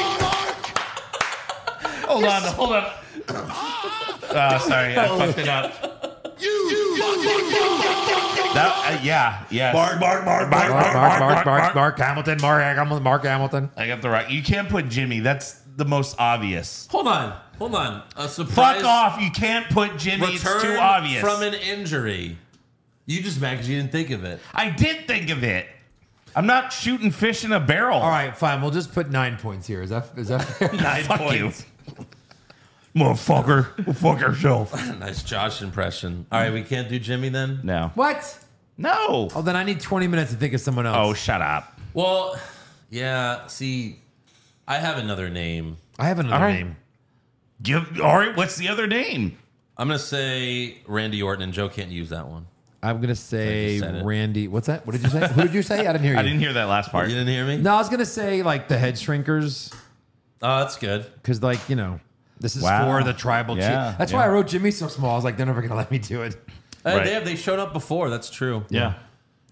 S5: Hold on. Hold on. Oh, sorry. I fucked it up.
S2: You, fucking mark.
S5: That, uh, yeah. Yes.
S2: Mark, mark, mark, mark,
S4: Mark, Mark, Mark, Mark,
S5: Mark.
S4: Mark Hamilton, Mark Hamilton, Mark Hamilton.
S5: I got the Rock. You can't put Jimmy. That's the most obvious.
S3: Hold on, hold on. A surprise.
S5: Fuck off. You can't put Jimmy.
S3: Return
S5: it's too obvious.
S3: from an injury. You just mad 'cause you didn't think of it.
S5: I did think of it. I'm not shooting fish in a barrel.
S4: All right, fine. We'll just put nine points here. Is that is that fair?
S5: Nine Fuck you. Motherfucker. Go Fuck yourself.
S3: nice Josh impression. All right, we can't do Jimmy then.
S5: No.
S4: What?
S5: No.
S4: Oh, then I need twenty minutes to think of someone
S5: Oh,
S4: else.
S5: shut up.
S3: Well, yeah. See, I have another name.
S4: I have another
S5: All right.
S4: name.
S5: Give all right, what's the other name?
S3: I'm gonna say Randy Orton, and Joe can't use that one.
S4: I'm gonna
S3: I
S4: say
S3: just said it.
S4: Randy. What's that? What did you say? Who did you say? I didn't hear you.
S5: I didn't hear that last part.
S3: You didn't hear me?
S4: no, I was gonna say like the head shrinkers.
S3: Oh, that's good.
S4: because like you know this is
S5: Wow.
S4: for the tribal chief.
S5: Yeah,
S4: That's why
S5: yeah.
S4: I wrote Jimmy so small. I was like, they're never gonna let me do it.
S3: Uh,
S5: Right.
S3: They have, they showed up before. That's true.
S5: Yeah.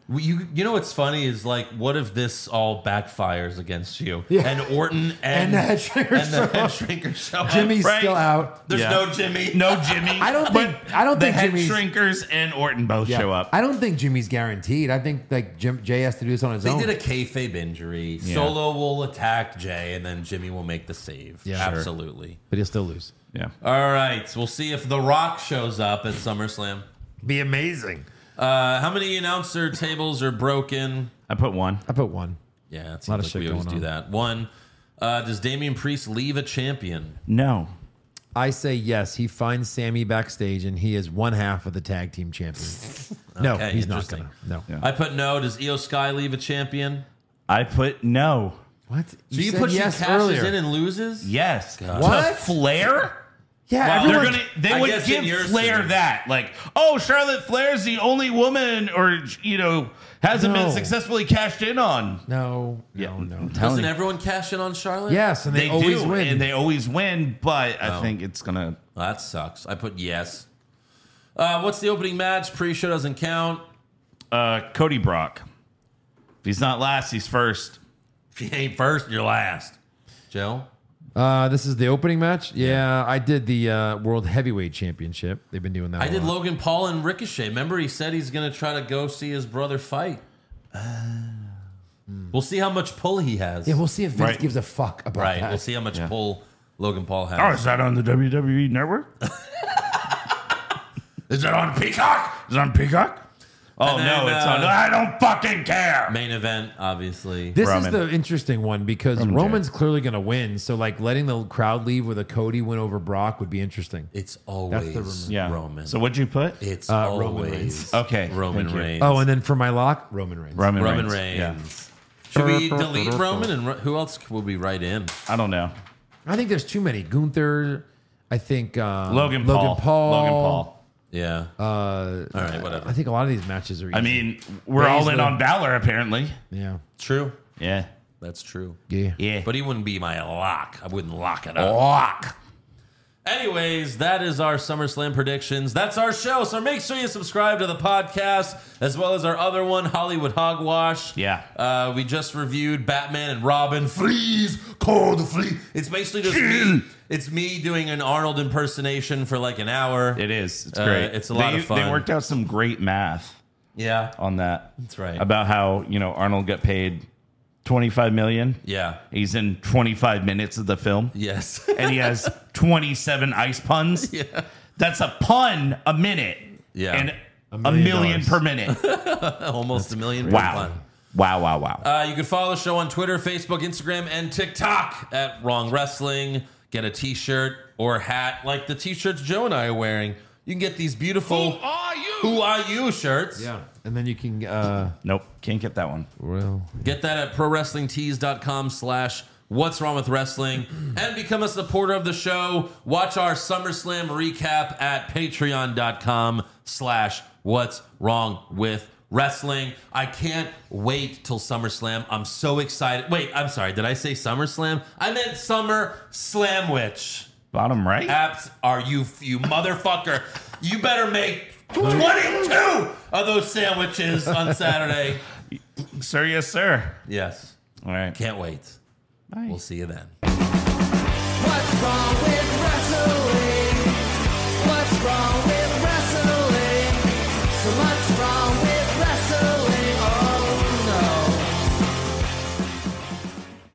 S3: we- You you know what's funny is like what if this all backfires against you
S4: Yeah.
S3: and Orton and,
S4: And the head shrinker
S3: and the
S4: show
S3: head
S4: up.
S3: shrinker show up,
S4: Jimmy's
S3: right?
S4: still out.
S3: There's
S5: Yeah.
S3: no Jimmy
S5: No Jimmy.
S4: I don't think. I don't
S5: the
S4: think
S5: head
S4: Jimmy's.
S5: shrinkers and Orton both
S4: Yeah.
S5: show up.
S4: I don't think Jimmy's guaranteed. I think like Jim, Jay has to do this on his
S3: They
S4: own.
S3: did a kayfabe injury.
S4: Yeah.
S3: Solo will attack Jay, and then Jimmy will make the save.
S10: Yeah. Sure.
S3: absolutely.
S10: But he'll still lose.
S5: Yeah.
S3: All right, we'll see if The Rock shows up at SummerSlam.
S4: Be amazing.
S3: Uh, how many announcer tables are broken?
S5: I put one.
S4: I put one.
S3: Yeah, it seems
S10: A lot of
S3: like
S10: shit
S3: we always
S10: going
S3: do that. One. Uh, does Damian Priest leave a champion?
S5: No.
S10: I say yes. He finds Sammy backstage, and he is one half of the tag team champions. no,
S3: Okay,
S10: he's not
S3: interesting.
S10: gonna. No.
S3: I put no. Does Io Sky leave a champion?
S5: I put no.
S4: What?
S3: So you,
S4: said
S3: put
S4: yes
S3: she cashes
S4: earlier.
S3: in and loses?
S5: Yes. To
S4: What?
S5: Flair?
S4: Yeah,
S3: Wow.
S5: They're
S4: everyone.
S5: gonna, they
S3: I
S5: would
S3: guess in
S5: give
S3: your
S5: Flair
S3: scenario.
S5: that. Like, oh, Charlotte Flair's the only woman or, you know, hasn't been
S4: No.
S5: successfully cashed in on.
S4: no, no, no.
S3: Doesn't everyone cash in on Charlotte?
S4: Yes, and they,
S5: They
S4: always
S5: do,
S4: win.
S5: And they always win, but I think it's going to.
S3: Well, that sucks. I put yes. Uh, what's the opening match? Pre-show doesn't count.
S5: Uh, Cody Brock. If he's not last, he's first.
S3: If you ain't first, you're last. Joe?
S10: Uh, this is the opening match. Yeah, I did the uh, World Heavyweight Championship. They've been doing that.
S3: I
S10: a
S3: did
S10: lot.
S3: Logan Paul and Ricochet. Remember, he said he's going to try to go see his brother fight. We'll see how much pull he has.
S4: Uh, hmm. yeah, we'll see if Vince
S5: Right.
S4: gives a fuck about
S3: right.
S4: that.
S3: We'll see how much pull Logan Paul
S5: Oh,
S3: has.
S5: is that on the WWE Network? is that on Peacock? Is it on Peacock? Oh,
S3: And
S5: no,
S3: then,
S5: it's
S3: uh,
S5: on. I don't fucking care.
S3: Main event, obviously.
S4: This
S5: Roman.
S4: is the interesting one because
S5: Roman
S4: Roman's clearly going to win. So, like, letting the crowd leave with a Cody win over Brock would be interesting.
S3: It's always
S4: Roman.
S5: Yeah.
S3: Roman.
S5: So what'd you put?
S3: it's
S4: Uh, Roman
S3: always
S4: Reigns.
S5: Okay,
S3: Roman
S5: thank you.
S3: Reigns.
S4: Oh, and then for my lock, Roman Reigns.
S5: Roman,
S3: Roman Reigns.
S5: Reigns. Yeah.
S3: Should we delete Roman and Ro- who else will be right in?
S5: I don't know.
S4: I think there's too many. Gunther, I think um,
S5: Logan, Paul. Logan Paul.
S3: Yeah.
S4: Uh,
S3: All right, whatever.
S4: I think a lot of these matches are. Easy.
S5: I mean, we're all in
S4: Baszler.
S5: on Balor, apparently.
S4: yeah,
S3: True.
S5: Yeah.
S3: That's true.
S4: yeah.
S5: Yeah.
S3: But he wouldn't be my lock. I wouldn't lock it up. Lock. Anyways, that is our SummerSlam predictions. That's our show. So make sure you subscribe to the podcast as well as our other one, Hollywood Hogwash.
S5: Yeah.
S3: Uh, we just reviewed Batman and Robin. Freeze, call the flea. It's basically just me. It's me doing an Arnold impersonation for like an hour.
S5: it is. It's
S3: Uh,
S5: great.
S3: it's a lot
S5: They-
S3: of fun.
S5: They worked out some great math
S3: Yeah.
S5: on that.
S3: That's right.
S5: About how, you know, Arnold got paid 25 million.
S3: Yeah.
S5: He's in 25 minutes of the film.
S3: Yes.
S5: and he has 27 ice puns. That's a pun a minute.
S3: Yeah.
S5: And a million,
S10: million dollars.
S5: per minute.
S3: Almost a million. per
S5: wow.
S3: month.
S5: Wow, wow, wow.
S3: Uh, you can follow the show on Twitter, Facebook, Instagram, and TikTok at Wrong Wrestling. Get a T-shirt or hat like the T-shirts Joe and I are wearing. You can get these beautiful "Who Are You, shirts.
S4: Yeah. And then you can. Uh,
S5: nope. Can't get that one.
S4: well,
S3: Get that at prowrestlingtees.com slash what's wrong with wrestling and become a supporter of the show. Watch our SummerSlam recap at patreon.com slash what's wrong with wrestling. I can't wait till SummerSlam. I'm so excited. Wait, I'm sorry. Did I say SummerSlam? I meant Summer Slamwich.
S5: Bottom right?
S3: Apps are you, you motherfucker. You better make 22 of those sandwiches on Saturday.
S5: sir, yes, sir.
S3: Yes.
S5: All right.
S3: Can't wait. We'll see you then.
S13: What's wrong with wrestling? What's wrong with wrestling? So much
S3: Oh,